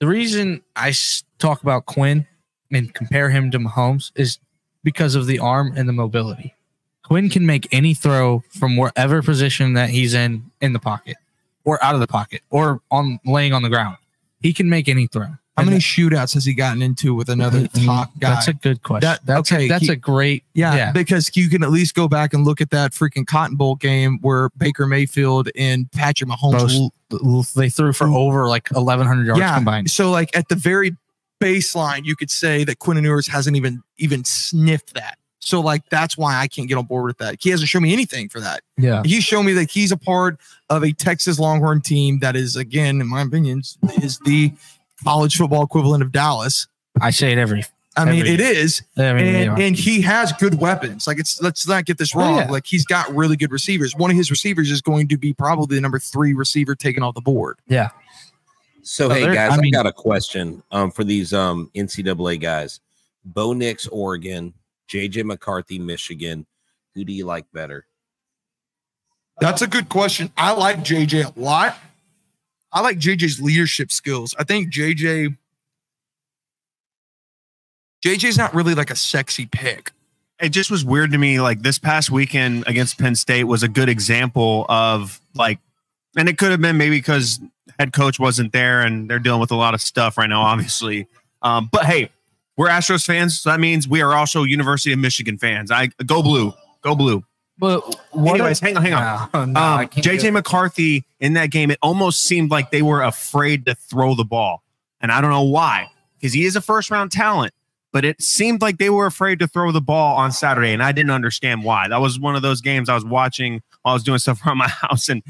[SPEAKER 6] the reason I s- talk about Quinn and compare him to Mahomes is because of the arm and the mobility. Quinn can make any throw from wherever position that he's in in the pocket or out of the pocket or on laying on the ground. He can make any throw.
[SPEAKER 5] How many shootouts has he gotten into with another top guy?
[SPEAKER 6] That's a good question.
[SPEAKER 5] That-
[SPEAKER 6] that's
[SPEAKER 5] okay,
[SPEAKER 6] a, that's
[SPEAKER 5] he-
[SPEAKER 6] a great
[SPEAKER 5] Yeah,
[SPEAKER 6] yeah.
[SPEAKER 5] because you can at least go back and look at that freaking Cotton Bowl game where Baker Mayfield and Patrick Mahomes.
[SPEAKER 6] Both- l- they threw for over like 1100 yards
[SPEAKER 5] Yeah.
[SPEAKER 6] combined.
[SPEAKER 5] So, like at the very baseline, you could say that Quinn and Ewers hasn't even even sniffed that. So, like that's why I can't get on board with that. He hasn't shown me anything for that.
[SPEAKER 6] Yeah.
[SPEAKER 5] He's shown me that he's a part of a Texas Longhorn team that is, again, in my opinion, is the college football equivalent of Dallas.
[SPEAKER 6] I say it every
[SPEAKER 5] I mean,
[SPEAKER 6] Every
[SPEAKER 5] it is.
[SPEAKER 6] I mean, yeah.
[SPEAKER 5] and, and he has good weapons. Like it's let's not get this
[SPEAKER 6] Oh,
[SPEAKER 5] wrong.
[SPEAKER 6] yeah.
[SPEAKER 5] Like he's got really good receivers. One of his receivers is going to be probably the number three receiver taken off the board.
[SPEAKER 7] So
[SPEAKER 6] So
[SPEAKER 7] hey
[SPEAKER 6] there-
[SPEAKER 7] guys,
[SPEAKER 6] I
[SPEAKER 7] I,
[SPEAKER 6] mean-
[SPEAKER 7] got a question um, for these um, NCAA guys: Bo Nix, Oregon; JJ McCarthy, Michigan. Who do you like better?
[SPEAKER 5] That's a good question. I like JJ a lot. I like JJ's leadership skills. I think JJ JJ's not really like a sexy pick.
[SPEAKER 1] it just was weird to me. Like this past weekend against Penn State was a good example of like, and it could have been maybe because head coach wasn't there and they're dealing with a lot of stuff right now, obviously. Um, but hey, we're Astros fans, so that means we are also University of Michigan fans. I go blue, go blue.
[SPEAKER 3] but what?
[SPEAKER 1] Anyways, hang on, hang on.
[SPEAKER 6] No, no, I
[SPEAKER 1] um,
[SPEAKER 6] can't do
[SPEAKER 1] JJ
[SPEAKER 6] it.
[SPEAKER 1] McCarthy in that game, it almost seemed like they were afraid to throw the ball. And I don't know why, because he is a first round talent, but it seemed like they were afraid to throw the ball on Saturday. And I didn't understand why. That was one of those games I was watching while I was doing stuff around my house, and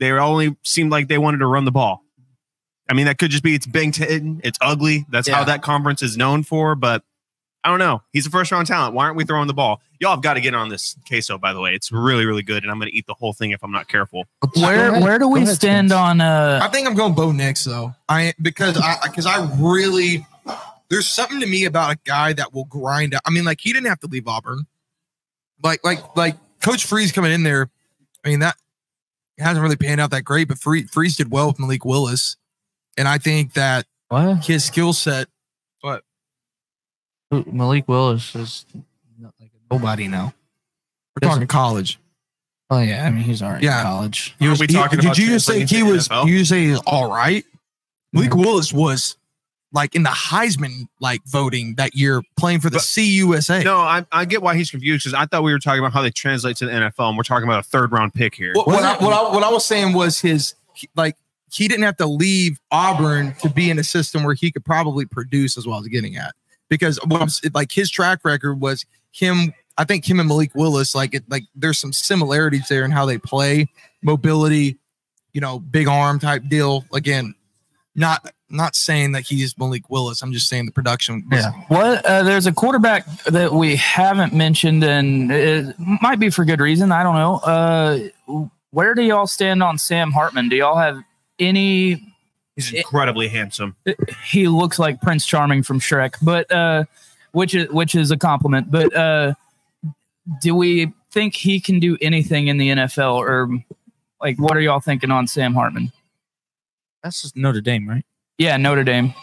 [SPEAKER 1] they were only seemed like they wanted to run the ball. I mean, that could just be it's Big Ten, it's ugly. That's how
[SPEAKER 3] Yeah.
[SPEAKER 1] that conference is known for, but. I don't know. He's a first round talent. Why aren't we throwing the ball? Y'all have got to get on this queso, by the way. It's really, really good. And I'm going to eat the whole thing if I'm not careful.
[SPEAKER 3] where
[SPEAKER 6] Go ahead.
[SPEAKER 3] where do we
[SPEAKER 6] Go ahead,
[SPEAKER 3] stand
[SPEAKER 6] Spence.
[SPEAKER 3] on uh?
[SPEAKER 5] I think I'm going Bo Nix though. I because I because I really there's something to me about a guy that will grind out. I mean, like he didn't have to leave Auburn. Like like like Coach Freeze coming in there. I mean that it hasn't really panned out that great, but Freeze, Freeze did well with Malik Willis, and I think that
[SPEAKER 6] What?
[SPEAKER 5] his skill set.
[SPEAKER 6] Malik Willis is not like a nobody now.
[SPEAKER 5] We're talking college.
[SPEAKER 6] Oh yeah, I mean he's already
[SPEAKER 5] Yeah.
[SPEAKER 6] in college.
[SPEAKER 5] You
[SPEAKER 1] Are we talking
[SPEAKER 5] did
[SPEAKER 1] about
[SPEAKER 5] you just say
[SPEAKER 1] translating
[SPEAKER 5] he
[SPEAKER 1] to
[SPEAKER 5] was?
[SPEAKER 1] NFL?
[SPEAKER 5] You say he's all right. Malik Willis was like in the Heisman like voting that year, playing for the
[SPEAKER 1] But-
[SPEAKER 5] CUSA.
[SPEAKER 1] No, I, I get why he's confused because I thought we were talking about how they translate to the NFL and we're talking about a third round pick here.
[SPEAKER 5] What, what, I, what, I, what I was saying was his he- like he didn't have to leave Auburn to be in a system where he could probably produce as well as getting at. Because what I'm s- like his track record was him. I think him and Malik Willis like it like there's some similarities there in how they play, mobility, you know, big arm type deal. Again, not not saying that he's Malik Willis. I'm just saying the production. Was,
[SPEAKER 6] Yeah.
[SPEAKER 3] What uh, there's a quarterback that we haven't mentioned, and it might be for good reason. I don't know. Uh, where do y'all stand on Sam Hartman? Do y'all have any?
[SPEAKER 1] He's incredibly handsome.
[SPEAKER 3] He looks like Prince Charming from Shrek, but uh, which is which is a compliment. But uh, do we think he can do anything in the NFL, or like what are y'all thinking on Sam Hartman?
[SPEAKER 6] That's just Notre Dame, right?
[SPEAKER 3] Yeah, Notre Dame.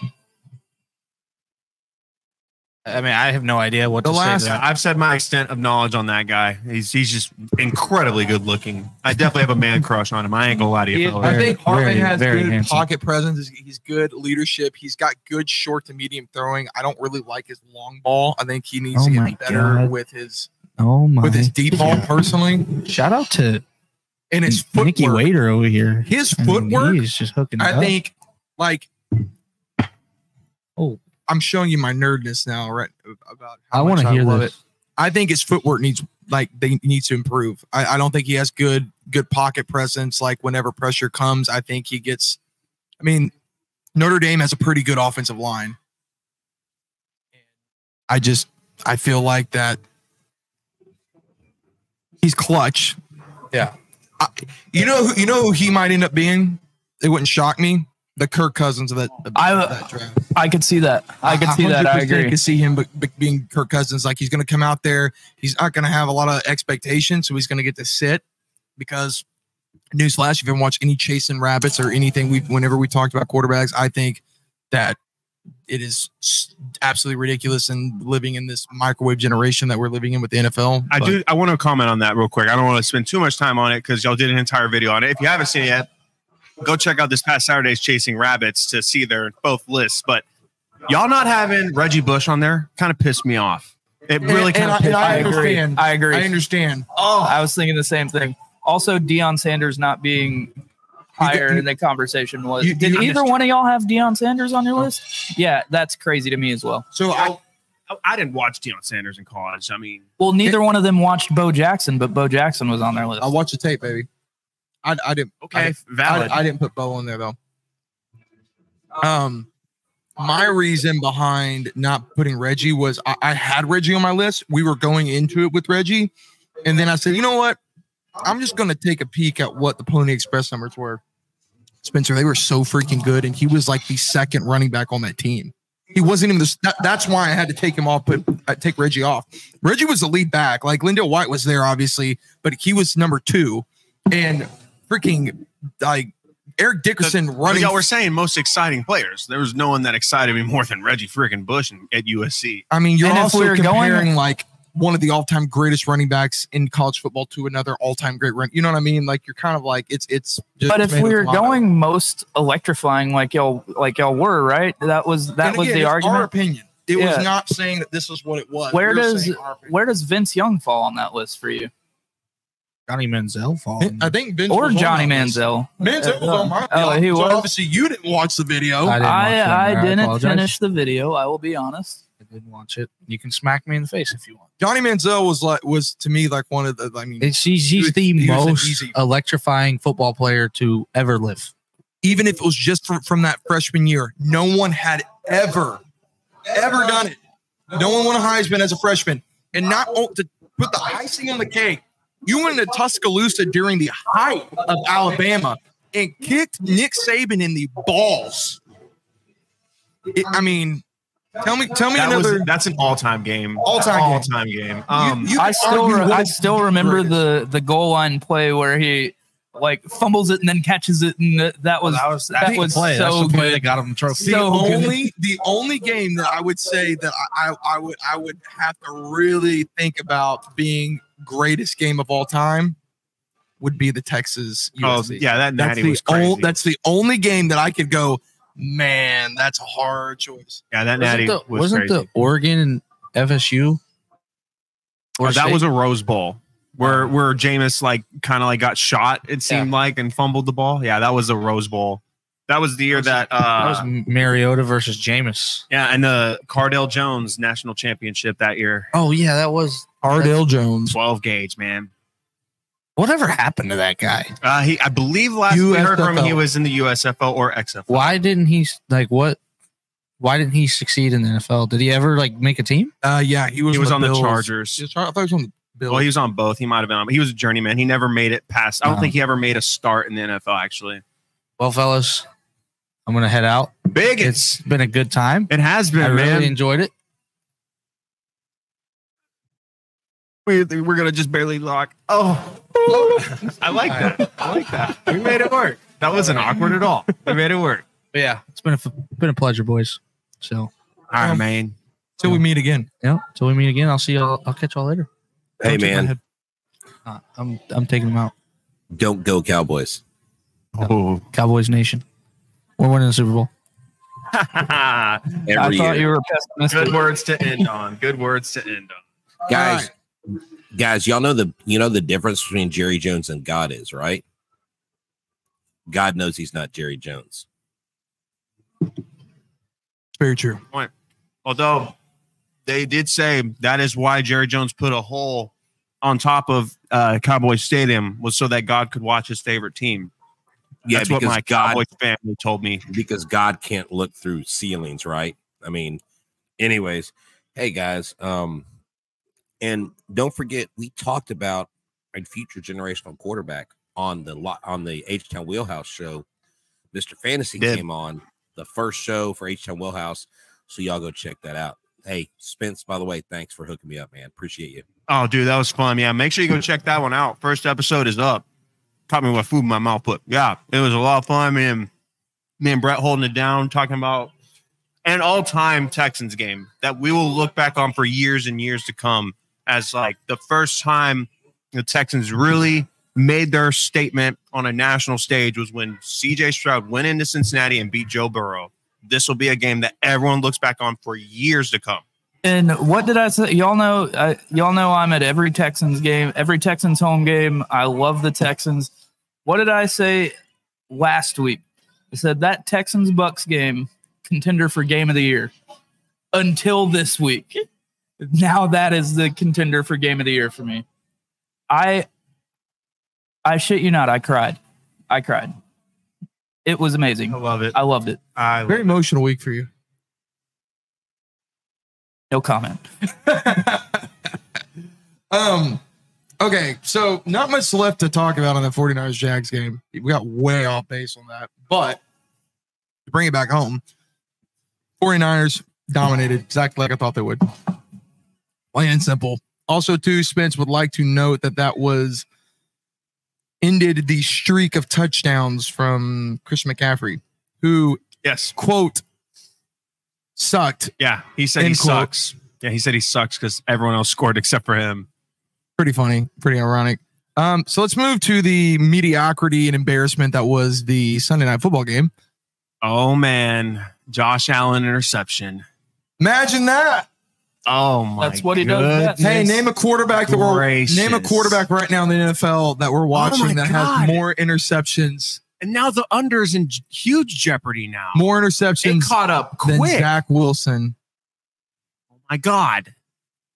[SPEAKER 6] I mean, I have no idea what
[SPEAKER 5] The
[SPEAKER 6] to
[SPEAKER 5] last-
[SPEAKER 6] say. to
[SPEAKER 1] Yeah,
[SPEAKER 6] that.
[SPEAKER 1] I've said my extent of knowledge on that guy. He's he's just incredibly good looking. I definitely have a man crush on him. I ain't gonna lie to you.
[SPEAKER 6] Yeah,
[SPEAKER 1] fella.
[SPEAKER 5] I
[SPEAKER 6] Very,
[SPEAKER 5] think Hartman
[SPEAKER 6] very,
[SPEAKER 5] has
[SPEAKER 6] very
[SPEAKER 5] good
[SPEAKER 6] handsome.
[SPEAKER 5] pocket presence. He's- He's good leadership. He's got good short to medium throwing. I don't really like his long ball. I think he needs
[SPEAKER 6] Oh
[SPEAKER 5] to
[SPEAKER 6] my
[SPEAKER 5] get better
[SPEAKER 6] God.
[SPEAKER 5] with his
[SPEAKER 6] Oh my!
[SPEAKER 5] with his deep ball personally
[SPEAKER 6] Shout out to
[SPEAKER 5] and his
[SPEAKER 6] Nikki
[SPEAKER 5] footwork.
[SPEAKER 6] Wader over here.
[SPEAKER 5] His
[SPEAKER 6] I mean,
[SPEAKER 5] footwork.
[SPEAKER 6] he's just hooking. it
[SPEAKER 5] I
[SPEAKER 6] up.
[SPEAKER 5] think like
[SPEAKER 6] Oh.
[SPEAKER 5] I'm showing you my nerdness now, right? About how
[SPEAKER 6] I
[SPEAKER 5] much
[SPEAKER 6] want to hear
[SPEAKER 5] love
[SPEAKER 6] this.
[SPEAKER 5] it. I think his footwork needs like they need to improve. I, I don't think he has good good pocket presence. Like whenever pressure comes, I think he gets. I mean, Notre Dame has a pretty good offensive line. I just I feel like that he's clutch. Yeah, I, you know who- you know who he might end up being. It wouldn't shock me. The Kirk Cousins of that. Of
[SPEAKER 3] I-
[SPEAKER 5] that draft.
[SPEAKER 3] I could see that. I could see that. I
[SPEAKER 5] 100%
[SPEAKER 3] agree.
[SPEAKER 5] could see him be- be- being Kirk Cousins. Like he's going to come out there. He's not going to have a lot of expectations, so he's going to get to sit. Because, newsflash, if you ever watch any chasing rabbits or anything, we whenever we talked about quarterbacks, I think that it is s- absolutely ridiculous and living in this microwave generation that we're living in with the NFL.
[SPEAKER 1] I
[SPEAKER 5] but-
[SPEAKER 1] do. I want to comment on that real quick. I don't want to spend too much time on it because y'all did an entire video on it. If you haven't seen it yet, go check out this past Saturday's Chasing Rabbits to see their both lists. But y'all not having Reggie Bush on there kind of pissed me off. It really
[SPEAKER 5] And-
[SPEAKER 1] kind of
[SPEAKER 5] and
[SPEAKER 1] pissed
[SPEAKER 5] I
[SPEAKER 1] me off.
[SPEAKER 3] agree.
[SPEAKER 5] understand.
[SPEAKER 3] I agree.
[SPEAKER 5] I understand.
[SPEAKER 3] Oh, I was thinking the same thing. Also, Deion Sanders not being higher in the conversation was.
[SPEAKER 5] you- Oh.
[SPEAKER 3] Did
[SPEAKER 5] you
[SPEAKER 3] either one of y'all have Deion Sanders on your list? Yeah, that's crazy to me as well.
[SPEAKER 5] So I,
[SPEAKER 1] I- I didn't watch Deion Sanders in college. I mean,
[SPEAKER 3] Well, neither one of them watched Bo Jackson, but Bo Jackson was on their list.
[SPEAKER 5] I watch the tape, baby. I, I didn't. I
[SPEAKER 1] okay,
[SPEAKER 5] I,
[SPEAKER 1] valid.
[SPEAKER 5] I didn't put Bo on there though. Um, my reason behind not putting Reggie was I, I had Reggie on my list. We were going into it with Reggie, and then I said, you know what? I'm just gonna take a peek at what the Pony Express numbers were. Spencer, they were so freaking good, and he was like the second running back on that team. He wasn't even the. That, that's why I had to take him off, put uh, take Reggie off. Reggie was the lead back. Like Lindell White was there, obviously, but he was number two, and freaking like Eric Dickerson
[SPEAKER 1] But
[SPEAKER 5] running.
[SPEAKER 1] y'all were saying most exciting players. There was no one that excited me more than Reggie freaking Bush and- at USC.
[SPEAKER 5] I mean, you're
[SPEAKER 3] And if
[SPEAKER 5] also
[SPEAKER 3] we were going-
[SPEAKER 5] comparing like one of the all-time greatest running backs in college football to another all-time great run. You know what I mean? Like you're kind of like it's it's. Just
[SPEAKER 3] but if
[SPEAKER 5] tomato,
[SPEAKER 3] we were
[SPEAKER 5] tomato.
[SPEAKER 3] going most electrifying, like y'all, like y'all were, right? That was that
[SPEAKER 5] And
[SPEAKER 3] was
[SPEAKER 5] again,
[SPEAKER 3] the
[SPEAKER 5] it's Our
[SPEAKER 3] argument.
[SPEAKER 5] opinion. It
[SPEAKER 3] Yeah.
[SPEAKER 5] was not saying that this was what it was.
[SPEAKER 3] Where
[SPEAKER 5] We were
[SPEAKER 3] does-
[SPEAKER 5] saying our opinion.
[SPEAKER 3] Where does Vince Young fall on that list for you,
[SPEAKER 6] Johnny Manziel fall.
[SPEAKER 5] I think Vince
[SPEAKER 3] or
[SPEAKER 5] was on
[SPEAKER 3] Johnny
[SPEAKER 5] that list.
[SPEAKER 3] Manziel?
[SPEAKER 5] Manziel was on my.
[SPEAKER 3] Oh, he
[SPEAKER 5] so
[SPEAKER 3] was.
[SPEAKER 5] Obviously, you didn't watch the video.
[SPEAKER 6] I didn't watch it,
[SPEAKER 3] I, I
[SPEAKER 6] I
[SPEAKER 3] didn't
[SPEAKER 6] apologize.
[SPEAKER 3] finish the video. I will be honest.
[SPEAKER 6] I didn't watch it. You can smack me in the face if you want.
[SPEAKER 5] Johnny Manziel was like was to me like one of the. I mean,
[SPEAKER 6] It's, he's he's
[SPEAKER 5] was-
[SPEAKER 6] the
[SPEAKER 5] he was an
[SPEAKER 6] most
[SPEAKER 5] easy-
[SPEAKER 6] electrifying football player to ever live.
[SPEAKER 5] even if it was just from, from that freshman year, no one had ever, ever done it. No one won a Heisman as a freshman. And not o- to put the icing on the cake, you went to Tuscaloosa during the height of Alabama and kicked Nick Saban in the balls. It- I mean, tell me, tell me
[SPEAKER 1] That was,
[SPEAKER 5] another.
[SPEAKER 1] that's an all-time game.
[SPEAKER 5] All-time game.
[SPEAKER 1] all-time game. Um,
[SPEAKER 5] you
[SPEAKER 3] I
[SPEAKER 5] could
[SPEAKER 3] still
[SPEAKER 5] argue
[SPEAKER 3] re-
[SPEAKER 5] what
[SPEAKER 3] I
[SPEAKER 5] is
[SPEAKER 3] still
[SPEAKER 5] the
[SPEAKER 3] remember
[SPEAKER 5] greatest.
[SPEAKER 3] the the goal line play where he like fumbles it and then catches it and th- that was that was,
[SPEAKER 6] Big play. That's
[SPEAKER 3] so
[SPEAKER 6] the play
[SPEAKER 3] good.
[SPEAKER 6] that got him the trophy.
[SPEAKER 5] The
[SPEAKER 3] So good.
[SPEAKER 5] only the only game that I would say that I, I I would I would have to really think about being greatest game of all time would be the Texas
[SPEAKER 1] oh,
[SPEAKER 5] USC.
[SPEAKER 1] yeah, that
[SPEAKER 5] that's
[SPEAKER 1] natty
[SPEAKER 5] the
[SPEAKER 1] was crazy.
[SPEAKER 5] only that's the only game that I could go. Man, that's a hard choice.
[SPEAKER 1] yeah, that natty
[SPEAKER 6] Wasn't, the,
[SPEAKER 1] was
[SPEAKER 6] wasn't
[SPEAKER 1] crazy.
[SPEAKER 6] the Oregon and FSU?
[SPEAKER 1] Or Oh, that
[SPEAKER 6] State?
[SPEAKER 1] was a Rose Bowl where where Jameis like kind of like got shot. It seemed like and fumbled the ball. Yeah, that was a Rose Bowl. That was the year that uh,
[SPEAKER 6] that was Mariota versus Jameis.
[SPEAKER 1] yeah, and the Cardell Jones national championship that year.
[SPEAKER 6] Oh yeah, that was
[SPEAKER 5] Ardell Jones.
[SPEAKER 1] Twelve gauge, man.
[SPEAKER 6] whatever happened to that guy.
[SPEAKER 1] Uh, he, I believe last we heard from him, he was in the USFL or XFL.
[SPEAKER 6] Why didn't he like what? Why didn't he succeed in the NFL? Did he ever like make a team?
[SPEAKER 5] Uh, yeah, he was.
[SPEAKER 1] He was on the
[SPEAKER 5] Bills.
[SPEAKER 1] Chargers.
[SPEAKER 5] He was- I thought he was on the Bills.
[SPEAKER 1] Well, he was on both. He might have been on. He was a journeyman. He never made it past. I don't
[SPEAKER 6] Uh-huh.
[SPEAKER 1] think he ever made a start in the NFL. Actually,
[SPEAKER 6] Well, fellas, I'm gonna head out.
[SPEAKER 1] big.
[SPEAKER 6] It's been a good time.
[SPEAKER 1] it has been,
[SPEAKER 6] I
[SPEAKER 1] man.
[SPEAKER 6] really enjoyed it.
[SPEAKER 1] we, we're gonna just barely lock. Oh, I like that. I like that. We made it work. That wasn't awkward at all. We made it work.
[SPEAKER 6] But yeah, it's been a f- been a pleasure, boys. So
[SPEAKER 1] All right, man.
[SPEAKER 5] Till we meet again.
[SPEAKER 6] yeah, till we meet again, I'll see y'all. I'll catch y'all later.
[SPEAKER 7] Hey, man,
[SPEAKER 6] Uh, I'm I'm taking them out.
[SPEAKER 7] don't go Cowboys. Oh.
[SPEAKER 6] Cowboys Nation. We're winning the Super Bowl.
[SPEAKER 7] Every
[SPEAKER 3] I
[SPEAKER 7] year.
[SPEAKER 3] thought you were pessimistic.
[SPEAKER 1] Good words to end on. Good words to end on.
[SPEAKER 7] guys guys y'all know the you know the difference between jerry jones and god is right god knows he's not jerry jones
[SPEAKER 5] It's very true.
[SPEAKER 1] Although they did say that is why Jerry Jones put a hole on top of uh, Cowboys Stadium was so that God could watch his favorite team.
[SPEAKER 7] yeah
[SPEAKER 1] That's what
[SPEAKER 7] because
[SPEAKER 1] my
[SPEAKER 7] god
[SPEAKER 1] Cowboys family told me.
[SPEAKER 7] because god can't look through ceilings right i mean anyways hey guys um and don't forget we talked about a future generational quarterback on the lot on the h-town wheelhouse show mr fantasy
[SPEAKER 1] Did.
[SPEAKER 7] came on the first show for h-town wheelhouse so y'all go check that out hey spence by the way thanks for hooking me up man appreciate you
[SPEAKER 1] Oh, dude, that was fun. Yeah, make sure you go check that one out. First episode is up. Caught me with food in my mouth, but yeah, it was a lot of fun. Me and me and Brett holding it down, talking about an all-time Texans game that we will look back on for years and years to come as like the first time the Texans really made their statement on a national stage was when CJ Stroud went into Cincinnati and beat Joe Burrow. This will be a game that everyone looks back on for years to come.
[SPEAKER 3] And what did I say? Y'all know, I, y'all know, I'm at every Texans game, every Texans home game. I love the Texans. What did I say last week? I said that Texans Bucks game contender for game of the year until this week. Now that is the contender for game of the year for me. I, I shit you not, I cried. I cried. It was amazing.
[SPEAKER 1] love it.
[SPEAKER 3] I loved it.
[SPEAKER 1] I love
[SPEAKER 5] Very emotional week for you.
[SPEAKER 3] No comment.
[SPEAKER 5] Um, okay, so not much left to talk about on the 49ers Jags game. We got way off base on that, but to bring it back home, 49ers dominated exactly like I thought they would. Plain and simple. Also, too, Spence would like to note that that was ended the streak of touchdowns from Chris McCaffrey, who
[SPEAKER 1] Yes.
[SPEAKER 5] quote sucked
[SPEAKER 1] Yeah, he said he
[SPEAKER 5] End quote.
[SPEAKER 1] sucks. Yeah, he said he sucks because everyone else scored except for him.
[SPEAKER 5] pretty funny, pretty ironic. Um, so let's move to the mediocrity and embarrassment that was the Sunday night football game.
[SPEAKER 1] Oh man, Josh Allen interception.
[SPEAKER 5] Imagine that.
[SPEAKER 1] Oh my,
[SPEAKER 3] That's what he does best.
[SPEAKER 5] Hey, name a quarterback that we're
[SPEAKER 1] gracious.
[SPEAKER 5] name a quarterback right now in the NFL that we're watching
[SPEAKER 1] my
[SPEAKER 5] that
[SPEAKER 1] God.
[SPEAKER 5] has more interceptions,
[SPEAKER 1] And now the under is in j- huge jeopardy now.
[SPEAKER 5] more
[SPEAKER 1] it
[SPEAKER 5] interceptions
[SPEAKER 1] caught up
[SPEAKER 5] than
[SPEAKER 1] quick.
[SPEAKER 5] Zach Wilson.
[SPEAKER 1] oh my God,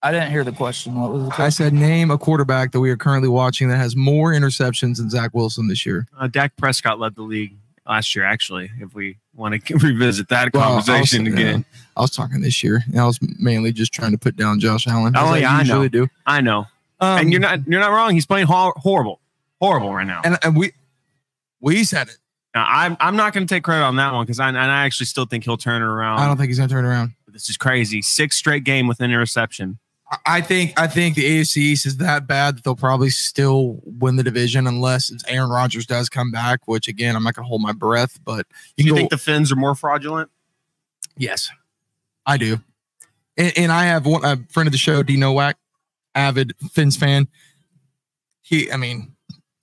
[SPEAKER 3] I didn't hear the question. What was the
[SPEAKER 5] I
[SPEAKER 3] question?
[SPEAKER 5] said name a quarterback that we are currently watching that has more interceptions than Zach Wilson this year.
[SPEAKER 1] uh, Dak Prescott led the league last year. Actually, if we want to revisit that
[SPEAKER 5] Well, I was-
[SPEAKER 1] conversation
[SPEAKER 5] yeah,
[SPEAKER 1] again,
[SPEAKER 5] I was talking this year. and I was mainly just trying to put down Josh Allen. as
[SPEAKER 1] Oh, yeah, I know.
[SPEAKER 5] usually do.
[SPEAKER 1] I know,
[SPEAKER 5] Um,
[SPEAKER 1] and you're not you're not wrong. He's playing hor- horrible, horrible right now.
[SPEAKER 5] and, and we we said it.
[SPEAKER 1] Now, I'm I'm not going to take credit on that one because I and I actually still think he'll turn it around.
[SPEAKER 5] I don't think he's gonna turn it around.
[SPEAKER 1] This is crazy. Six straight game with an interception.
[SPEAKER 5] I- I think I think the AFC East is that bad that they'll probably still win the division unless Aaron Rodgers does come back. Which again, I'm not gonna hold my breath, but
[SPEAKER 1] Do you
[SPEAKER 5] can go-
[SPEAKER 1] think the Finns are more fraudulent?
[SPEAKER 5] yes, I do. And, and I have one a friend of the show, D Nowak, avid Finns fan. He, I mean,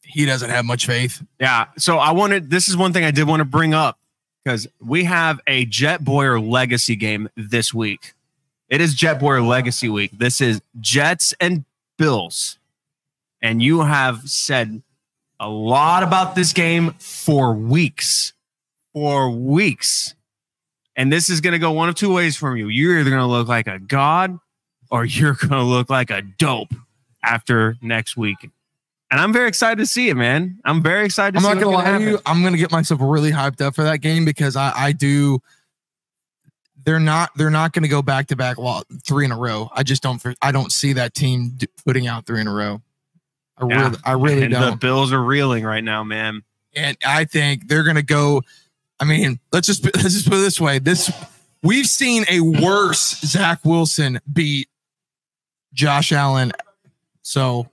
[SPEAKER 5] he doesn't have much faith.
[SPEAKER 1] Yeah. So I wanted this is one thing I did want to bring up because we have a Jet Boyer legacy game this week. It is Jet Boyer legacy week. This is Jets and Bills. And you have said a lot about this game for weeks. for weeks. And this is going to go one of two ways from you. You're either going to look like a god or you're going to look like a dope after next week. And I'm very excited to see it, man. I'm very excited to
[SPEAKER 5] I'm
[SPEAKER 1] see
[SPEAKER 5] not gonna
[SPEAKER 1] what's
[SPEAKER 5] lie
[SPEAKER 1] gonna
[SPEAKER 5] to you.
[SPEAKER 1] happen.
[SPEAKER 5] I'm gonna get myself really hyped up for that game because I, I do. They're not. They're not gonna go back to back lo- three in a row. I just don't. I don't see that team d- putting out three in a row. I
[SPEAKER 1] Yeah.
[SPEAKER 5] really, I really
[SPEAKER 1] and
[SPEAKER 5] don't.
[SPEAKER 1] the Bills are reeling right now, man.
[SPEAKER 5] and I think they're gonna go. I mean, let's just let's just put it this way: this we've seen a worse Zach Wilson beat Josh Allen. So,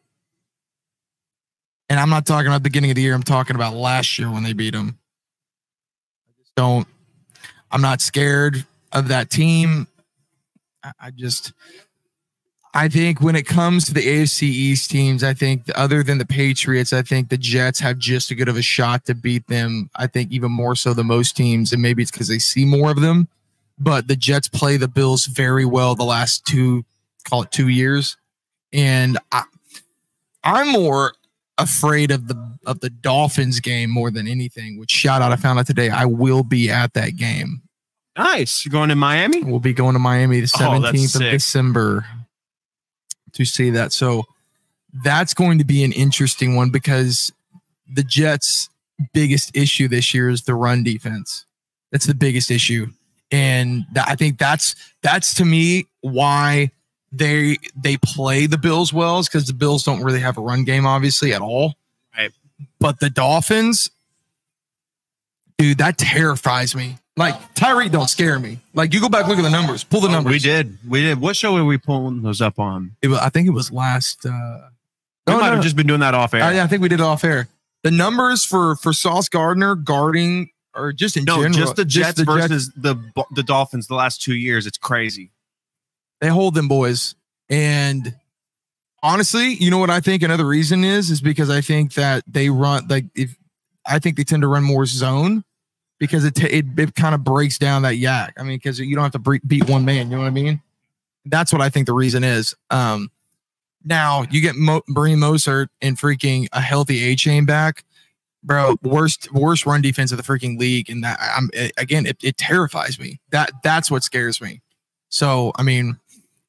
[SPEAKER 5] and I'm not talking about the beginning of the year. I'm talking about last year when they beat him. I just don't. I'm not scared of that team. I, I just. I think when it comes to the AFC East teams, I think the- other than the Patriots, I think the Jets have just as good of a shot to beat them. I think even more so than most teams, and maybe it's because they see more of them. But the Jets play the Bills very well the last two, call it two years, and I, I'm more afraid of the of the Dolphins game more than anything. Which shout out, I found out today I will be at that game.
[SPEAKER 1] Nice. You're going to Miami?
[SPEAKER 5] We'll be going to Miami the
[SPEAKER 1] Oh, that's
[SPEAKER 5] 17th of
[SPEAKER 1] sick.
[SPEAKER 5] December to see that. So that's going to be an interesting one because the Jets' biggest issue this year is the run defense. That's the biggest issue. And tha- I think that's that's to me why they they play the Bills well is because the Bills don't really have a run game, obviously, at all.
[SPEAKER 1] Right.
[SPEAKER 5] But the Dolphins, dude, that terrifies me. Like Tyreek don't scare me. Like you go back look at the numbers, pull the numbers.
[SPEAKER 1] Oh, We did. We did. What show were we pulling those up on?
[SPEAKER 5] It wa- I think it was last. Uh,
[SPEAKER 1] We
[SPEAKER 5] no,
[SPEAKER 1] might
[SPEAKER 5] no,
[SPEAKER 1] have
[SPEAKER 5] Oh, no.
[SPEAKER 1] just been doing that off air.
[SPEAKER 5] Uh, yeah, I think we did it off air. The numbers for for Sauce Gardner guarding or just in
[SPEAKER 1] No,
[SPEAKER 5] general,
[SPEAKER 1] just the Jets
[SPEAKER 5] the Jets,
[SPEAKER 1] versus the Bo- the Dolphins the last two years. It's crazy.
[SPEAKER 5] they hold them boys. And honestly, you know what I think another reason is is because I think that they run like if I think they tend to run more zone because it ta- it, it kind of breaks down that yak. I mean, because you don't have to bre- beat one man. You know what I mean? That's what I think the reason is. Um, now you get Mo- Breen Mosert and freaking a healthy A chain back, bro. Worst worst run defense of the freaking league, and that I'm eh, again it, it terrifies me. That that's what scares me. So I mean,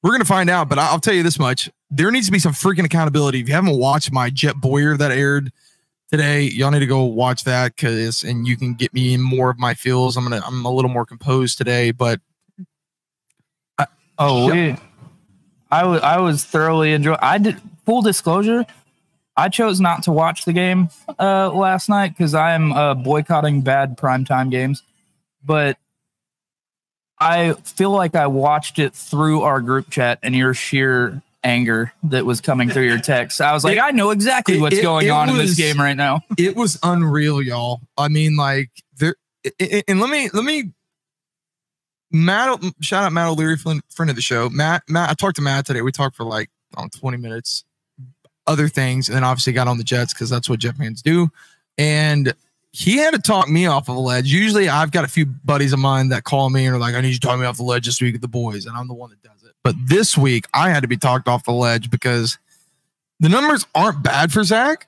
[SPEAKER 5] we're gonna find out. But I- I'll tell you this much: there needs to be some freaking accountability. If you haven't watched my Jet Boyer that aired today, y'all need to go watch that because and you can get me in more of my feels. I'm gonna I'm a little more composed today, but
[SPEAKER 3] Oh, we, I was I was thoroughly enjoy. I did full disclosure. I chose not to watch the game uh, last night because I am uh, boycotting bad primetime games. But I feel like I watched it through our group chat and your sheer anger that was coming through your text. I was like,
[SPEAKER 5] It-
[SPEAKER 3] I know exactly
[SPEAKER 5] it-
[SPEAKER 3] what's
[SPEAKER 5] it-
[SPEAKER 3] going
[SPEAKER 5] it
[SPEAKER 3] on in this
[SPEAKER 5] was-
[SPEAKER 3] game right now.
[SPEAKER 5] it was unreal, y'all. I mean, like there. i- i- And let me let me. Matt, shout out Matt O'Leary, friend friend of the show. Matt, Matt, I talked to Matt today. We talked for like on 20 minutes, other things, and then obviously got on the Jets because that's what Jet fans do. And he had to talk me off of the ledge. Usually, I've got a few buddies of mine that call me and are like, "I need you to talk me off the ledge this week with the boys," and I'm the one that does it. But this week, I had to be talked off the ledge because the numbers aren't bad for Zach.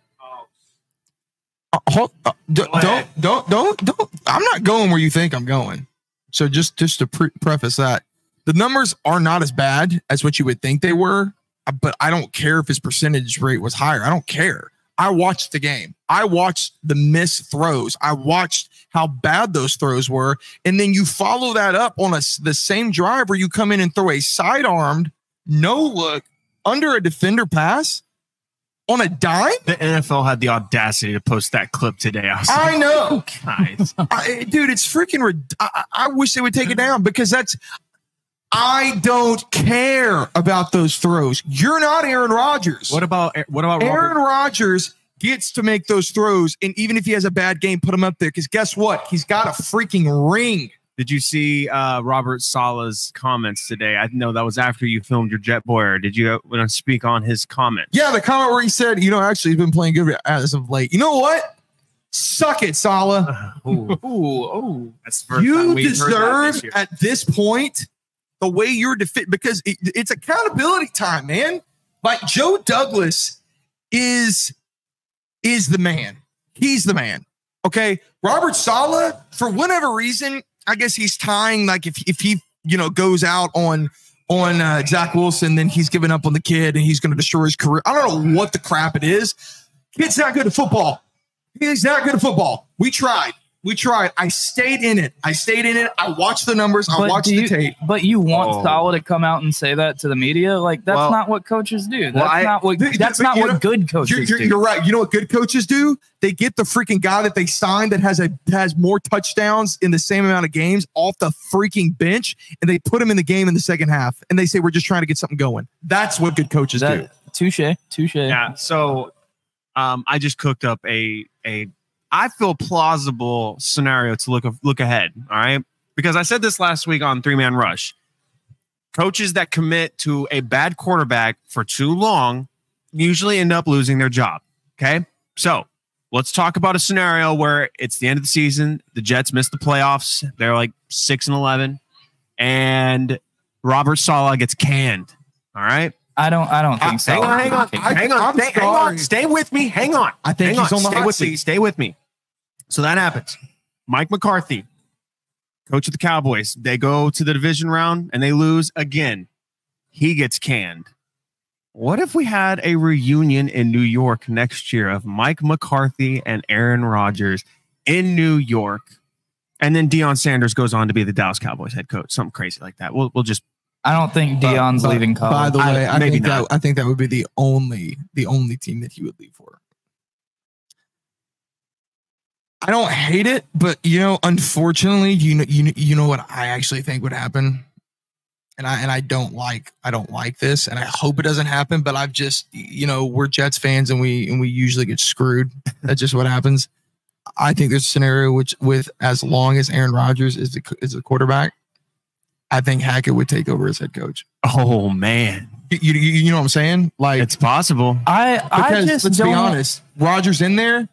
[SPEAKER 5] Uh, hold, uh, d- don't, don't, don't, don't. I'm not going where you think I'm going. So just, just to pre- preface that, the numbers are not as bad as what you would think they were. uh, But I don't care if his percentage rate was higher. I don't care. I watched the game. I watched the missed throws. I watched how bad those throws were, and then you follow that up on a s the same drive where you come in and throw a sidearmed, no look, under a defender pass, on a dime.
[SPEAKER 1] The NFL had the audacity to post that clip today. I was like,
[SPEAKER 5] I know.
[SPEAKER 1] guys.
[SPEAKER 5] I, dude, it's freaking. rid- I, I I wish they would take it down because that's. I don't care about those throws. You're not Aaron Rodgers.
[SPEAKER 1] What about what about
[SPEAKER 5] Aaron
[SPEAKER 1] Robert?
[SPEAKER 5] Rodgers gets to make those throws, and even if he has a bad game, put him up there because guess what? He's got a freaking ring.
[SPEAKER 1] Did you see uh, Robert Sala's comments today? I know that was after you filmed your Jet Boyer. Did you want to speak on his comment?
[SPEAKER 5] Yeah, the comment where he said, "You know, actually, he's been playing good as of late." You know what? Suck it, Salah.
[SPEAKER 1] Ooh,
[SPEAKER 3] oh,
[SPEAKER 1] that's the first time
[SPEAKER 5] you
[SPEAKER 1] we've heard that
[SPEAKER 5] deserve
[SPEAKER 1] this year.
[SPEAKER 5] at this point the way you're defeated because it, it's accountability time, man. Like Joe Douglas is is the man. He's the man. Okay, Robert Sala, for whatever reason, I guess he's tying. Like if if he you know goes out on on uh, Zach Wilson, then he's giving up on the kid and he's going to destroy his career. I don't know what the crap it is. Kid's not good at football. He's not good at football. We tried. We tried. I stayed in it. I stayed in it. I watched the numbers. I
[SPEAKER 3] But
[SPEAKER 5] watched
[SPEAKER 3] do
[SPEAKER 5] the
[SPEAKER 3] you-
[SPEAKER 5] tape.
[SPEAKER 3] But you want
[SPEAKER 1] Oh.
[SPEAKER 3] Salah to come out and say that to the media? Like that's
[SPEAKER 1] Well-
[SPEAKER 3] not what coaches do. That's
[SPEAKER 1] Well, I-
[SPEAKER 3] not what
[SPEAKER 5] Th- th-
[SPEAKER 3] that's
[SPEAKER 5] but
[SPEAKER 3] not
[SPEAKER 5] you
[SPEAKER 3] what
[SPEAKER 5] know-
[SPEAKER 3] good
[SPEAKER 5] You're,
[SPEAKER 3] coaches
[SPEAKER 5] you're,
[SPEAKER 3] do.
[SPEAKER 5] you're right. You know what good coaches do? They get the freaking guy that they signed that has a has more touchdowns in the same amount of games off the freaking bench, and they put him in the game in the second half, and they say we're just trying to get something going. That's what good coaches do.
[SPEAKER 3] That- Touche, touche.
[SPEAKER 1] yeah. So um, I just cooked up a a I feel plausible scenario to look look ahead. All right, because I said this last week on Three Man Rush. Coaches that commit to a bad quarterback for too long usually end up losing their job. Okay, so let's talk about a scenario where it's the end of the season. The Jets miss the playoffs. They're like six and eleven, and Robert Sala gets canned. All right.
[SPEAKER 3] I don't I don't think
[SPEAKER 1] Hang on,
[SPEAKER 3] so.
[SPEAKER 1] oh, hang on, hang on,
[SPEAKER 5] I'm
[SPEAKER 1] stay, hang
[SPEAKER 5] sorry.
[SPEAKER 1] on, stay with me, hang on.
[SPEAKER 5] I think
[SPEAKER 1] hang
[SPEAKER 5] he's on the
[SPEAKER 1] stay
[SPEAKER 5] hot
[SPEAKER 1] with
[SPEAKER 5] seat.
[SPEAKER 1] me, stay with me. So that happens. Mike McCarthy, coach of the Cowboys, they go to the division round and they lose again. He gets canned. What if we had a reunion in New York next year of Mike McCarthy and Aaron Rodgers in New York? And then Deion Sanders goes on to be the Dallas Cowboys head coach, something crazy like that. We'll, we'll just
[SPEAKER 3] I don't think
[SPEAKER 5] By-
[SPEAKER 3] Dion's
[SPEAKER 5] by-
[SPEAKER 3] leaving
[SPEAKER 5] By
[SPEAKER 3] college.
[SPEAKER 5] the
[SPEAKER 1] I-
[SPEAKER 5] way, I,
[SPEAKER 1] maybe
[SPEAKER 5] think that
[SPEAKER 1] not.
[SPEAKER 5] I think that would be the only the only team that he would leave for. I don't hate it, but you know, unfortunately, you know, you know, you know what I actually think would happen, and I and I don't like I don't like this, and I hope it doesn't happen. But I've just you know we're Jets fans, and we and we usually get screwed. That's just what happens. I think there's a scenario which with as long as Aaron Rodgers is the c- is the quarterback, I think Hackett would take over as head coach.
[SPEAKER 1] oh man,
[SPEAKER 5] You, you, you know what I'm saying? Like,
[SPEAKER 1] it's possible.
[SPEAKER 3] I I
[SPEAKER 5] because
[SPEAKER 3] just
[SPEAKER 5] let's
[SPEAKER 3] don't
[SPEAKER 5] be honest, Rogers in there.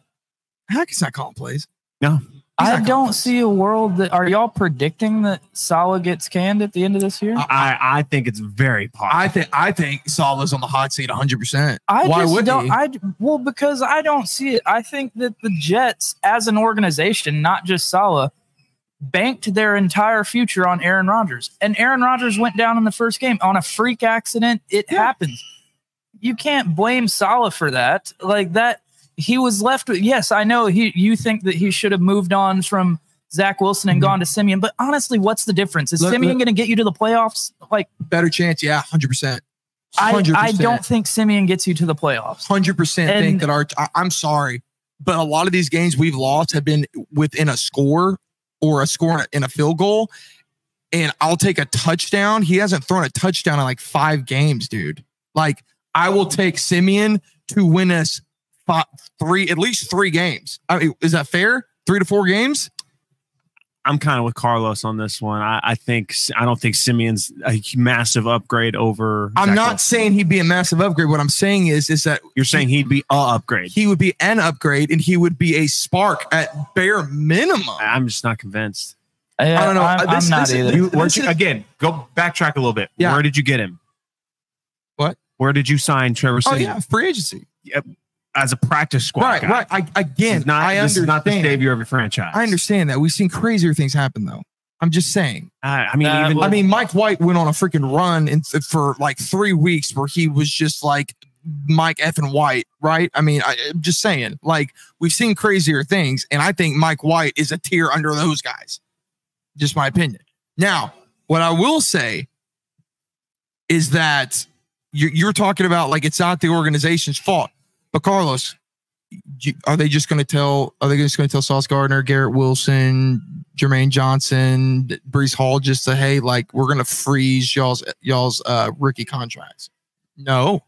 [SPEAKER 5] Hackett's not calling plays. He's
[SPEAKER 3] I
[SPEAKER 5] not
[SPEAKER 3] don't
[SPEAKER 5] confident.
[SPEAKER 3] see a world that are y'all predicting that Salah gets canned at the end of this year? I,
[SPEAKER 1] I, I think it's very possible.
[SPEAKER 5] I think I think Salah's on the hot seat 100. percent Why
[SPEAKER 3] just
[SPEAKER 5] would
[SPEAKER 3] don't
[SPEAKER 5] he?
[SPEAKER 3] I well because I don't see it. I think that the Jets as an organization, not just Salah, banked their entire future on Aaron Rodgers. And Aaron Rodgers went down in the first game on a freak accident. It happens. You can't blame Salah for that. Like that he was left with yes, I know he you think that he should have moved on from Zach Wilson and gone to Simeon, but honestly, what's the difference? Is
[SPEAKER 5] Mm-hmm. Look,
[SPEAKER 3] Simeon going to get you to the playoffs? Like,
[SPEAKER 5] Better chance, yeah, 100. percent
[SPEAKER 3] I, I don't think Simeon gets you to the playoffs.
[SPEAKER 5] 100 percent think
[SPEAKER 3] And-
[SPEAKER 5] that our. I, I'm sorry, but a lot of these games we've lost have been within a score or a score in a field goal, and I'll take a touchdown. He hasn't thrown a touchdown in like five games, dude. Like I will take Simeon to win us five, three, at least three games. I mean, is that fair? Three to four games.
[SPEAKER 1] I'm kind of with Carlos on this one. I, I think I don't think Simeon's a massive upgrade over.
[SPEAKER 5] I'm
[SPEAKER 1] Zach
[SPEAKER 5] not
[SPEAKER 1] Wilson.
[SPEAKER 5] saying he'd be a massive upgrade. What I'm saying is, is that
[SPEAKER 1] You're saying he'd be a upgrade.
[SPEAKER 5] he would be an upgrade and he would be a spark at bare minimum.
[SPEAKER 1] I'm just not convinced.
[SPEAKER 5] I don't know.
[SPEAKER 3] I'm,
[SPEAKER 5] This-
[SPEAKER 3] I'm not
[SPEAKER 5] this-
[SPEAKER 3] either.
[SPEAKER 1] You, where'd
[SPEAKER 5] This
[SPEAKER 1] you,
[SPEAKER 5] is-
[SPEAKER 1] again, go backtrack a little bit.
[SPEAKER 5] Yeah.
[SPEAKER 1] Where did you get him?
[SPEAKER 5] What?
[SPEAKER 1] Where did you sign Trevor
[SPEAKER 5] Oh
[SPEAKER 1] Simeon
[SPEAKER 5] yeah, free agency.
[SPEAKER 1] as a practice squad?
[SPEAKER 5] Right,
[SPEAKER 1] guy?
[SPEAKER 5] right. I,
[SPEAKER 1] This
[SPEAKER 5] again,
[SPEAKER 1] is not,
[SPEAKER 5] I
[SPEAKER 1] this is
[SPEAKER 5] understand.
[SPEAKER 1] not the savior of your franchise.
[SPEAKER 5] I understand that. We've seen crazier things happen, though. I'm just saying.
[SPEAKER 1] I, I mean,
[SPEAKER 3] Nah,
[SPEAKER 1] even
[SPEAKER 3] well-
[SPEAKER 5] Uh, I mean, Mike White went on a freaking run in, for like three weeks where he was just like Mike F and White, right? I mean, I, I'm just saying. Like we've seen crazier things, and I think Mike White is a tier under those guys. Just my opinion. Now, what I will say is that you're, you're talking about like it's not the organization's fault, but Carlos. you- Are they just going to tell? Are they just going to tell Sauce Gardner, Garrett Wilson, Jermaine Johnson, Brees Hall just to hey, like we're gonna freeze y'all's y'all's uh, rookie contracts. No,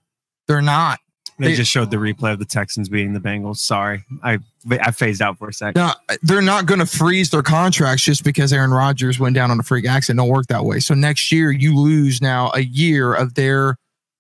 [SPEAKER 5] they're not.
[SPEAKER 1] they,
[SPEAKER 5] they-
[SPEAKER 1] just showed the replay of the Texans beating the Bengals. Sorry, I I phased out for a second.
[SPEAKER 5] No, they're not gonna freeze their contracts just because Aaron Rodgers went down on a freak accident. Don't work that way. So next year you lose now a year of their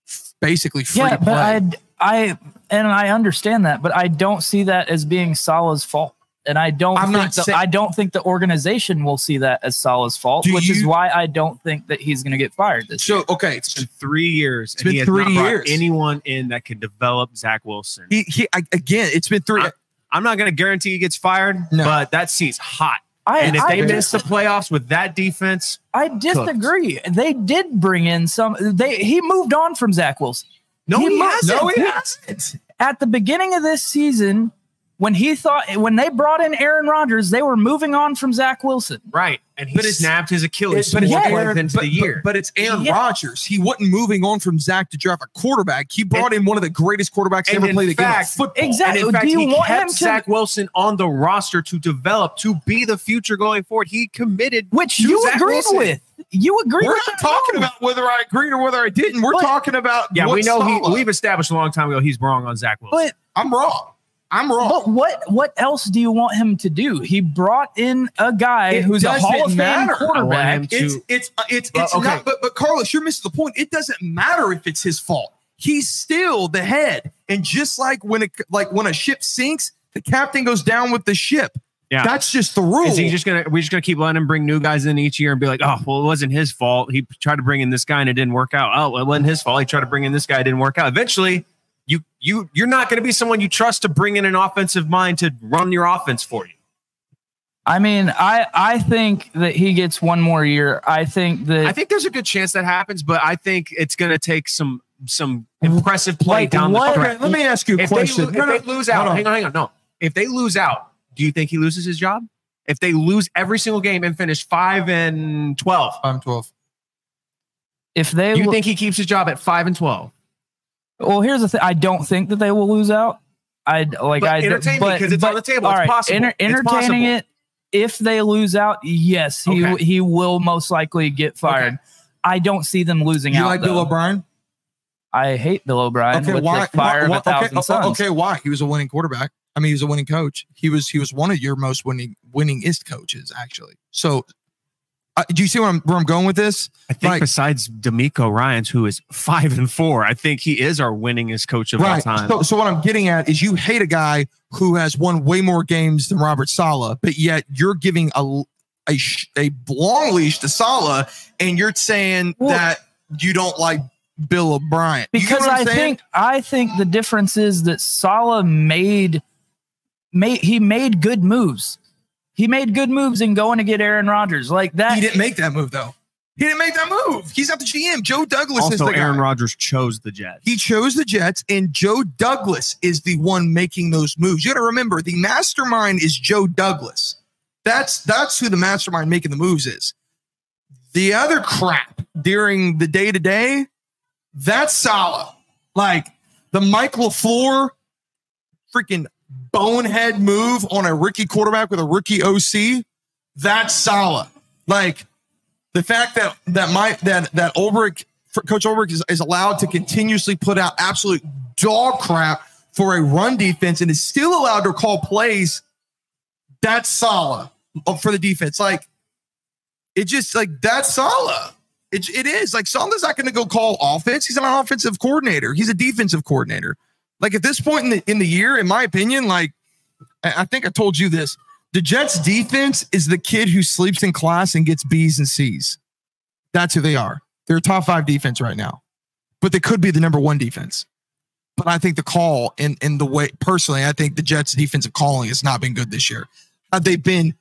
[SPEAKER 5] f- basically free
[SPEAKER 3] yeah,
[SPEAKER 5] play.
[SPEAKER 3] but I, I, and I understand that, but I don't see that as being Salah's fault. And I don't,
[SPEAKER 5] I'm
[SPEAKER 3] think
[SPEAKER 5] not
[SPEAKER 3] the,
[SPEAKER 5] say-
[SPEAKER 3] I don't think the organization will see that as Salah's fault,
[SPEAKER 5] Do
[SPEAKER 3] which is
[SPEAKER 5] you-
[SPEAKER 3] why I don't think that he's going to get fired this year.
[SPEAKER 5] so okay,
[SPEAKER 1] It's been three years.
[SPEAKER 5] It's been
[SPEAKER 1] he has
[SPEAKER 5] three
[SPEAKER 1] not brought
[SPEAKER 5] years.
[SPEAKER 1] Anyone in that could develop Zach Wilson?
[SPEAKER 5] he, he I, again, it's been three.
[SPEAKER 1] I'm not going to guarantee he gets fired,
[SPEAKER 5] No.
[SPEAKER 1] but that seat's hot.
[SPEAKER 3] I,
[SPEAKER 1] And if
[SPEAKER 3] I
[SPEAKER 1] they
[SPEAKER 3] dis-
[SPEAKER 1] miss the playoffs with that defense,
[SPEAKER 3] I disagree. They did bring in some. They he moved on from Zach Wilson
[SPEAKER 1] no,
[SPEAKER 3] He
[SPEAKER 1] he,
[SPEAKER 3] might-
[SPEAKER 1] hasn't.
[SPEAKER 3] no, he
[SPEAKER 1] hasn't.
[SPEAKER 3] at the beginning of this season. When he thought when they brought in Aaron Rodgers, they were moving on from Zach Wilson.
[SPEAKER 1] Right, and he
[SPEAKER 5] But it's-
[SPEAKER 1] snapped his Achilles
[SPEAKER 5] but
[SPEAKER 1] more
[SPEAKER 5] it's
[SPEAKER 1] plays
[SPEAKER 5] Aaron-
[SPEAKER 1] into
[SPEAKER 5] but-
[SPEAKER 1] the year.
[SPEAKER 5] But, but it's Aaron
[SPEAKER 3] Yeah.
[SPEAKER 5] Rodgers. He wasn't moving on from Zach to draft a quarterback. He brought in one of the greatest quarterbacks to
[SPEAKER 1] And
[SPEAKER 5] ever
[SPEAKER 1] in
[SPEAKER 5] played the game. of
[SPEAKER 1] fact-
[SPEAKER 5] football.
[SPEAKER 3] Exactly.
[SPEAKER 1] And in fact,
[SPEAKER 3] Do you
[SPEAKER 1] he
[SPEAKER 3] want
[SPEAKER 1] kept
[SPEAKER 3] him to?
[SPEAKER 1] Zach Wilson on the roster to develop, to be the future going forward. He committed.
[SPEAKER 3] which
[SPEAKER 1] to
[SPEAKER 3] you
[SPEAKER 1] Zach
[SPEAKER 3] agreed
[SPEAKER 1] Wilson.
[SPEAKER 3] with. You agreed.
[SPEAKER 5] We're
[SPEAKER 3] with
[SPEAKER 5] not
[SPEAKER 3] that.
[SPEAKER 5] talking about whether I agreed or whether I didn't. We're
[SPEAKER 3] But-
[SPEAKER 5] talking about
[SPEAKER 1] Yeah, we
[SPEAKER 5] what's
[SPEAKER 1] know he,
[SPEAKER 5] solid.
[SPEAKER 1] we've established a long time ago he's wrong on Zach Wilson.
[SPEAKER 3] But
[SPEAKER 5] I'm wrong. I'm wrong.
[SPEAKER 3] But Oh, what what else do you want him to do? He brought in a guy
[SPEAKER 5] It
[SPEAKER 3] who's a
[SPEAKER 5] doesn't
[SPEAKER 3] Hall of Fame
[SPEAKER 5] matter.
[SPEAKER 1] I
[SPEAKER 3] quarterback.
[SPEAKER 1] want him
[SPEAKER 5] It's
[SPEAKER 1] to-
[SPEAKER 5] it's uh, it's
[SPEAKER 1] Well,
[SPEAKER 5] it's
[SPEAKER 1] okay.
[SPEAKER 5] not. But but Carlos, you're missing the point. It doesn't matter if it's his fault. He's still the head, and just like when it like when a ship sinks, the captain goes down with the ship.
[SPEAKER 1] Yeah.
[SPEAKER 5] that's just the rule.
[SPEAKER 1] Is he just gonna? We're just gonna keep letting him bring new guys in each year and be like, oh, well, it wasn't his fault. He tried to bring in this guy and it didn't work out. Oh, well, it wasn't his fault. He tried to bring in this guy, it didn't work out. Eventually, you you you're not gonna be someone you trust to bring in an offensive mind to run your offense for you.
[SPEAKER 3] I mean, I I think that he gets one more year. I think that
[SPEAKER 1] I think there's a good chance that happens, but I think it's gonna take some some impressive play
[SPEAKER 3] Like,
[SPEAKER 1] down
[SPEAKER 3] what-
[SPEAKER 1] the
[SPEAKER 5] Okay,
[SPEAKER 1] stretch.
[SPEAKER 5] let me ask you a
[SPEAKER 1] If they,
[SPEAKER 5] question.
[SPEAKER 1] lo-
[SPEAKER 5] No, no,
[SPEAKER 1] if they lose out,
[SPEAKER 5] hold on.
[SPEAKER 1] hang on, hang on. No, if they lose out, do you think he loses his job? If they lose every single game and finish five and twelve,
[SPEAKER 5] I'm 12.
[SPEAKER 3] if they
[SPEAKER 1] you
[SPEAKER 3] lo-
[SPEAKER 1] think he keeps his job at five and twelve?
[SPEAKER 3] well, here's the thing. I don't think that they will lose out. I like
[SPEAKER 1] But
[SPEAKER 3] I
[SPEAKER 1] entertain me,
[SPEAKER 3] but-
[SPEAKER 1] 'cause it's
[SPEAKER 3] but-
[SPEAKER 1] on the table. It's possible.
[SPEAKER 3] enter-
[SPEAKER 1] It's
[SPEAKER 3] entertaining
[SPEAKER 1] possible.
[SPEAKER 3] it. If they lose out, yes, he
[SPEAKER 1] Okay.
[SPEAKER 3] he will most likely get fired. I don't see them losing
[SPEAKER 5] You
[SPEAKER 3] out.
[SPEAKER 5] like Bill
[SPEAKER 3] though.
[SPEAKER 5] O'Brien?
[SPEAKER 3] I hate Bill O'Brien with the fire of a
[SPEAKER 5] why-
[SPEAKER 1] oh,
[SPEAKER 3] thousand
[SPEAKER 5] okay,
[SPEAKER 3] suns.
[SPEAKER 5] okay, why? He was a winning quarterback. I mean, he was a winning coach. He was he was one of your most winning winningest coaches, actually. So, uh, do you see where I'm where I'm going with this?
[SPEAKER 1] I think
[SPEAKER 5] Right.
[SPEAKER 1] besides D'Amico Ryan's, who is five and four, I think he is our winningest coach of all time.
[SPEAKER 5] So, so what I'm getting at is you hate a guy who has won way more games than Robert Sala, but yet you're giving a a, sh- a long leash to Sala, and you're saying
[SPEAKER 3] Well-
[SPEAKER 5] that you don't like Bill O'Brien You get
[SPEAKER 3] because
[SPEAKER 5] what I'm
[SPEAKER 3] I
[SPEAKER 5] saying?
[SPEAKER 3] think I think the difference is that Salah made made he made good moves. He made good moves in going to get Aaron Rodgers like that.
[SPEAKER 5] he didn't make that move though. He didn't make that move. He's not the GM. Joe Douglas is
[SPEAKER 1] also,
[SPEAKER 5] the guy.
[SPEAKER 1] Aaron Rodgers chose the Jets.
[SPEAKER 5] He chose the Jets, and Joe Douglas is the one making those moves. You got to remember, the mastermind is Joe Douglas. That's that's who the mastermind making the moves is. The other crap during the day to day, that's solid. Like the Mike LaFleur freaking bonehead move on a rookie quarterback with a rookie OC, that's solid. Like the fact that that my that that Ulbrich for Coach Ulbrich is, is allowed to continuously put out absolute dog crap for a run defense and is still allowed to call plays. That's solid uh, for the defense. Like it just like that's solid. It, it is like Sala's not going to go call offense. He's not an offensive coordinator. He's a defensive coordinator. Like at this point in the in the year, in my opinion, like I, I think I told you this. The Jets defense is the kid who sleeps in class and gets B's and C's. That's who they are. They're a top five defense right now, but they could be the number one defense. But I think the call and and the way personally, I think the Jets defensive calling has not been good this year. Have they been?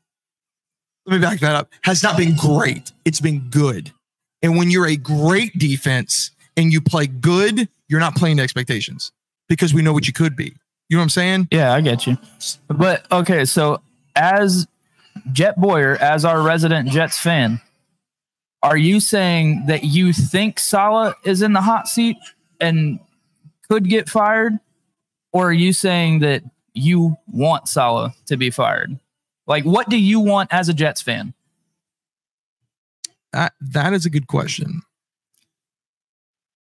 [SPEAKER 5] Let me back that up. Has not been great. It's been good. And when you're a great defense and you play good, you're not playing to expectations because we know what you could be. You know what I'm saying?
[SPEAKER 3] Yeah, I get you. But okay, so as Jet Boyer, as our resident Jets fan, are you saying that you think Salah is in the hot seat and could get fired? Or are you saying that you want Salah to be fired? Like, what do you want as a Jets fan?
[SPEAKER 5] That that is a good question.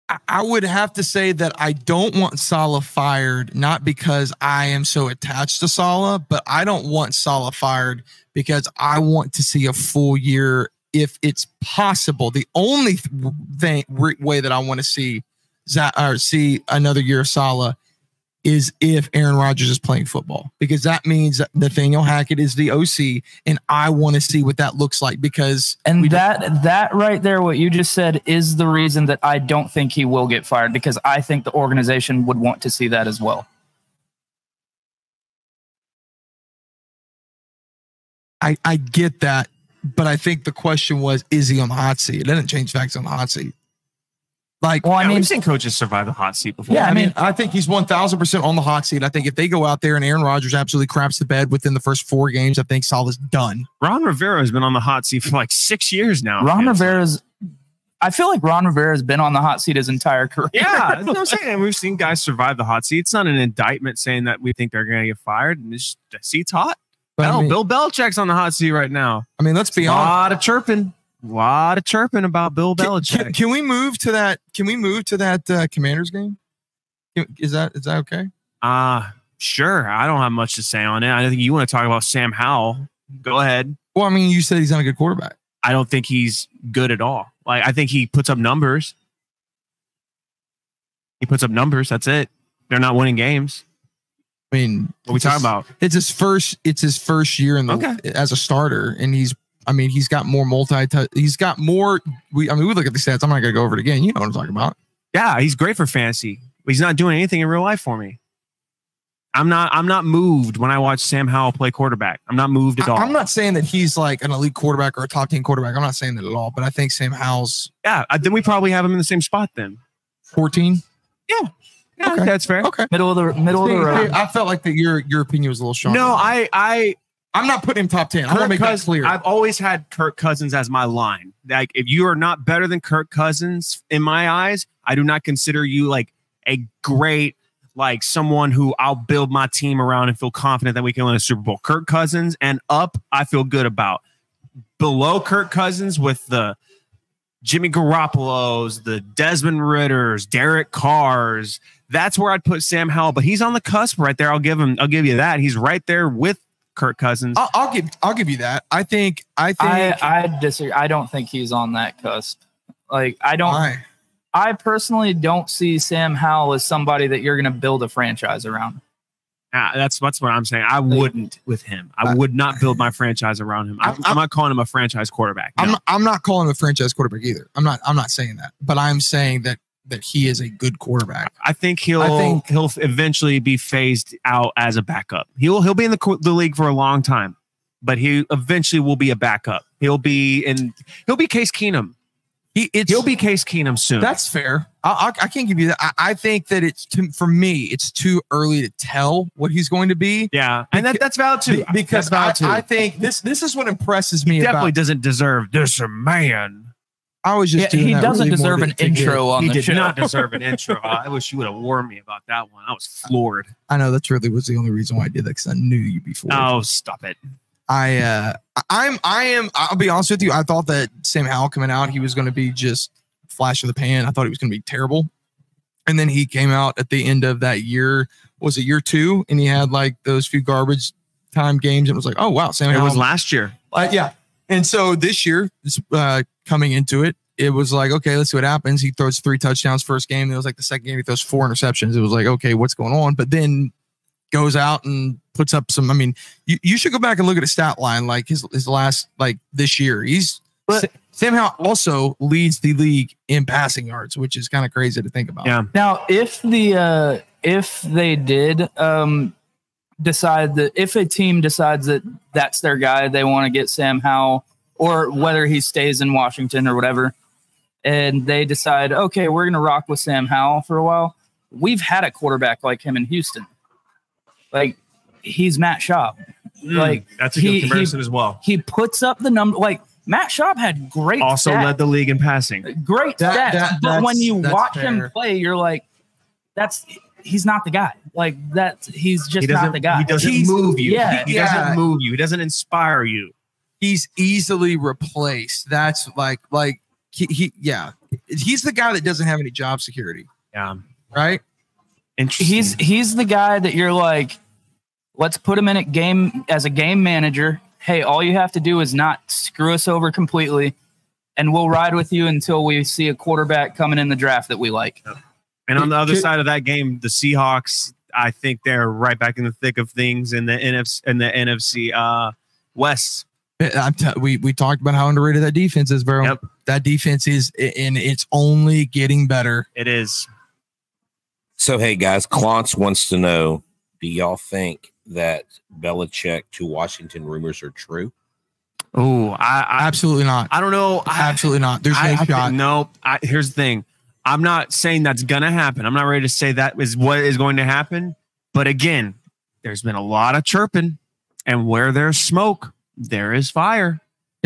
[SPEAKER 5] I, I would have to say that I don't want Salah fired, not because I am so attached to Salah, but I don't want Salah fired because I want to see a full year if it's possible. The only th- thing re- way that I want to see Za- or see another year of Salah is if Aaron Rodgers is playing football because that means that Nathaniel Hackett is the OC and I want to see what that looks like because
[SPEAKER 3] And
[SPEAKER 5] We don't-
[SPEAKER 3] that that right there, what you just said, is the reason that I don't think he will get fired because I think the organization would want to see that as well.
[SPEAKER 5] I, I get that, but I think the question was, is he on the hot seat? It didn't change facts on the hot seat. Like,
[SPEAKER 3] Well, I
[SPEAKER 1] Yeah,
[SPEAKER 3] mean,
[SPEAKER 1] we've seen coaches survive the hot seat before.
[SPEAKER 3] Yeah, I
[SPEAKER 5] I mean,
[SPEAKER 3] mean-
[SPEAKER 5] I think he's one thousand percent on the hot seat. I think if they go out there and Aaron Rodgers absolutely craps the bed within the first four games, I think Sal is done.
[SPEAKER 1] Ron Rivera has been on the hot seat for like six years now.
[SPEAKER 3] Ron
[SPEAKER 1] man.
[SPEAKER 3] Rivera's. I feel like Ron Rivera's been on the hot seat his entire career.
[SPEAKER 1] Yeah, that's what I'm saying. We've seen guys survive the hot seat. It's not an indictment saying that we think they're going to get fired. And it's just, the seat's hot.
[SPEAKER 5] But
[SPEAKER 1] Hell,
[SPEAKER 5] I, mean,
[SPEAKER 1] Bill Belichick's on the hot seat right now.
[SPEAKER 5] I mean, let's be
[SPEAKER 1] a
[SPEAKER 5] honest.
[SPEAKER 1] lot of chirping. A lot of chirping about Bill
[SPEAKER 5] Can,
[SPEAKER 1] Belichick.
[SPEAKER 5] can- can we move to that? Can we move to that uh, Commanders game? Can- Is that is that okay?
[SPEAKER 1] Uh sure. I don't have much to say on it. I think you want to talk about Sam Howell. Go ahead.
[SPEAKER 5] Well, I mean, you said he's not a good quarterback.
[SPEAKER 1] I don't think he's good at all. Like I think he puts up numbers. He puts up numbers. That's it. They're not winning games.
[SPEAKER 5] I mean,
[SPEAKER 1] What are we
[SPEAKER 5] it's his-
[SPEAKER 1] talking about?
[SPEAKER 5] It's his first. It's his first year in the
[SPEAKER 1] Okay.
[SPEAKER 5] as a starter, and he's. I mean, he's got more multi. He's got more. We. I mean, we look at the stats. I'm not gonna go over it again. You know what I'm talking about.
[SPEAKER 1] Yeah, he's great for fantasy, but he's not doing anything in real life for me. I'm not I'm not moved when I watch Sam Howell play quarterback. I'm not moved at all.
[SPEAKER 5] I, am not saying that he's like an elite quarterback or a top 10 quarterback. I'm not saying that at all, but I think Sam Howell's
[SPEAKER 1] yeah, I- then we probably have him in the same spot then.
[SPEAKER 5] 14.
[SPEAKER 1] Yeah, I think
[SPEAKER 5] Okay.
[SPEAKER 1] that's fair.
[SPEAKER 5] Okay.
[SPEAKER 3] Middle of the middle of the road.
[SPEAKER 5] I felt like that your your opinion was a little strong.
[SPEAKER 1] No, I I
[SPEAKER 5] I'm not putting him top 10. I want to
[SPEAKER 1] Kirk
[SPEAKER 5] make that
[SPEAKER 1] Cousins,
[SPEAKER 5] clear.
[SPEAKER 1] I've always had Kirk Cousins as my line. Like, if you are not better than Kirk Cousins in my eyes, I do not consider you like a great, like someone who I'll build my team around and feel confident that we can win a Super Bowl. Kirk Cousins and up, I feel good about. Below Kirk Cousins with the Jimmy Garoppolo's, the Desmond Ritters, Derek Carr's. That's where I'd put Sam Howell, but he's on the cusp right there. I'll give him. I'll give you that. He's right there with Kirk Cousins.
[SPEAKER 5] I'll, I'll give I'll give you that. I think I think
[SPEAKER 3] I I disagree. I don't think he's on that cusp. Like I don't.
[SPEAKER 5] Why?
[SPEAKER 3] I personally don't see Sam Howell as somebody that you're going to build a franchise around.
[SPEAKER 1] Ah, that's that's what I'm saying. I wouldn't with him. I would not build my franchise around him. I'm,
[SPEAKER 5] I- I-
[SPEAKER 1] I'm not calling him a franchise quarterback. No.
[SPEAKER 5] I'm not, I'm not calling him a franchise quarterback either. I'm not I'm not saying that. But I'm saying that that he is a good quarterback.
[SPEAKER 1] I think he'll
[SPEAKER 5] I think-
[SPEAKER 1] he'll eventually be phased out as a backup. He'll he'll be in the, co- the league for a long time, but he eventually will be a backup. He'll be in he'll be Case Keenum.
[SPEAKER 5] He it's
[SPEAKER 1] He'll be Case Keenum soon.
[SPEAKER 5] That's fair. I, I, I can't give you that. I, I think that it's too, for me. It's too early to tell what he's going to be
[SPEAKER 1] yeah, and that that's valid too.
[SPEAKER 5] Be- because I,
[SPEAKER 1] that's valid too.
[SPEAKER 5] I think this this is what impresses me. Definitely,
[SPEAKER 1] Definitely doesn't deserve this man.
[SPEAKER 5] I was
[SPEAKER 3] Yeah,
[SPEAKER 5] just doing
[SPEAKER 3] he
[SPEAKER 5] that
[SPEAKER 3] doesn't
[SPEAKER 5] really more
[SPEAKER 3] deserve
[SPEAKER 5] to-
[SPEAKER 3] an
[SPEAKER 5] to get-
[SPEAKER 3] intro on
[SPEAKER 1] He
[SPEAKER 3] the
[SPEAKER 1] did
[SPEAKER 3] show.
[SPEAKER 1] not deserve an intro. I wish you would have warned me about that one. I was floored.
[SPEAKER 5] I know that's really was the only reason why I did that because I knew you before.
[SPEAKER 1] Oh, stop it.
[SPEAKER 5] I uh, I- I'm I am. I'll be honest with you. I thought that Sam Howell coming out, he was going to be just flash of the pan. I thought he was going to be terrible, and then he came out at the end of that year. Was it year two? And he had like those few garbage time games. And it was like, oh wow, Sam
[SPEAKER 1] It
[SPEAKER 5] Howell
[SPEAKER 1] was last year.
[SPEAKER 5] Uh, yeah. And so this year, this, uh, coming into it, it was like, okay, let's see what happens. He throws three touchdowns first game. It was like the second game, he throws four interceptions. It was like, okay, what's going on? But then goes out and puts up some. I mean, you, you should go back and look at his stat line, like his, his last, like this year. He's
[SPEAKER 3] But-
[SPEAKER 5] Sa- Sam Howell also leads the league in passing yards, which is kind of crazy to think about.
[SPEAKER 1] Yeah.
[SPEAKER 3] Now, if the uh, if they did um, decide that if a team decides that that's their guy, they want to get Sam Howell, or whether he stays in Washington or whatever, and they decide, okay, we're gonna rock with Sam Howell for a while. We've had a quarterback like him in Houston, like he's Matt Schaub. Like,
[SPEAKER 1] Mm, that's
[SPEAKER 3] a good he- comparison
[SPEAKER 1] as well.
[SPEAKER 3] He puts up the number. Like Matt Schaub had great
[SPEAKER 1] Also
[SPEAKER 3] stats.
[SPEAKER 1] led the league in passing.
[SPEAKER 3] great
[SPEAKER 5] That-
[SPEAKER 3] stats,
[SPEAKER 5] that-
[SPEAKER 3] but when
[SPEAKER 5] that's-
[SPEAKER 3] you
[SPEAKER 5] that's
[SPEAKER 3] watch
[SPEAKER 5] fair.
[SPEAKER 3] him play, you're like, that's he's not the guy. Like that's he's just not the guy.
[SPEAKER 1] He doesn't
[SPEAKER 5] He's-
[SPEAKER 1] move you.
[SPEAKER 3] yeah,
[SPEAKER 1] he, he
[SPEAKER 5] yeah.
[SPEAKER 1] doesn't move you. He doesn't inspire you.
[SPEAKER 5] he's easily replaced. That's like like he, he yeah. He's the guy that doesn't have any job security,
[SPEAKER 1] Yeah.
[SPEAKER 5] right?
[SPEAKER 1] Interesting.
[SPEAKER 3] he's he's the guy that you're like, let's put him in at game as a game manager. Hey, all you have to do is not screw us over completely, and we'll ride with you until we see a quarterback coming in the draft that we like.
[SPEAKER 1] and on the other
[SPEAKER 5] Could-
[SPEAKER 1] side of that game, the Seahawks, I think they're right back in the thick of things in the NFC in the NFC uh, West.
[SPEAKER 5] Eh, I'm t- we we talked about how underrated that defense is, bro.
[SPEAKER 1] Yep.
[SPEAKER 5] That defense is, and it's only getting better.
[SPEAKER 1] It is.
[SPEAKER 7] So hey guys, Clontz wants to know: Do y'all think that Belichick to Washington rumors are true?
[SPEAKER 1] Oh, I, I
[SPEAKER 5] Absolutely not.
[SPEAKER 1] I don't know. I,
[SPEAKER 5] Absolutely not. There's no
[SPEAKER 1] I- I think-
[SPEAKER 5] shot.
[SPEAKER 1] no, I, here's the thing. I'm not saying that's gonna happen. I'm not ready to say that is what is going to happen. But again, there's been a lot of chirping, and where there's smoke, there is fire.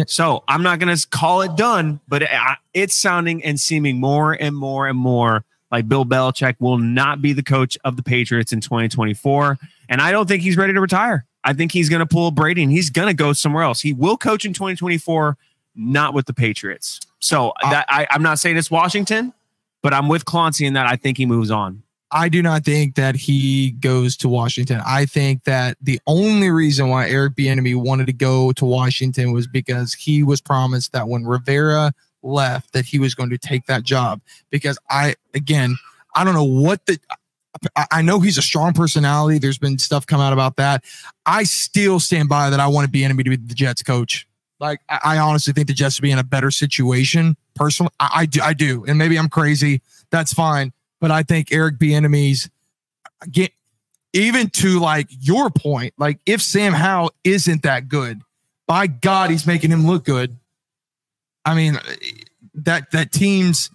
[SPEAKER 1] So I'm not gonna call it done, but I, it's sounding and seeming more and more and more like Bill Belichick will not be the coach of the Patriots in 2024, and I don't think he's ready to retire. I think he's gonna pull Brady and he's gonna go somewhere else. He will coach in 2024 not with the Patriots. So
[SPEAKER 5] Uh,
[SPEAKER 1] that I, I'm not saying it's Washington, but I'm with Clancy in that I think he moves on.
[SPEAKER 5] I do not think that he goes to Washington. I think that the only reason why Eric Bieniemy wanted to go to Washington was because he was promised that when Rivera left, that he was going to take that job. Because I, again, I don't know what the. I- I know he's a strong personality. There's been stuff come out about that. I still stand by that. I want Bieniemy to be the Jets coach. Like I, I honestly think the Jets would be in a better situation. Personally, I, I do. I do, and maybe I'm crazy. That's fine but I think Eric Bieniemy's get even to like your point, like if Sam Howe isn't that good, by God, he's making him look good. I mean, that that team's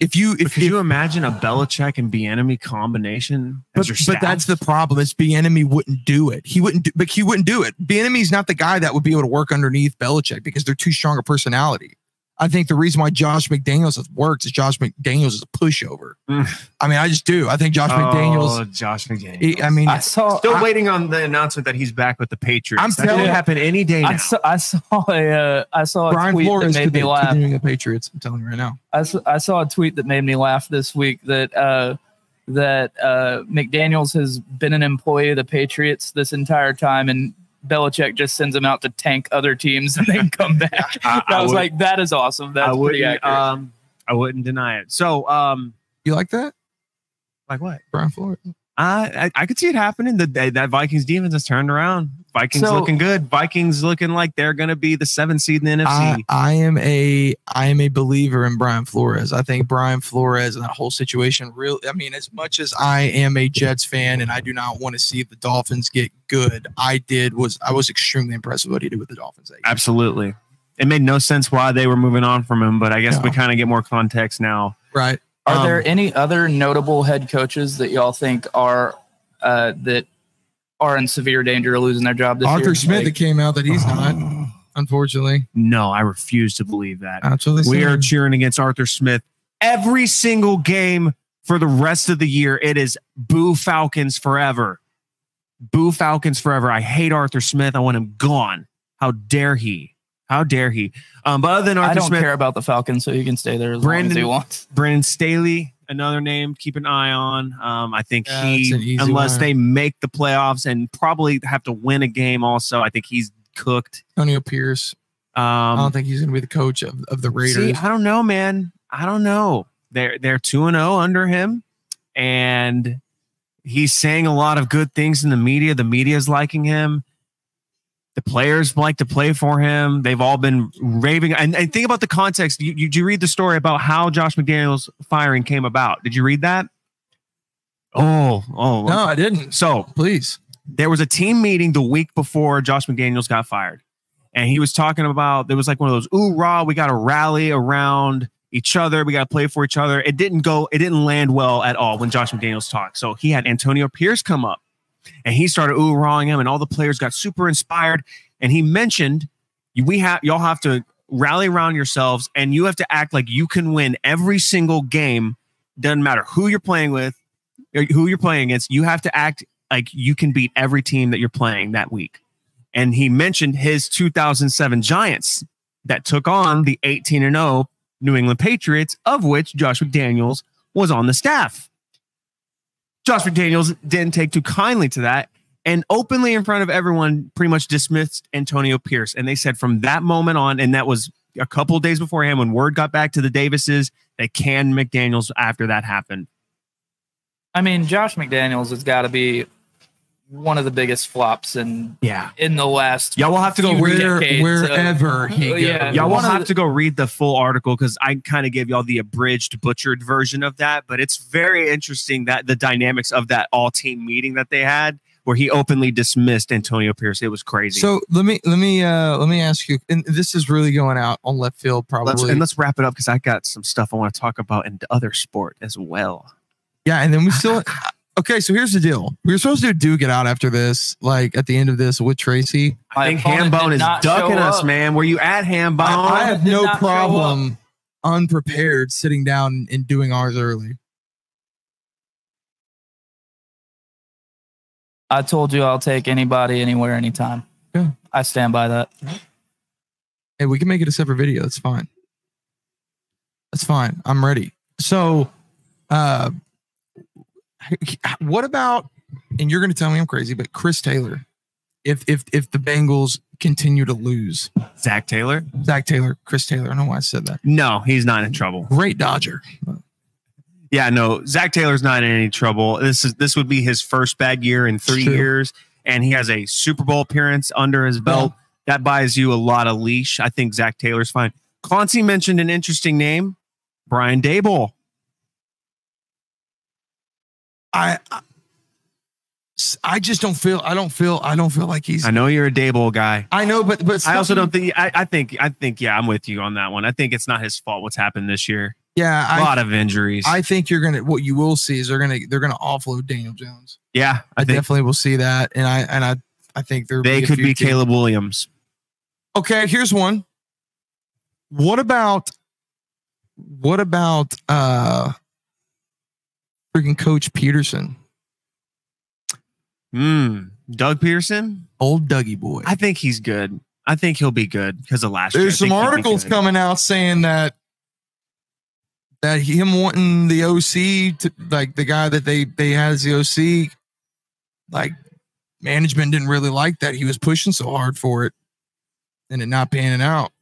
[SPEAKER 5] if you
[SPEAKER 1] But
[SPEAKER 5] if,
[SPEAKER 1] could
[SPEAKER 5] if
[SPEAKER 1] you imagine a Belichick and enemy combination?
[SPEAKER 5] but,
[SPEAKER 1] as your
[SPEAKER 5] but that's the
[SPEAKER 1] staff?
[SPEAKER 5] problem is Bienemy wouldn't do it. He wouldn't do, but he wouldn't do it. Bienemy's not the guy that would be able to work underneath Belichick because they're too strong a personality. I think the reason why Josh McDaniels has worked is Josh McDaniels is a pushover.
[SPEAKER 1] Mm.
[SPEAKER 5] I mean, I just do. I think Josh
[SPEAKER 1] Oh,
[SPEAKER 5] McDaniels.
[SPEAKER 1] Josh McDaniels.
[SPEAKER 5] he- I mean,
[SPEAKER 3] I saw.
[SPEAKER 1] Still
[SPEAKER 3] I,
[SPEAKER 1] waiting on the announcement that he's back with the Patriots.
[SPEAKER 5] I'm
[SPEAKER 1] that
[SPEAKER 5] telling-
[SPEAKER 1] could happen any day
[SPEAKER 3] I
[SPEAKER 1] now.
[SPEAKER 3] saw, I saw a uh, I saw a
[SPEAKER 5] Brian
[SPEAKER 3] tweet
[SPEAKER 5] Flores
[SPEAKER 3] that
[SPEAKER 5] could
[SPEAKER 3] made
[SPEAKER 5] be
[SPEAKER 3] me laugh.
[SPEAKER 5] continuing the Patriots. I'm telling you right now.
[SPEAKER 3] I, s- I saw a tweet that made me laugh this week that uh, that uh, McDaniel's has been an employee of the Patriots this entire time, and Belichick just sends him out to tank other teams and then come back.
[SPEAKER 1] I-
[SPEAKER 3] I,
[SPEAKER 1] I
[SPEAKER 3] was
[SPEAKER 1] would-
[SPEAKER 3] like, that is awesome. That's
[SPEAKER 1] I
[SPEAKER 3] pretty
[SPEAKER 1] wouldn't.
[SPEAKER 3] accurate.
[SPEAKER 1] Um, I wouldn't deny it. So, um,
[SPEAKER 5] You like that,
[SPEAKER 1] like what?
[SPEAKER 5] Brian Flores?
[SPEAKER 1] I I, I could see it happening. The that- that Vikings defense has turned around. Vikings
[SPEAKER 3] So-
[SPEAKER 1] looking good. Vikings looking like they're going to be the seventh seed in the NFC.
[SPEAKER 5] I, I am a I am a believer in Brian Flores. I think Brian Flores and that whole situation. Real, I mean, as much as I am a Jets fan and I do not want to see the Dolphins get good, I did was I was extremely impressed with what he did with the Dolphins. that year.
[SPEAKER 1] Absolutely. It made no sense why they were moving on from him, but I guess we
[SPEAKER 5] No.
[SPEAKER 1] kind of get more context now.
[SPEAKER 5] Right?
[SPEAKER 3] Are
[SPEAKER 5] Um,
[SPEAKER 3] there any other notable head coaches that y'all think are uh, that are in severe danger of losing their job this year?
[SPEAKER 5] Arthur Smith that
[SPEAKER 3] Like,
[SPEAKER 5] came out that he's not, unfortunately. Uh,
[SPEAKER 1] No, I refuse to believe that.
[SPEAKER 5] That's what they
[SPEAKER 1] we
[SPEAKER 5] said.
[SPEAKER 1] are cheering against Arthur Smith every single game for the rest of the year. It is boo Falcons forever. Boo Falcons forever. I hate Arthur Smith. I want him gone. How dare he? How dare he? Um, but other than
[SPEAKER 3] I
[SPEAKER 1] Arthur
[SPEAKER 3] don't
[SPEAKER 1] Smith,
[SPEAKER 3] care about the Falcons, so he can stay there as long as he
[SPEAKER 1] Brandon-
[SPEAKER 3] wants.
[SPEAKER 1] Brennan Staley, another name, keep an eye on. Um, I think
[SPEAKER 5] Yeah, that's an
[SPEAKER 1] he,
[SPEAKER 5] easy
[SPEAKER 1] unless
[SPEAKER 5] one.
[SPEAKER 1] they make the playoffs and probably have to win a game, also, I think he's cooked.
[SPEAKER 5] Antonio Pierce. I
[SPEAKER 1] Um,
[SPEAKER 5] don't think he's going to be the coach of, of the Raiders.
[SPEAKER 1] see, I don't know, man. I don't know. They're they're two and zero under him, and he's saying a lot of good things in the media. The media's liking him. The players like to play for him. They've all been raving. And, and think about the context. You, you, did you read the story about how Josh McDaniels' firing came about? Did you read that? Oh, oh.
[SPEAKER 5] no, I didn't.
[SPEAKER 1] So
[SPEAKER 5] Please.
[SPEAKER 1] there was a team meeting the week before Josh McDaniels got fired. And he was talking about there was like one of those, ooh, rah, we got to rally around each other. We got to play for each other. It didn't go, it didn't land well at all when Josh McDaniels talked. So he had Antonio Pierce come up and he started ooh, rahing him, and all the players got super inspired. And he mentioned, we have, y'all have to rally around yourselves and you have to act like you can win every single game. Doesn't matter who you're playing with, or who you're playing against, you have to act like you can beat every team that you're playing that week. And he mentioned his 2007 Giants that took on the 18 and 0 New England Patriots, of which Josh McDaniels was on the staff. Josh McDaniels didn't take too kindly to that and openly in front of everyone pretty much dismissed Antonio Pierce. And they said from that moment on, and that was a couple days beforehand when word got back to the Davises, they canned McDaniels after that happened.
[SPEAKER 3] I mean, Josh McDaniels has got to be one of the biggest flops in
[SPEAKER 1] Yeah.
[SPEAKER 3] in the last.
[SPEAKER 1] Y'all will have to go
[SPEAKER 3] Few
[SPEAKER 1] read
[SPEAKER 5] Where,
[SPEAKER 3] decades, uh,
[SPEAKER 5] wherever he
[SPEAKER 3] oh,
[SPEAKER 5] goes.
[SPEAKER 3] yeah.
[SPEAKER 1] Y'all will
[SPEAKER 3] One of
[SPEAKER 1] have
[SPEAKER 3] the-
[SPEAKER 1] to go read the full article because I kind of gave y'all the abridged, butchered version of that. But it's very interesting that the dynamics of that all team meeting that they had where he openly dismissed Antonio Pierce. It was crazy.
[SPEAKER 5] So let me let me uh let me ask you, and this is really going out on left field, probably.
[SPEAKER 1] let's and let's wrap it up because I got some stuff I want to talk about in the other sport as well.
[SPEAKER 5] Yeah, and then we still okay. So here's the deal: we were supposed to do get out after this, like at the end of this with Tracy.
[SPEAKER 1] I
[SPEAKER 3] My
[SPEAKER 1] think
[SPEAKER 3] opponent
[SPEAKER 1] Hambone
[SPEAKER 3] did
[SPEAKER 1] is
[SPEAKER 3] not
[SPEAKER 1] ducking
[SPEAKER 3] show
[SPEAKER 1] us,
[SPEAKER 3] up.
[SPEAKER 1] man. Were you at Hambone?
[SPEAKER 5] I, I have
[SPEAKER 3] Oh, did
[SPEAKER 5] no
[SPEAKER 3] not show
[SPEAKER 5] problem unprepared sitting down and doing ours early.
[SPEAKER 3] I told you I'll take anybody, anywhere, anytime.
[SPEAKER 5] Yeah.
[SPEAKER 3] I stand by that.
[SPEAKER 5] Hey, we can make it a separate video. That's fine. That's fine. I'm ready. So, uh, what about? And you're going to tell me I'm crazy, but Chris Taylor, if if if the Bengals continue to lose,
[SPEAKER 1] Zach Taylor?
[SPEAKER 5] Zach Taylor, Chris Taylor. I don't know why I said that.
[SPEAKER 1] No, he's not in trouble.
[SPEAKER 5] Great Dodger.
[SPEAKER 1] Yeah, no, Zach Taylor's not in any trouble. This is this would be his first bad year in three
[SPEAKER 5] true.
[SPEAKER 1] years, and he has a Super Bowl appearance under his belt. That buys you a lot of leash. I think Zach Taylor's fine. Clancy mentioned an interesting name, Brian Dable.
[SPEAKER 5] I I- I just don't feel I don't feel I don't feel like he's
[SPEAKER 1] I know you're a Dable guy.
[SPEAKER 5] I know but but
[SPEAKER 1] I also
[SPEAKER 5] something-
[SPEAKER 1] don't think I, I think I think yeah, I'm with you on that one. I think it's not his fault what's happened this year.
[SPEAKER 5] yeah I,
[SPEAKER 1] A lot of injuries.
[SPEAKER 5] I think you're gonna what you will see is they're gonna they're gonna offload Daniel Jones
[SPEAKER 1] yeah,
[SPEAKER 5] I,
[SPEAKER 1] I think
[SPEAKER 5] definitely will see that and I and I I think there
[SPEAKER 1] they could be Caleb Williams.
[SPEAKER 5] okay here's one what about what about uh freaking Coach Peterson
[SPEAKER 1] Hmm. Doug Peterson?
[SPEAKER 5] old Dougie boy
[SPEAKER 1] I think he's good. I think he'll be good because of last year. I
[SPEAKER 5] There's some
[SPEAKER 1] think he'll be
[SPEAKER 5] articles
[SPEAKER 1] good.
[SPEAKER 5] coming out saying that that him wanting the OC to like the guy that they they had as the OC, like management didn't really like that he was pushing so hard for it, and it not panning out.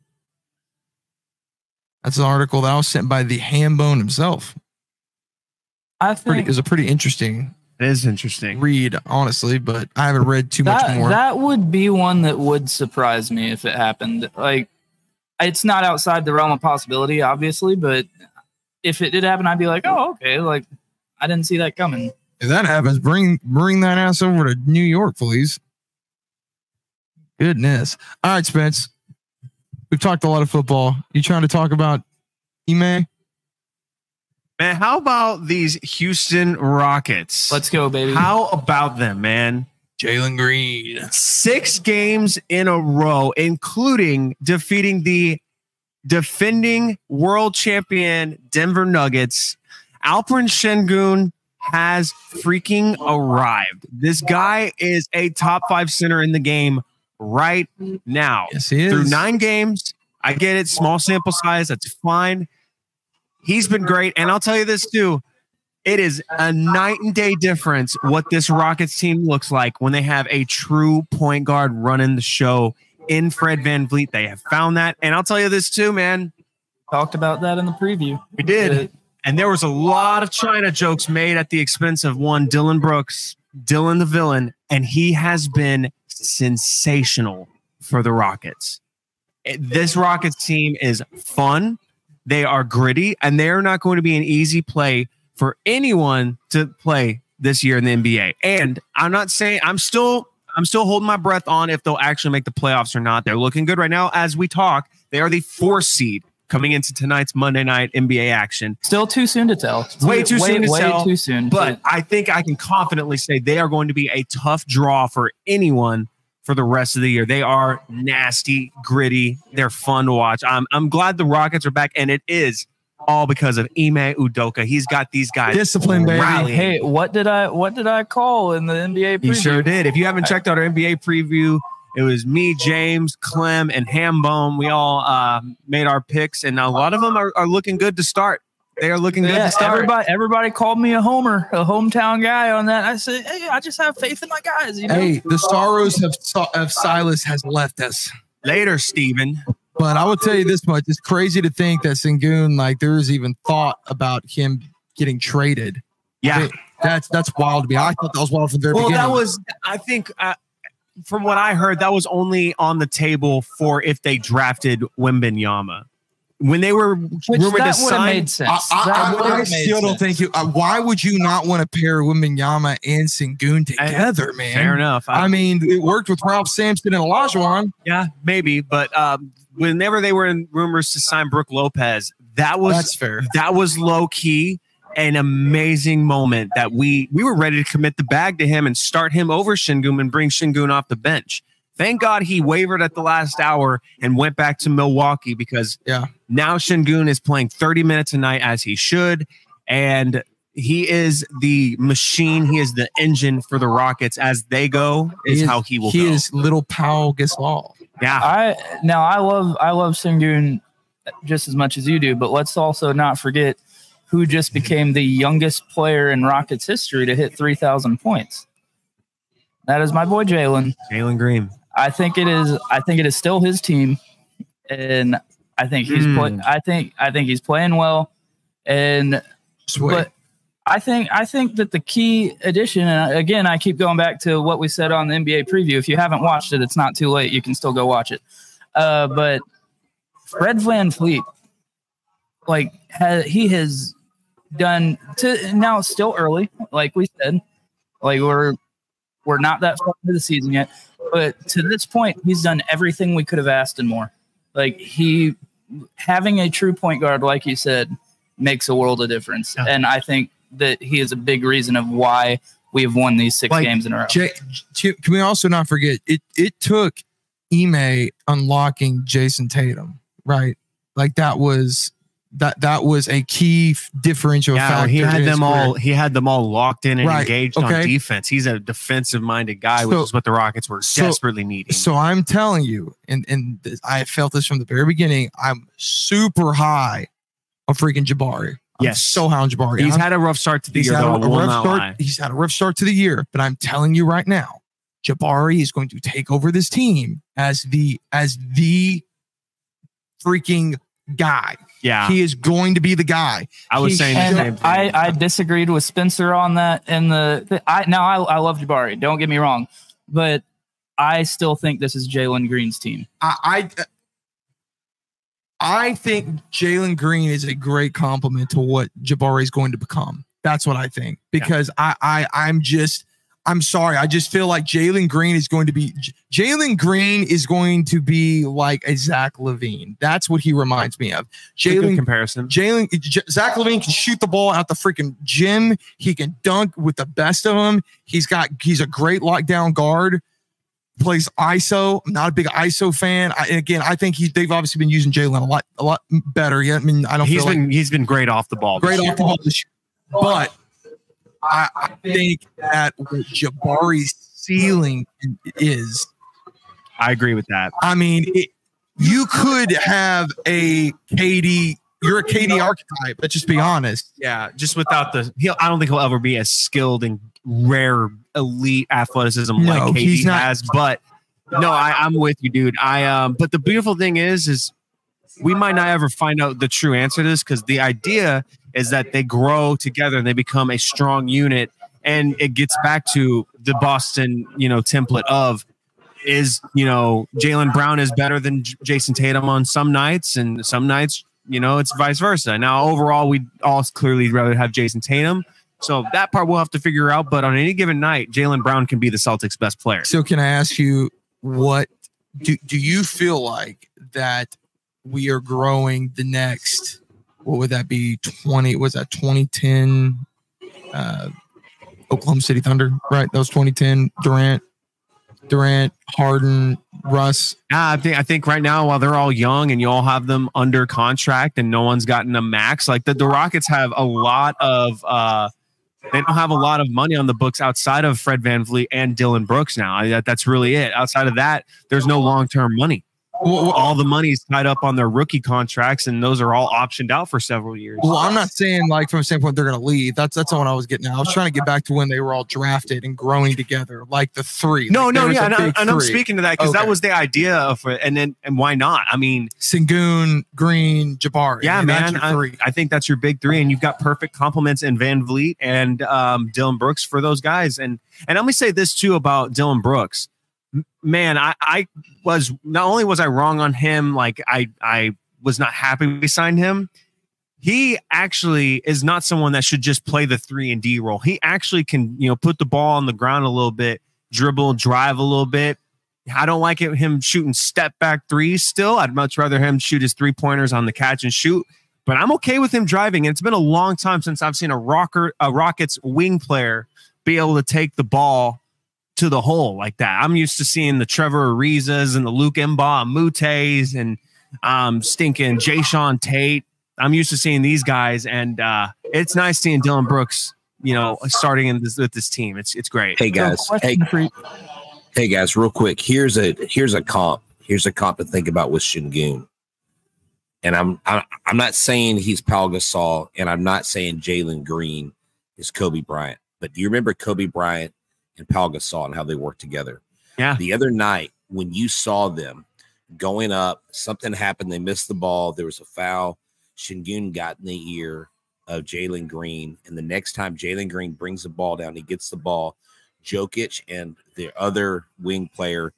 [SPEAKER 5] That's an article that I was sent by the Hambone himself.
[SPEAKER 3] I
[SPEAKER 5] Pretty, it
[SPEAKER 3] think
[SPEAKER 5] was a pretty interesting
[SPEAKER 1] It is interesting.
[SPEAKER 5] read, honestly, but I haven't read too much
[SPEAKER 3] that,
[SPEAKER 5] more.
[SPEAKER 3] That would be one that would surprise me if it happened. Like, it's not outside the realm of possibility, obviously, but if it did happen, I'd be like, oh, okay. Like, I didn't see that coming.
[SPEAKER 5] if that happens, bring bring that ass over to New York, please. Goodness. All right, Spence. We've talked a lot of football. You trying to talk about Ime?
[SPEAKER 1] Man, how about these Houston Rockets?
[SPEAKER 3] Let's go, baby.
[SPEAKER 1] how about them, man?
[SPEAKER 5] Jalen Green.
[SPEAKER 1] Six games in a row, including defeating the defending world champion Denver Nuggets. Alperin Shengun has freaking arrived. This guy is a top five center in the game right now.
[SPEAKER 5] Yes, he is.
[SPEAKER 1] through nine games. I get it, small sample size. That's fine. He's been great. And I'll tell you this too. It is a night and day difference what this Rockets team looks like when they have a true point guard running the show in Fred Van Vliet. They have found that. And I'll tell you this too, man.
[SPEAKER 3] Talked about that in the preview. Uh,
[SPEAKER 1] We did. And there was a lot of China jokes made at the expense of one Dylan Brooks, Dylan the villain, and he has been sensational for the Rockets. Eh, This Rockets team is fun. They are gritty, and they are not going to be an easy play for anyone to play this year in the NBA. And I'm not saying I'm still I'm still holding my breath on if they'll actually make the playoffs or not. They're looking good right now as we talk. They are the four seed coming into tonight's Monday night NBA action.
[SPEAKER 3] Still too soon to tell.
[SPEAKER 1] Way too soon to
[SPEAKER 3] way
[SPEAKER 1] tell,
[SPEAKER 3] too soon.
[SPEAKER 1] But I think I can confidently say they are going to be a tough draw for anyone for the rest of the year. They are nasty, gritty. They're fun to watch. I'm, I'm glad the Rockets are back, and it is all because of Ime Udoka. He's got these guys.
[SPEAKER 5] Discipline, baby.
[SPEAKER 1] rallying.
[SPEAKER 3] hey, what did I what did I call in the NBA preview?
[SPEAKER 1] You sure did. If you haven't checked out our NBA preview, it was me, James, Clem, and Hambone. We all uh, made our picks, and a lot of them are, are looking good to start. They are looking good
[SPEAKER 3] Yeah,
[SPEAKER 1] to start.
[SPEAKER 3] everybody, everybody called me a homer, a hometown guy on that. I said, hey, I just have faith in my guys. You know?
[SPEAKER 5] Hey, the sorrows of, Si- of Silas has left us.
[SPEAKER 1] Later, Steven.
[SPEAKER 5] But I will tell you this much. It's crazy to think that Sengun, like, there is even thought about him getting traded.
[SPEAKER 1] Yeah.
[SPEAKER 5] That's that's wild to me. I thought that was wild from the very
[SPEAKER 1] Well,
[SPEAKER 5] beginning.
[SPEAKER 1] that was, I think, uh, from what I heard, that was only on the table for if they drafted Wimbenyama. when they were
[SPEAKER 3] Which
[SPEAKER 1] rumored to
[SPEAKER 3] that would have
[SPEAKER 1] sign.
[SPEAKER 3] made sense.
[SPEAKER 5] I, I-
[SPEAKER 3] That
[SPEAKER 5] I- I
[SPEAKER 3] would've made
[SPEAKER 5] still don't
[SPEAKER 3] sense.
[SPEAKER 5] think you. uh, why would you not want to pair Wiminyama and Sengun together, man?
[SPEAKER 1] Fair enough. I,
[SPEAKER 5] I mean, it worked with Ralph Sampson and Olajuwon.
[SPEAKER 1] yeah, maybe. But um, whenever they were in rumors to sign Brooke Lopez, that was
[SPEAKER 5] That's fair.
[SPEAKER 1] that was low key an amazing moment that we we were ready to commit the bag to him and start him over Shingun and bring Shingun off the bench. Thank God he wavered at the last hour and went back to Milwaukee because
[SPEAKER 5] Yeah.
[SPEAKER 1] now Shingun is playing 30 minutes a night as he should. And he is the machine. He is the engine for the Rockets as they go, is,
[SPEAKER 5] He
[SPEAKER 1] how he will
[SPEAKER 5] He
[SPEAKER 1] go.
[SPEAKER 5] is little Powell Gasol.
[SPEAKER 1] yeah.
[SPEAKER 3] I now I love I love Sengun just as much as you do, but let's also not forget who just became the youngest player in Rockets history to hit three thousand points. That is my boy Jalen.
[SPEAKER 1] Jalen Green.
[SPEAKER 3] I think it is. I think it is still his team, and I think he's play, I think I think he's playing well, and
[SPEAKER 5] Swear.
[SPEAKER 3] but I think I think that the key addition, and again, I keep going back to what we said on the NBA preview. If you haven't watched it, it's not too late. You can still go watch it. Uh, but Fred Van Fleet, like ha he has done to now, it's still early, like we said, like we're we're not that far into the season yet. But to this point, he's done everything we could have asked and more. Like he having a true point guard, like you said, makes a world of difference. And I think that he is a big reason of why we have won these six
[SPEAKER 5] Like,
[SPEAKER 3] games in a row.
[SPEAKER 5] J- J- can we also not forget it? It took Ime unlocking Jason Tatum, right? Like that was that that was a key f- differential
[SPEAKER 1] Yeah,
[SPEAKER 5] factor.
[SPEAKER 1] he
[SPEAKER 5] in
[SPEAKER 1] had
[SPEAKER 5] his
[SPEAKER 1] them
[SPEAKER 5] career.
[SPEAKER 1] all. He had them all locked in and
[SPEAKER 5] Right,
[SPEAKER 1] engaged on
[SPEAKER 5] okay.
[SPEAKER 1] defense. He's a defensive-minded guy, which
[SPEAKER 5] So-
[SPEAKER 1] is what the Rockets were
[SPEAKER 5] so-
[SPEAKER 1] desperately needing.
[SPEAKER 5] So I'm telling you, and and th- I felt this from the very beginning. I'm super high on freaking Jabari. I'm
[SPEAKER 1] Yes.
[SPEAKER 5] so high on Jabari.
[SPEAKER 1] He's
[SPEAKER 5] I'm-
[SPEAKER 1] had a rough start to the
[SPEAKER 5] he's
[SPEAKER 1] year,
[SPEAKER 5] had
[SPEAKER 1] though.
[SPEAKER 5] a,
[SPEAKER 1] I
[SPEAKER 5] a
[SPEAKER 1] will
[SPEAKER 5] rough
[SPEAKER 1] not
[SPEAKER 5] start.
[SPEAKER 1] lie.
[SPEAKER 5] He's had a rough start to the year, but I'm telling you right now, Jabari is going to take over this team as the as the freaking guy.
[SPEAKER 1] Yeah,
[SPEAKER 5] He is going to be the guy.
[SPEAKER 1] I was
[SPEAKER 5] he
[SPEAKER 1] saying the
[SPEAKER 5] should-
[SPEAKER 1] same
[SPEAKER 3] And
[SPEAKER 1] thing.
[SPEAKER 3] I, I disagreed with Spencer on that. And the, the I now I, I love Jabari. Don't get me wrong, but I still think this is Jalen Green's team.
[SPEAKER 5] I I, I think Jalen Green is a great compliment to what Jabari is going to become. That's what I think because I I I'm just I'm sorry. I just feel like Jalen Green is going to be J- Jalen Green is going to be like a Zach Levine. That's what he reminds me of.
[SPEAKER 1] It's a good
[SPEAKER 5] Jalen
[SPEAKER 1] comparison.
[SPEAKER 5] Jalen J- Zach Levine can shoot the ball out the freaking gym. He can dunk with the best of them. He's got he's a great lockdown guard. Plays ISO. I'm not a big ISO fan. I, and again, I think he they've obviously been using Jalen a lot a lot better. Yeah, I mean I don't
[SPEAKER 1] He's
[SPEAKER 5] feel like
[SPEAKER 1] been he's been great off the ball. this
[SPEAKER 5] great
[SPEAKER 1] year.
[SPEAKER 5] off the ball this year. But I, I think that what Jabari's ceiling is
[SPEAKER 1] I agree with that.
[SPEAKER 5] I mean, it, you could have a KD. You're a KD archetype. Let's just be honest.
[SPEAKER 1] Yeah, just without the he'll. I don't think he'll ever be as skilled and rare elite athleticism
[SPEAKER 5] No,
[SPEAKER 1] like KD
[SPEAKER 5] he's not.
[SPEAKER 1] has. But no, I, I'm with you, dude. I um. But the beautiful thing is, is we might not ever find out the true answer to this because the idea is that they grow together and they become a strong unit, and it gets back to the Boston, you know, template of is you know Jalen Brown is better than J- Jason Tatum on some nights, and some nights you know it's vice versa. Now overall, we all clearly rather have Jason Tatum, so that part we'll have to figure out. But on any given night, Jalen Brown can be the Celtics' best player.
[SPEAKER 5] So, can I ask you what do do you feel like that we are growing the next? What would that be? Twenty? Was that 2010? Uh, Oklahoma City Thunder, right? That was 2010. Durant, Durant, Harden, Russ.
[SPEAKER 1] Yeah, I think I think right now while they're all young and you all have them under contract and no one's gotten a max, like the, the Rockets have a lot of uh they don't have a lot of money on the books outside of Fred Van Vliet and Dylan Brooks now. I- That, that's really it. Outside of that, there's no long term money. All the money is tied up on their rookie contracts, and those are all optioned out for several years.
[SPEAKER 5] Well, I'm not saying like from a standpoint they're going to leave. That's that's not what I was getting. at. I was trying to get back to when they were all drafted and growing together, like the three.
[SPEAKER 1] No,
[SPEAKER 5] Like,
[SPEAKER 1] no,
[SPEAKER 5] there was
[SPEAKER 1] yeah,
[SPEAKER 5] a
[SPEAKER 1] and, I,
[SPEAKER 5] big
[SPEAKER 1] and I'm
[SPEAKER 5] three.
[SPEAKER 1] speaking to that because that
[SPEAKER 5] Okay.
[SPEAKER 1] was the idea of, uh, and then and why not? I mean,
[SPEAKER 5] Sengun, Green, Jabari.
[SPEAKER 1] Yeah,
[SPEAKER 5] I mean, that's
[SPEAKER 1] man.
[SPEAKER 5] your
[SPEAKER 1] I,
[SPEAKER 5] three.
[SPEAKER 1] I think that's your big three, and you've got perfect compliments in Van Vliet and um, Dylan Brooks for those guys. And and let me say this too about Dylan Brooks. M- Man, I, I was not only was I wrong on him, like I I was not happy we signed him. He actually is not someone that should just play the three and D role. He actually can, you know, put the ball on the ground a little bit, dribble, drive a little bit. I don't like it, him shooting step back threes still. I'd much rather him shoot his three pointers on the catch and shoot. But I'm okay with him driving. And it's been a long time since I've seen a rocker, a Rockets wing player be able to take the ball to the hole like that. I'm used to seeing the Trevor Ariza's and the Luke Mba Mutes and um, stinking Jay Sean Tate. I'm used to seeing these guys, and uh, it's nice seeing Dylan Brooks. You know, starting in this, with this team, it's it's great.
[SPEAKER 7] Hey guys,
[SPEAKER 3] So
[SPEAKER 7] hey
[SPEAKER 3] question for you-
[SPEAKER 7] hey guys, real quick. Here's a here's a comp. Here's a comp to think about with Shingun. And I'm I- I'm not saying he's Pau Gasol, and I'm not saying Jalen Green is Kobe Bryant. But do you remember Kobe Bryant and Pau Gasol and how they worked together?
[SPEAKER 1] Yeah.
[SPEAKER 7] The other night when you saw them going up, something happened. They missed the ball. There was a foul. Shingun got in the ear of Jalen Green, and the next time Jalen Green brings the ball down, he gets the ball. Jokic and the other wing player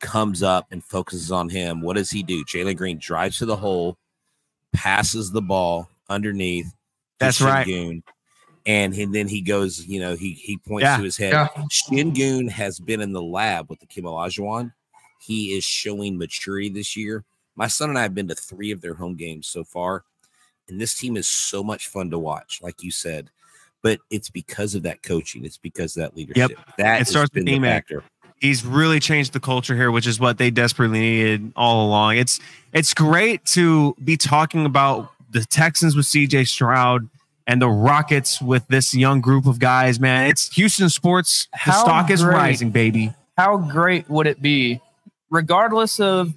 [SPEAKER 7] comes up and focuses on him. What does he do? Jalen Green drives to the hole, passes the ball underneath. to
[SPEAKER 1] That's right.
[SPEAKER 7] Shingun, And, he- then he goes, you know, he he points
[SPEAKER 1] Yeah,
[SPEAKER 7] to his head.
[SPEAKER 6] yeah.
[SPEAKER 7] Shingun has been in the lab with the Kim Olajuwon. He is showing maturity this year. My son and I have been to three of their home games so far, and this team is so much fun to watch, like you said. But it's because of that coaching. It's because of that leadership. That
[SPEAKER 1] It
[SPEAKER 7] has
[SPEAKER 1] starts with
[SPEAKER 7] been the
[SPEAKER 1] D-Mac.
[SPEAKER 7] factor.
[SPEAKER 1] he's really changed the culture here, which is what they desperately needed all along. It's it's great to be talking about the Texans with CJ Stroud and the Rockets with this young group of guys, man. It's Houston sports. The
[SPEAKER 3] How
[SPEAKER 1] stock is
[SPEAKER 3] great.
[SPEAKER 1] rising, baby.
[SPEAKER 3] how great would it be, regardless of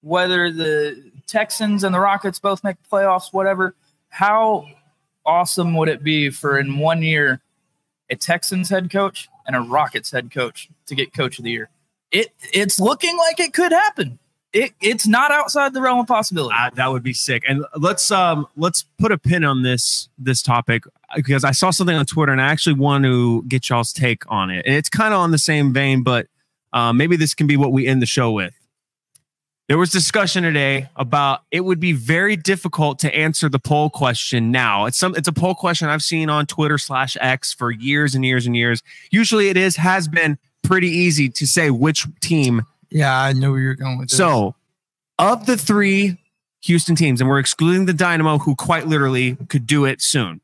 [SPEAKER 3] whether the Texans and the Rockets both make the playoffs, whatever, how awesome would it be for in one year a Texans head coach and a Rockets head coach to get coach of the year? It it's looking like it could happen. It it's not outside the realm of possibility.
[SPEAKER 1] Uh, that would be sick. And let's um let's put a pin on this this topic because I saw something on Twitter and I actually want to get y'all's take on it. And it's kind of on the same vein, but uh, maybe this can be what we end the show with. There was discussion today about it would be very difficult to answer the poll question now. It's some it's a poll question I've seen on Twitter slash X for years and years and years. Usually it is has been pretty easy to say which team
[SPEAKER 6] Yeah, I knew where you were going with
[SPEAKER 1] so, of the three Houston teams, and we're excluding the Dynamo, who quite literally could do it soon,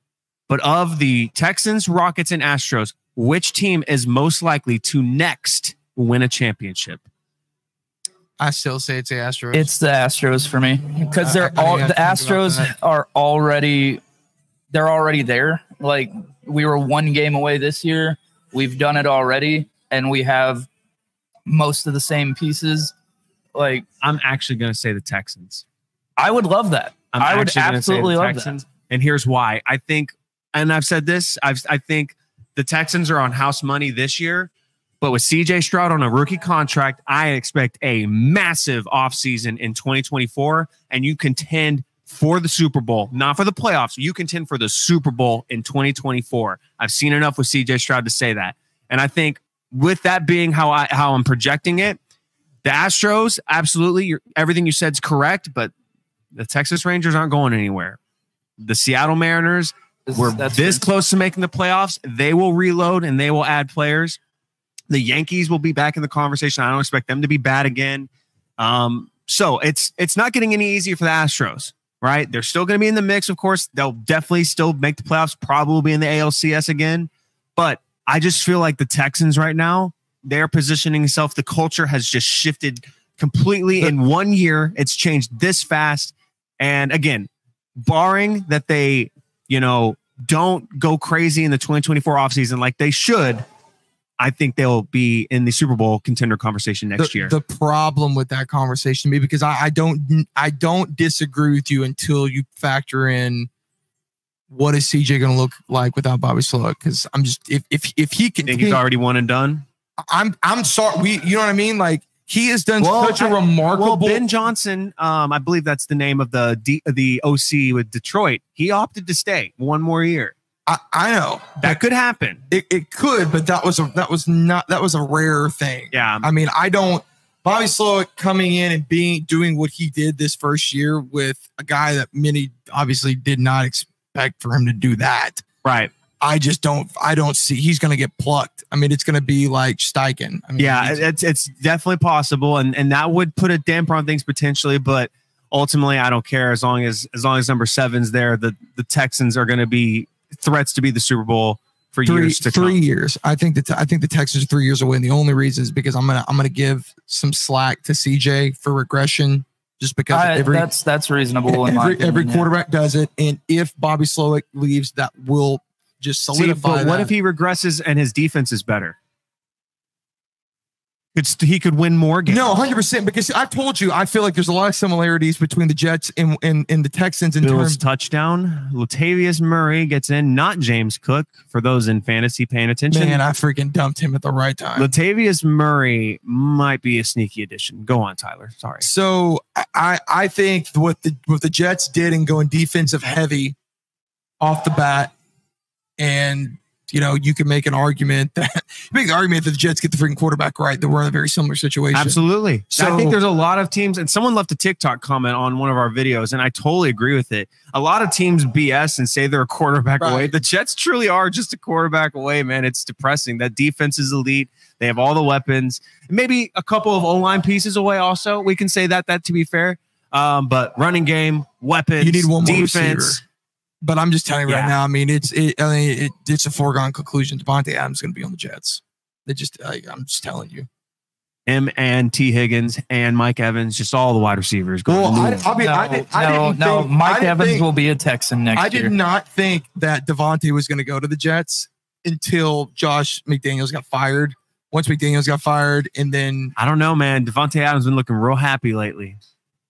[SPEAKER 1] but of the Texans, Rockets, and Astros, which team is most likely to next win a championship?
[SPEAKER 6] I still say it's the Astros.
[SPEAKER 3] It's the Astros for me because they're
[SPEAKER 6] I- I
[SPEAKER 3] all
[SPEAKER 6] gotta
[SPEAKER 3] the
[SPEAKER 6] think about
[SPEAKER 3] Astros
[SPEAKER 6] that.
[SPEAKER 3] are already they're already there. Like we were one game away this year. We've done it already, and we have most of the same pieces. Like
[SPEAKER 1] I'm actually going to say the Texans.
[SPEAKER 3] I would love that.
[SPEAKER 1] I'm
[SPEAKER 3] I would
[SPEAKER 1] actually gonna say the
[SPEAKER 3] absolutely love
[SPEAKER 1] Texans,
[SPEAKER 3] that.
[SPEAKER 1] And here's why. I think, and I've said this, I've, I think the Texans are on house money this year, but with CJ Stroud on a rookie contract, I expect a massive offseason in 2024. And you contend for the Super Bowl, not for the playoffs. You contend for the Super Bowl in 2024. I've seen enough with CJ Stroud to say that. And I think with that being how I how I'm projecting it, the Astros, absolutely, you're, everything you said's correct, but the Texas Rangers aren't going anywhere. The Seattle Mariners were
[SPEAKER 3] That's-
[SPEAKER 1] this close to making the playoffs. They will reload and they will add players. The Yankees will be back in the conversation. I don't expect them to be bad again. Um, so it's it's not getting any easier for the Astros, right? They're still going to be in the mix, of course. They'll definitely still make the playoffs. Probably be in the ALCS again, but I just feel like the Texans right now they're positioning itself. The culture has just shifted completely in one year. It's changed this fast. And again, barring that they, you know, don't go crazy in the 2024 offseason like they should, I think they'll be in the Super Bowl contender conversation next
[SPEAKER 5] the,
[SPEAKER 1] year.
[SPEAKER 5] The problem with that conversation, to me, because I, I don't I don't disagree with you until you factor in what is CJ going to look like without Bobby Slug. Because I'm just if if if he can,
[SPEAKER 1] I think he's already one and done.
[SPEAKER 5] I'm I'm sorry. We you know what I mean? Like he has done
[SPEAKER 1] Well,
[SPEAKER 5] such a
[SPEAKER 1] I- Well,
[SPEAKER 5] remarkable.
[SPEAKER 1] Ben Johnson, um, I believe that's the name of the D, the OC with Detroit. He opted to stay one more year.
[SPEAKER 5] I, I know
[SPEAKER 1] That could happen.
[SPEAKER 5] it, it could, but that was a that was not that was a rare thing.
[SPEAKER 1] Yeah,
[SPEAKER 5] I mean, I don't. Bobby Slowick coming in and being doing what he did this first year with a guy that many obviously did not expect for him to do that.
[SPEAKER 1] Right.
[SPEAKER 5] I just don't. I don't see. He's going to get plucked. I mean, it's going to be like Steichen. I mean,
[SPEAKER 1] Yeah,
[SPEAKER 5] he's-
[SPEAKER 1] it's it's definitely possible, and and that would put a damper on things potentially. But ultimately, I don't care as long as as long as number seven's there. The the Texans are going to be threats to be the Super Bowl for
[SPEAKER 5] three
[SPEAKER 1] years to
[SPEAKER 5] three
[SPEAKER 1] come.
[SPEAKER 5] years. I think that I think the Texans are three years away. And the only reason is because I'm gonna I'm gonna give some slack to CJ for regression, just because
[SPEAKER 3] I-
[SPEAKER 5] every
[SPEAKER 3] that's that's reasonable. in my
[SPEAKER 5] every, every
[SPEAKER 3] opinion, yeah.
[SPEAKER 5] quarterback does it, and if Bobby Slowick leaves, that will just
[SPEAKER 1] See,
[SPEAKER 5] solidify.
[SPEAKER 1] but what
[SPEAKER 5] that.
[SPEAKER 1] if he regresses and his defense is better? Could st- he could win more games?
[SPEAKER 5] No, hundred percent. Because I told you, I feel like there's a lot of similarities between the Jets and and, and the Texans in
[SPEAKER 1] Bills
[SPEAKER 5] terms.
[SPEAKER 1] touchdown. Latavius Murray gets in, not James Cook. For those in fantasy paying attention,
[SPEAKER 5] Man, I freaking dumped him at the right time.
[SPEAKER 1] Latavius Murray might be a sneaky addition. Go on, Tyler. Sorry.
[SPEAKER 5] So I I think what the what the Jets did in going defensive heavy off the bat, and you know you can make an argument that you make the argument that the Jets get the freaking quarterback right. That we're in a very similar situation.
[SPEAKER 1] Absolutely. I
[SPEAKER 5] So-
[SPEAKER 1] think there's a lot of teams, and someone left a TikTok comment on one of our videos, and I totally agree with it. A lot of teams BS and say they're a quarterback
[SPEAKER 5] Right.
[SPEAKER 1] away. The Jets truly are just a quarterback away, man. It's depressing. That defense is elite. They have all the weapons. Maybe a couple of O line pieces away. Also, we can say that. That to be fair, um, but running game, weapons,
[SPEAKER 5] You need one more
[SPEAKER 1] defense.
[SPEAKER 5] receiver. But I'm just telling you right
[SPEAKER 1] Yeah.
[SPEAKER 5] now. I mean, it's it. I mean, it, it's a foregone conclusion. Devontae Adams going to be on the Jets. They just, I, I'm just telling you.
[SPEAKER 1] M and T Higgins and Mike Evans, just all the wide receivers. Going
[SPEAKER 5] Well, I,
[SPEAKER 1] to
[SPEAKER 5] I'll be.
[SPEAKER 3] no,
[SPEAKER 5] I, didn't, I
[SPEAKER 3] no,
[SPEAKER 5] didn't
[SPEAKER 3] no.
[SPEAKER 5] think- I
[SPEAKER 3] Mike
[SPEAKER 5] didn't
[SPEAKER 3] Evans
[SPEAKER 5] think-
[SPEAKER 3] will be a Texan next
[SPEAKER 5] I
[SPEAKER 3] year.
[SPEAKER 5] did not think that Devontae was going to go to the Jets until Josh McDaniels got fired. Once McDaniels got fired, and then
[SPEAKER 1] I don't know, man. Devontae Adams been looking real happy lately.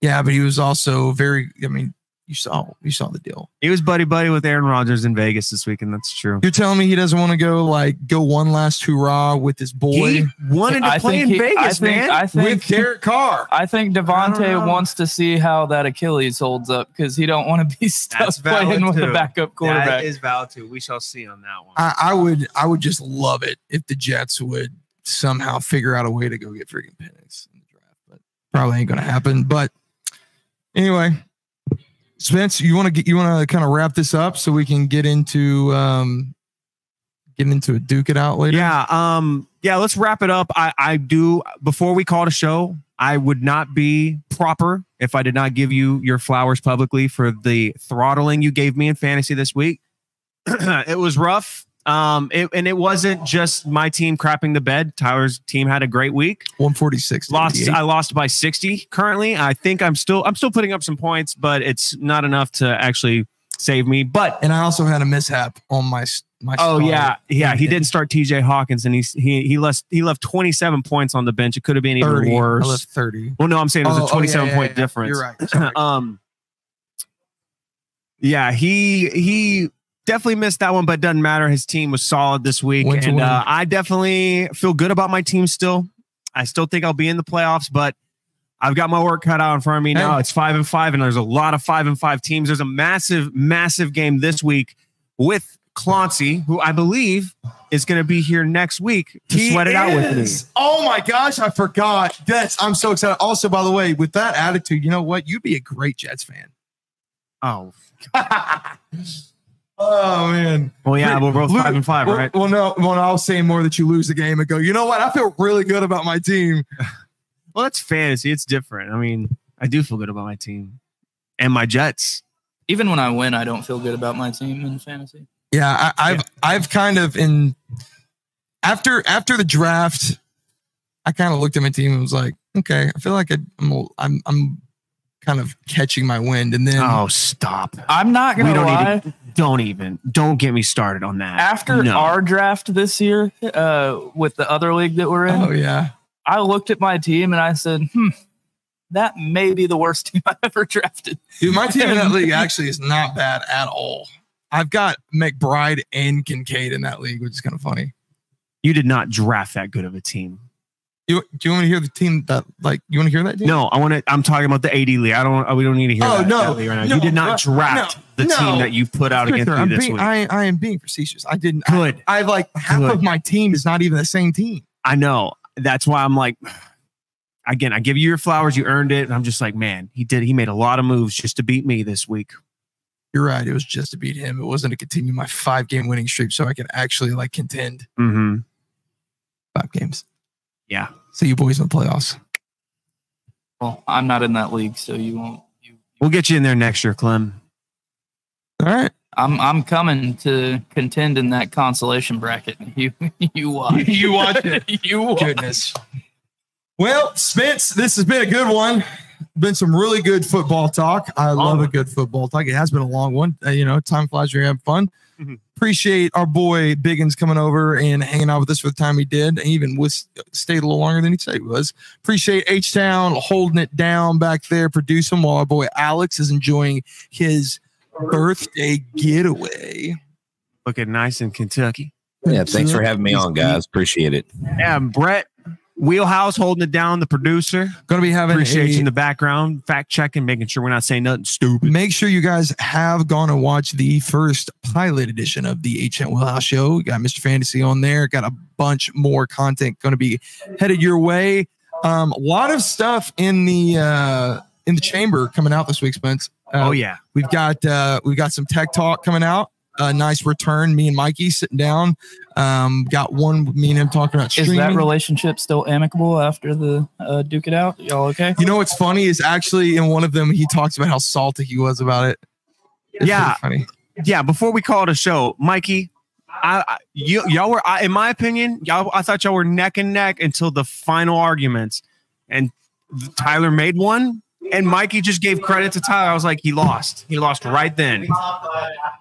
[SPEAKER 5] yeah, but he was also very. I mean, you saw you saw the deal.
[SPEAKER 1] He was buddy buddy with Aaron Rodgers in Vegas this week, and that's true.
[SPEAKER 5] You're telling me he doesn't want to go like go one last hurrah with his boy
[SPEAKER 1] He wanted to
[SPEAKER 3] I
[SPEAKER 1] play
[SPEAKER 3] think
[SPEAKER 1] in
[SPEAKER 3] he- I
[SPEAKER 1] Vegas,
[SPEAKER 3] think-
[SPEAKER 1] man.
[SPEAKER 3] I
[SPEAKER 5] with
[SPEAKER 3] think
[SPEAKER 5] Derek Carr.
[SPEAKER 3] I think
[SPEAKER 1] I don't
[SPEAKER 3] Devontae
[SPEAKER 1] know.
[SPEAKER 3] wants to see how that Achilles holds up because he don't want to be stuck
[SPEAKER 1] That's valid,
[SPEAKER 3] playing with
[SPEAKER 1] too.
[SPEAKER 3] a backup quarterback.
[SPEAKER 1] is valid too. We shall see on that one.
[SPEAKER 5] I, I would I would just love it if the Jets would somehow figure out a way to go get freaking Penix in the draft, but probably ain't gonna happen. But anyway, Spence, you want to get you want to kind of wrap this up so we can get into um get into a duke it out later.
[SPEAKER 1] yeah, um, yeah. Let's wrap it up. I, I do before we call the show. I would not be proper if I did not give you your flowers publicly for the throttling you gave me in fantasy this week. it was rough. Um, it, and it wasn't just my team crapping the bed. Tyler's team had a great week.
[SPEAKER 5] one forty six.
[SPEAKER 1] lost i lost by 60 currently i think i'm still i'm still putting up some points but it's not enough to actually save me but
[SPEAKER 5] and I also had a mishap on my s- my.
[SPEAKER 1] oh
[SPEAKER 5] start.
[SPEAKER 1] yeah yeah he did start tj hawkins and he's he he left he left 27 points on the bench it could have been even
[SPEAKER 5] thirty. I
[SPEAKER 1] worse
[SPEAKER 5] left thirty.
[SPEAKER 1] well no i'm saying it was
[SPEAKER 5] Oh, oh,
[SPEAKER 1] a
[SPEAKER 5] yeah,
[SPEAKER 1] 27
[SPEAKER 5] yeah,
[SPEAKER 1] point
[SPEAKER 5] yeah.
[SPEAKER 1] difference
[SPEAKER 5] You're right. Sorry.
[SPEAKER 1] um yeah he he definitely missed that one but doesn't matter his team was solid this week
[SPEAKER 5] Went to
[SPEAKER 1] and
[SPEAKER 5] win.
[SPEAKER 1] uh, i definitely feel good about my team still i still think i'll be in the playoffs but i've got my work cut out in front of me now
[SPEAKER 5] Hey.
[SPEAKER 1] it's five and five and there's a lot of five and five teams there's a massive massive game this week with clancy who i believe is going to be here next week to
[SPEAKER 5] He
[SPEAKER 1] sweat it out with me
[SPEAKER 5] is. Oh my gosh, I forgot. That's I'm so excited. Also, by the way, with that attitude, you know what? You'd be a great Jets fan.
[SPEAKER 1] oh
[SPEAKER 5] Oh man.
[SPEAKER 1] well yeah
[SPEAKER 5] Hey,
[SPEAKER 1] we're both
[SPEAKER 5] Luke,
[SPEAKER 1] five and five
[SPEAKER 5] well,
[SPEAKER 1] right
[SPEAKER 5] Well, no, well, I was saying more that you lose the game and go, you know what? I feel really good about my team.
[SPEAKER 1] Well, that's fantasy. It's different. I mean, I do feel good about my team and my Jets.
[SPEAKER 3] Even when I win, I don't feel good about my team in fantasy.
[SPEAKER 5] Yeah, I, I've I've kind of in after after the draft, I kind of looked at my team and was like, okay, I feel like I, I'm I'm I'm kind of catching my wind. And then
[SPEAKER 1] Oh, stop!
[SPEAKER 3] I'm not gonna
[SPEAKER 1] We don't
[SPEAKER 3] lie.
[SPEAKER 1] need Don't even. Don't get me started on that.
[SPEAKER 3] After
[SPEAKER 1] No.
[SPEAKER 3] our draft this year, uh, with the other league that we're in,
[SPEAKER 5] oh yeah.
[SPEAKER 3] I looked at my team and I said, "Hmm, that may be the worst team I've ever drafted."
[SPEAKER 5] Dude, my team in that league actually is not bad at all. I've got McBride and Kincaid in that league, which is kind of funny.
[SPEAKER 1] you did not draft that good of a team.
[SPEAKER 5] You, do you want me to hear the team that like you want to hear that? Team?
[SPEAKER 1] No, I want to. I'm talking about the AD league. I don't. uh, We don't need to hear.
[SPEAKER 5] Oh,
[SPEAKER 1] that,
[SPEAKER 5] no.
[SPEAKER 1] that league right now.
[SPEAKER 5] No,
[SPEAKER 1] you did not
[SPEAKER 5] no,
[SPEAKER 1] draft
[SPEAKER 5] no,
[SPEAKER 1] the
[SPEAKER 5] no.
[SPEAKER 1] team that you put out against
[SPEAKER 5] Victor,
[SPEAKER 1] me
[SPEAKER 5] I'm
[SPEAKER 1] this
[SPEAKER 5] being,
[SPEAKER 1] week. I,
[SPEAKER 5] I, I am being facetious. I didn't. I,
[SPEAKER 1] Good.
[SPEAKER 5] I've like half
[SPEAKER 1] Good.
[SPEAKER 5] of my team is not even the same team.
[SPEAKER 1] I know. That's why I'm like. again, I give you your flowers. You earned it. And I'm just like, man, he did. He made a lot of moves just to beat me this week.
[SPEAKER 4] You're right. It was just to beat him. It wasn't to continue my five game winning streak so I can actually like contend
[SPEAKER 1] Mm-hmm.
[SPEAKER 4] five games.
[SPEAKER 1] Yeah.
[SPEAKER 4] See you boys in the playoffs.
[SPEAKER 3] Well, I'm not in that league, so you won't. You,
[SPEAKER 1] We'll get you in there next year, Clem.
[SPEAKER 4] All right.
[SPEAKER 3] I'm I'm coming to contend in that consolation bracket. You you watch.
[SPEAKER 4] You watch it.
[SPEAKER 3] you watch.
[SPEAKER 4] Goodness.
[SPEAKER 5] Well, Spence, this has been a good one. Been some really good football talk. I love a good football talk. It has been a long one. Uh, you know, time flies when you're having fun.
[SPEAKER 1] Mhm.
[SPEAKER 5] Appreciate our boy Biggins coming over and hanging out with us for the time he did, and even was stayed a little longer than he said he was. Appreciate H Town holding it down back there, producing while our boy Alex is enjoying his birthday getaway.
[SPEAKER 1] Looking nice in Kentucky.
[SPEAKER 7] Yeah, thanks for having me on, guys. Appreciate it.
[SPEAKER 1] Yeah, and Brett Wheelhouse holding it down, the producer.
[SPEAKER 5] Gonna be having
[SPEAKER 1] Appreciate
[SPEAKER 5] a,
[SPEAKER 1] you in the background, fact checking, making sure we're not saying nothing stupid.
[SPEAKER 5] Make sure you guys have gone and watched the first pilot edition of the Agent Wheelhouse Show. We got Mr. Fantasy on there. Got a bunch more content going to be headed your way. Um, a lot of stuff in the uh, in the chamber coming out this week, Spence. Uh,
[SPEAKER 1] oh yeah,
[SPEAKER 5] We've got uh, we've got some tech talk coming out. A nice return. Me and Mikey sitting down. Um, got one. with Me and him talking about
[SPEAKER 3] Is
[SPEAKER 5] streaming.
[SPEAKER 3] that relationship still amicable after the uh, duke it out? Y'all okay?
[SPEAKER 5] you know what's funny is actually in one of them he talks about how salty he was about it. It's
[SPEAKER 1] Yeah.
[SPEAKER 5] pretty funny.
[SPEAKER 1] yeah. Before we call it a show, Mikey, I, I you, y'all were, I, in my opinion, y'all, I thought y'all were neck and neck until the final arguments, and Tyler made one, and Mikey just gave credit to Tyler. I was like, he lost. He lost right then.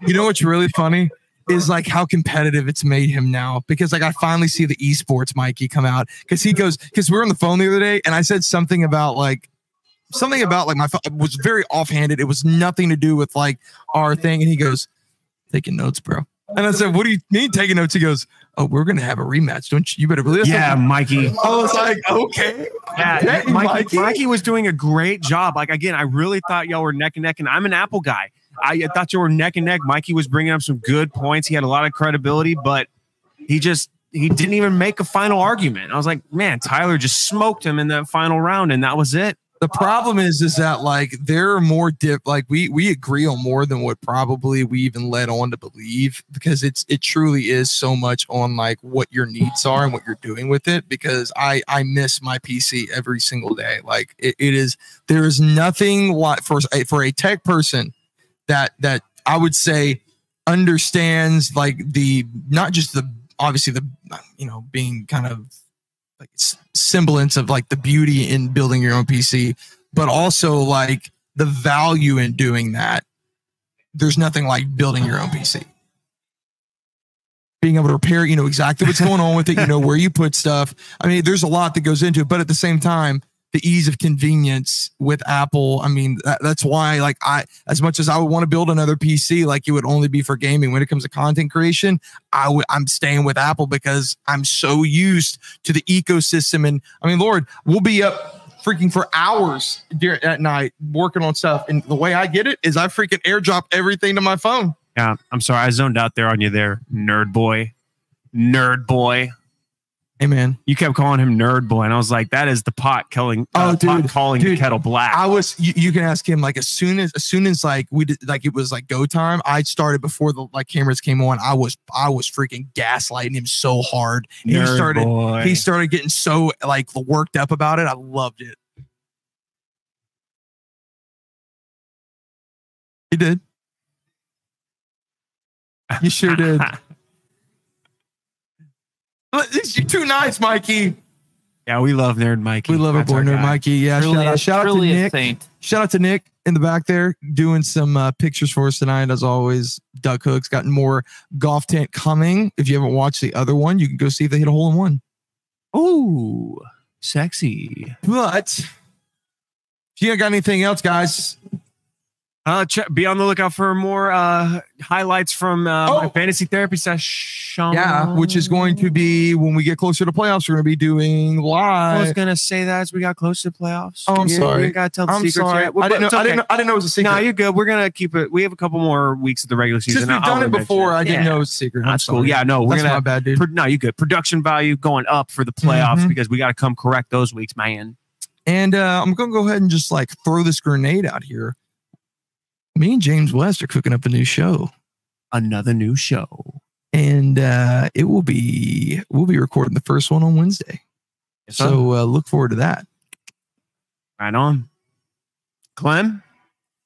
[SPEAKER 5] You know what's really funny is like how competitive it's made him now because like I finally see the esports Mikey come out because he goes because we were on the phone the other day and I said something about like something about like my phone it was very offhanded. It was nothing to do with like our thing and he goes taking notes, bro. And I said, "What do you mean taking notes?" He goes, "Oh, we're gonna have a rematch, don't you? You better believe." it."
[SPEAKER 1] Yeah, Mikey.
[SPEAKER 5] I was like, "Okay,
[SPEAKER 1] Yeah,
[SPEAKER 5] okay,
[SPEAKER 1] Mikey,
[SPEAKER 5] Mikey."
[SPEAKER 1] Mikey was doing a great job. Like again, I really thought y'all were neck and neck, and I'm an Apple guy. I thought you were neck and neck. Mikey was bringing up some good points. He had a lot of credibility, but he just he didn't even make a final argument. I was like, man, Tyler just smoked him in that final round, and that was it.
[SPEAKER 5] the problem is is that like there are more dip like we we agree on more than what probably we even led on to believe because it's it truly is so much on like what your needs are and what you're doing with it because i i miss my pc every single day like it, it is there is nothing like for a, for a tech person that that i would say understands like the not just the obviously the you know being kind of like s- semblance of like the beauty in building your own PC, but also like the value in doing that. There's nothing like building your own PC. Being able to repair, it, you know exactly what's going on with it. You know where you put stuff. I mean, there's a lot that goes into it, but at the same time, the ease of convenience with Apple. I mean, that, that's why, like, I as much as I would want to build another PC, like it would only be for gaming. When it comes to content creation, I would I'm staying with Apple because I'm so used to the ecosystem. And I mean, Lord, we'll be up freaking for hours during at night working on stuff. And the way I get it is I freaking airdrop everything to my phone.
[SPEAKER 1] Yeah, I'm sorry, I zoned out there on you there, nerd boy, nerd boy.
[SPEAKER 5] Hey man,
[SPEAKER 1] You kept calling him nerd boy, and I was like, that is the pot killing.
[SPEAKER 5] Oh,
[SPEAKER 1] uh, pot
[SPEAKER 5] dude,
[SPEAKER 1] calling the
[SPEAKER 5] dude,
[SPEAKER 1] kettle black.
[SPEAKER 5] I was you, you can ask him like as soon as as soon as like we did like it was like go time, I started before the like cameras came on. I was I was freaking gaslighting him so hard. And he
[SPEAKER 1] Nerd
[SPEAKER 5] started
[SPEAKER 1] boy.
[SPEAKER 5] he started getting so like worked up about it. I loved it. You did. You sure did. Look, this- You're too nice, Mikey.
[SPEAKER 1] yeah, we love nerd Mikey.
[SPEAKER 5] We love our
[SPEAKER 1] That's
[SPEAKER 5] boy
[SPEAKER 1] our
[SPEAKER 5] nerd
[SPEAKER 1] guy.
[SPEAKER 5] Mikey. Yeah,
[SPEAKER 3] Truly
[SPEAKER 5] shout
[SPEAKER 3] a-
[SPEAKER 5] out, shout out to
[SPEAKER 3] truly a
[SPEAKER 5] Nick.
[SPEAKER 3] saint.
[SPEAKER 5] Shout out to Nick in the back there doing some uh, pictures for us tonight. As always, Duck Hooks got more golf tent coming. If you haven't watched the other one, you can go see if they hit a hole in one.
[SPEAKER 1] Ooh, sexy.
[SPEAKER 5] But if you ain't got anything else, guys,
[SPEAKER 1] Uh, ch- be on the lookout for more uh, highlights from uh, my
[SPEAKER 5] Oh.
[SPEAKER 1] fantasy therapy session.
[SPEAKER 5] yeah, which is going to be when we get closer to playoffs, we're going to be doing
[SPEAKER 1] I was
[SPEAKER 5] live.
[SPEAKER 1] gonna say that as we got close to the playoffs.
[SPEAKER 5] Oh, I'm
[SPEAKER 1] You-
[SPEAKER 5] sorry.
[SPEAKER 1] You gotta tell the
[SPEAKER 5] I'm
[SPEAKER 1] secrets
[SPEAKER 5] sorry.
[SPEAKER 1] yet. Well,
[SPEAKER 5] I, didn't know,
[SPEAKER 1] but it's
[SPEAKER 5] I, didn't
[SPEAKER 1] okay.
[SPEAKER 5] know, I didn't know it was a secret.
[SPEAKER 1] No, you're good. We're gonna keep it. We have a couple more weeks of the regular season.
[SPEAKER 5] Since we've
[SPEAKER 1] I- I
[SPEAKER 5] done
[SPEAKER 1] wanna
[SPEAKER 5] it
[SPEAKER 1] mention
[SPEAKER 5] before, I didn't
[SPEAKER 1] Yeah.
[SPEAKER 5] know it was a secret. I'm
[SPEAKER 1] That's cool.
[SPEAKER 5] sorry.
[SPEAKER 1] Yeah, no, we're
[SPEAKER 5] That's my
[SPEAKER 1] gonna.
[SPEAKER 5] bad, dude.
[SPEAKER 1] Pro- no, you're good. Production value going up for the playoffs
[SPEAKER 5] Mhm.
[SPEAKER 1] because we got to come correct those weeks, man.
[SPEAKER 5] And uh, I'm going to go ahead and just like throw this grenade out here. Me and James West are cooking up a new show,
[SPEAKER 1] Another new show.
[SPEAKER 5] and uh, it will be we'll be recording the first one on Wednesday.
[SPEAKER 1] so
[SPEAKER 5] So uh, look forward to that.
[SPEAKER 1] right on. Clem,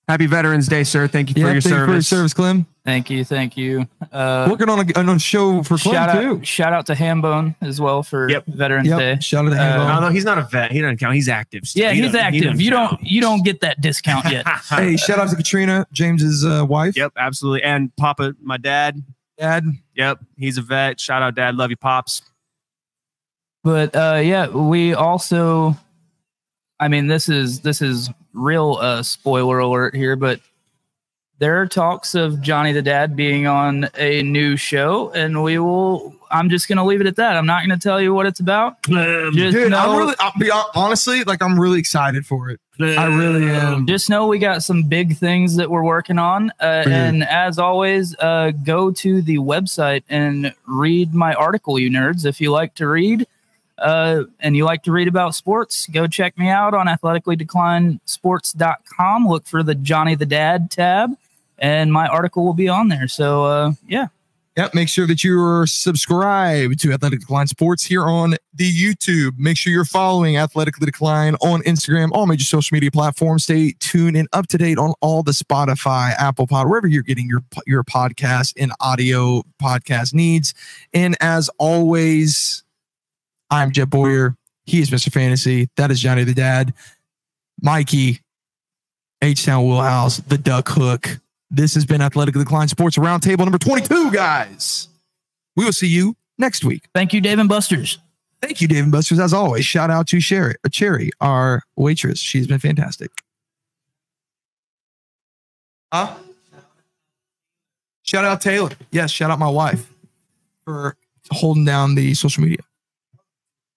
[SPEAKER 1] happy Veterans Day, sir. Thank you for your
[SPEAKER 5] thank you for your
[SPEAKER 1] service.
[SPEAKER 5] service, Clem.
[SPEAKER 3] Thank you, thank you. Uh,
[SPEAKER 5] Working on a, on a show for Clem
[SPEAKER 3] shout
[SPEAKER 5] too.
[SPEAKER 3] out, shout out to Hambone as well for
[SPEAKER 1] Yep.
[SPEAKER 3] Veterans Day.
[SPEAKER 5] Shout out to
[SPEAKER 3] Uh,
[SPEAKER 5] Hambone.
[SPEAKER 1] Although he's not a vet, he doesn't count. He's active. still.
[SPEAKER 3] Yeah,
[SPEAKER 1] He
[SPEAKER 3] he's
[SPEAKER 1] doesn't- he
[SPEAKER 3] active.
[SPEAKER 1] doesn't
[SPEAKER 3] You don't
[SPEAKER 1] count.
[SPEAKER 3] you don't get that discount yet.
[SPEAKER 5] Hey, shout out to Katrina, James's uh, wife.
[SPEAKER 1] yep, absolutely. And Papa, my dad.
[SPEAKER 5] Dad.
[SPEAKER 1] Yep, he's a vet. Shout out, Dad. Love you, pops.
[SPEAKER 3] but uh yeah we also i mean this is this is real uh spoiler alert here but there are talks of johnny the dad being on a new show and we will i'm just gonna leave it at that i'm not gonna tell you what it's about just,
[SPEAKER 5] Dude,
[SPEAKER 3] know,
[SPEAKER 5] I'm really, I'll be hon- honestly, like, I'm really excited for it. I really am.
[SPEAKER 3] um, just know we got some big things that we're working on uh, and as always uh go to the website and read my article you nerds if you like to read uh, and you like to read about sports, go check me out on athleticallydeclinesports.com. Look for the Johnny the Dad tab, and my article will be on there. So, uh, yeah,
[SPEAKER 5] Yep. Make sure that you're subscribed to Athletic Decline Sports here on the YouTube. Make sure you're following Athletically Decline on Instagram, all major social media platforms. Stay tuned and up to date on all the Spotify, Apple Pod, wherever you're getting your your podcast and audio podcast needs. And as always, I'm Jeb Boyer. He is Mr. Fantasy. That is Johnny the Dad, Mikey, H Town Wheelhouse, the Duck Hook. This has been Athletic Decline Sports Roundtable number 22, guys. We will see you next week.
[SPEAKER 3] thank you, Dave and Buster's.
[SPEAKER 5] Thank you, Dave and Busters, as always. Shout out to Sherry, uh, Cherry, our waitress. She's been fantastic. Huh? Shout out Taylor. Yes, shout out my wife for holding down the social media.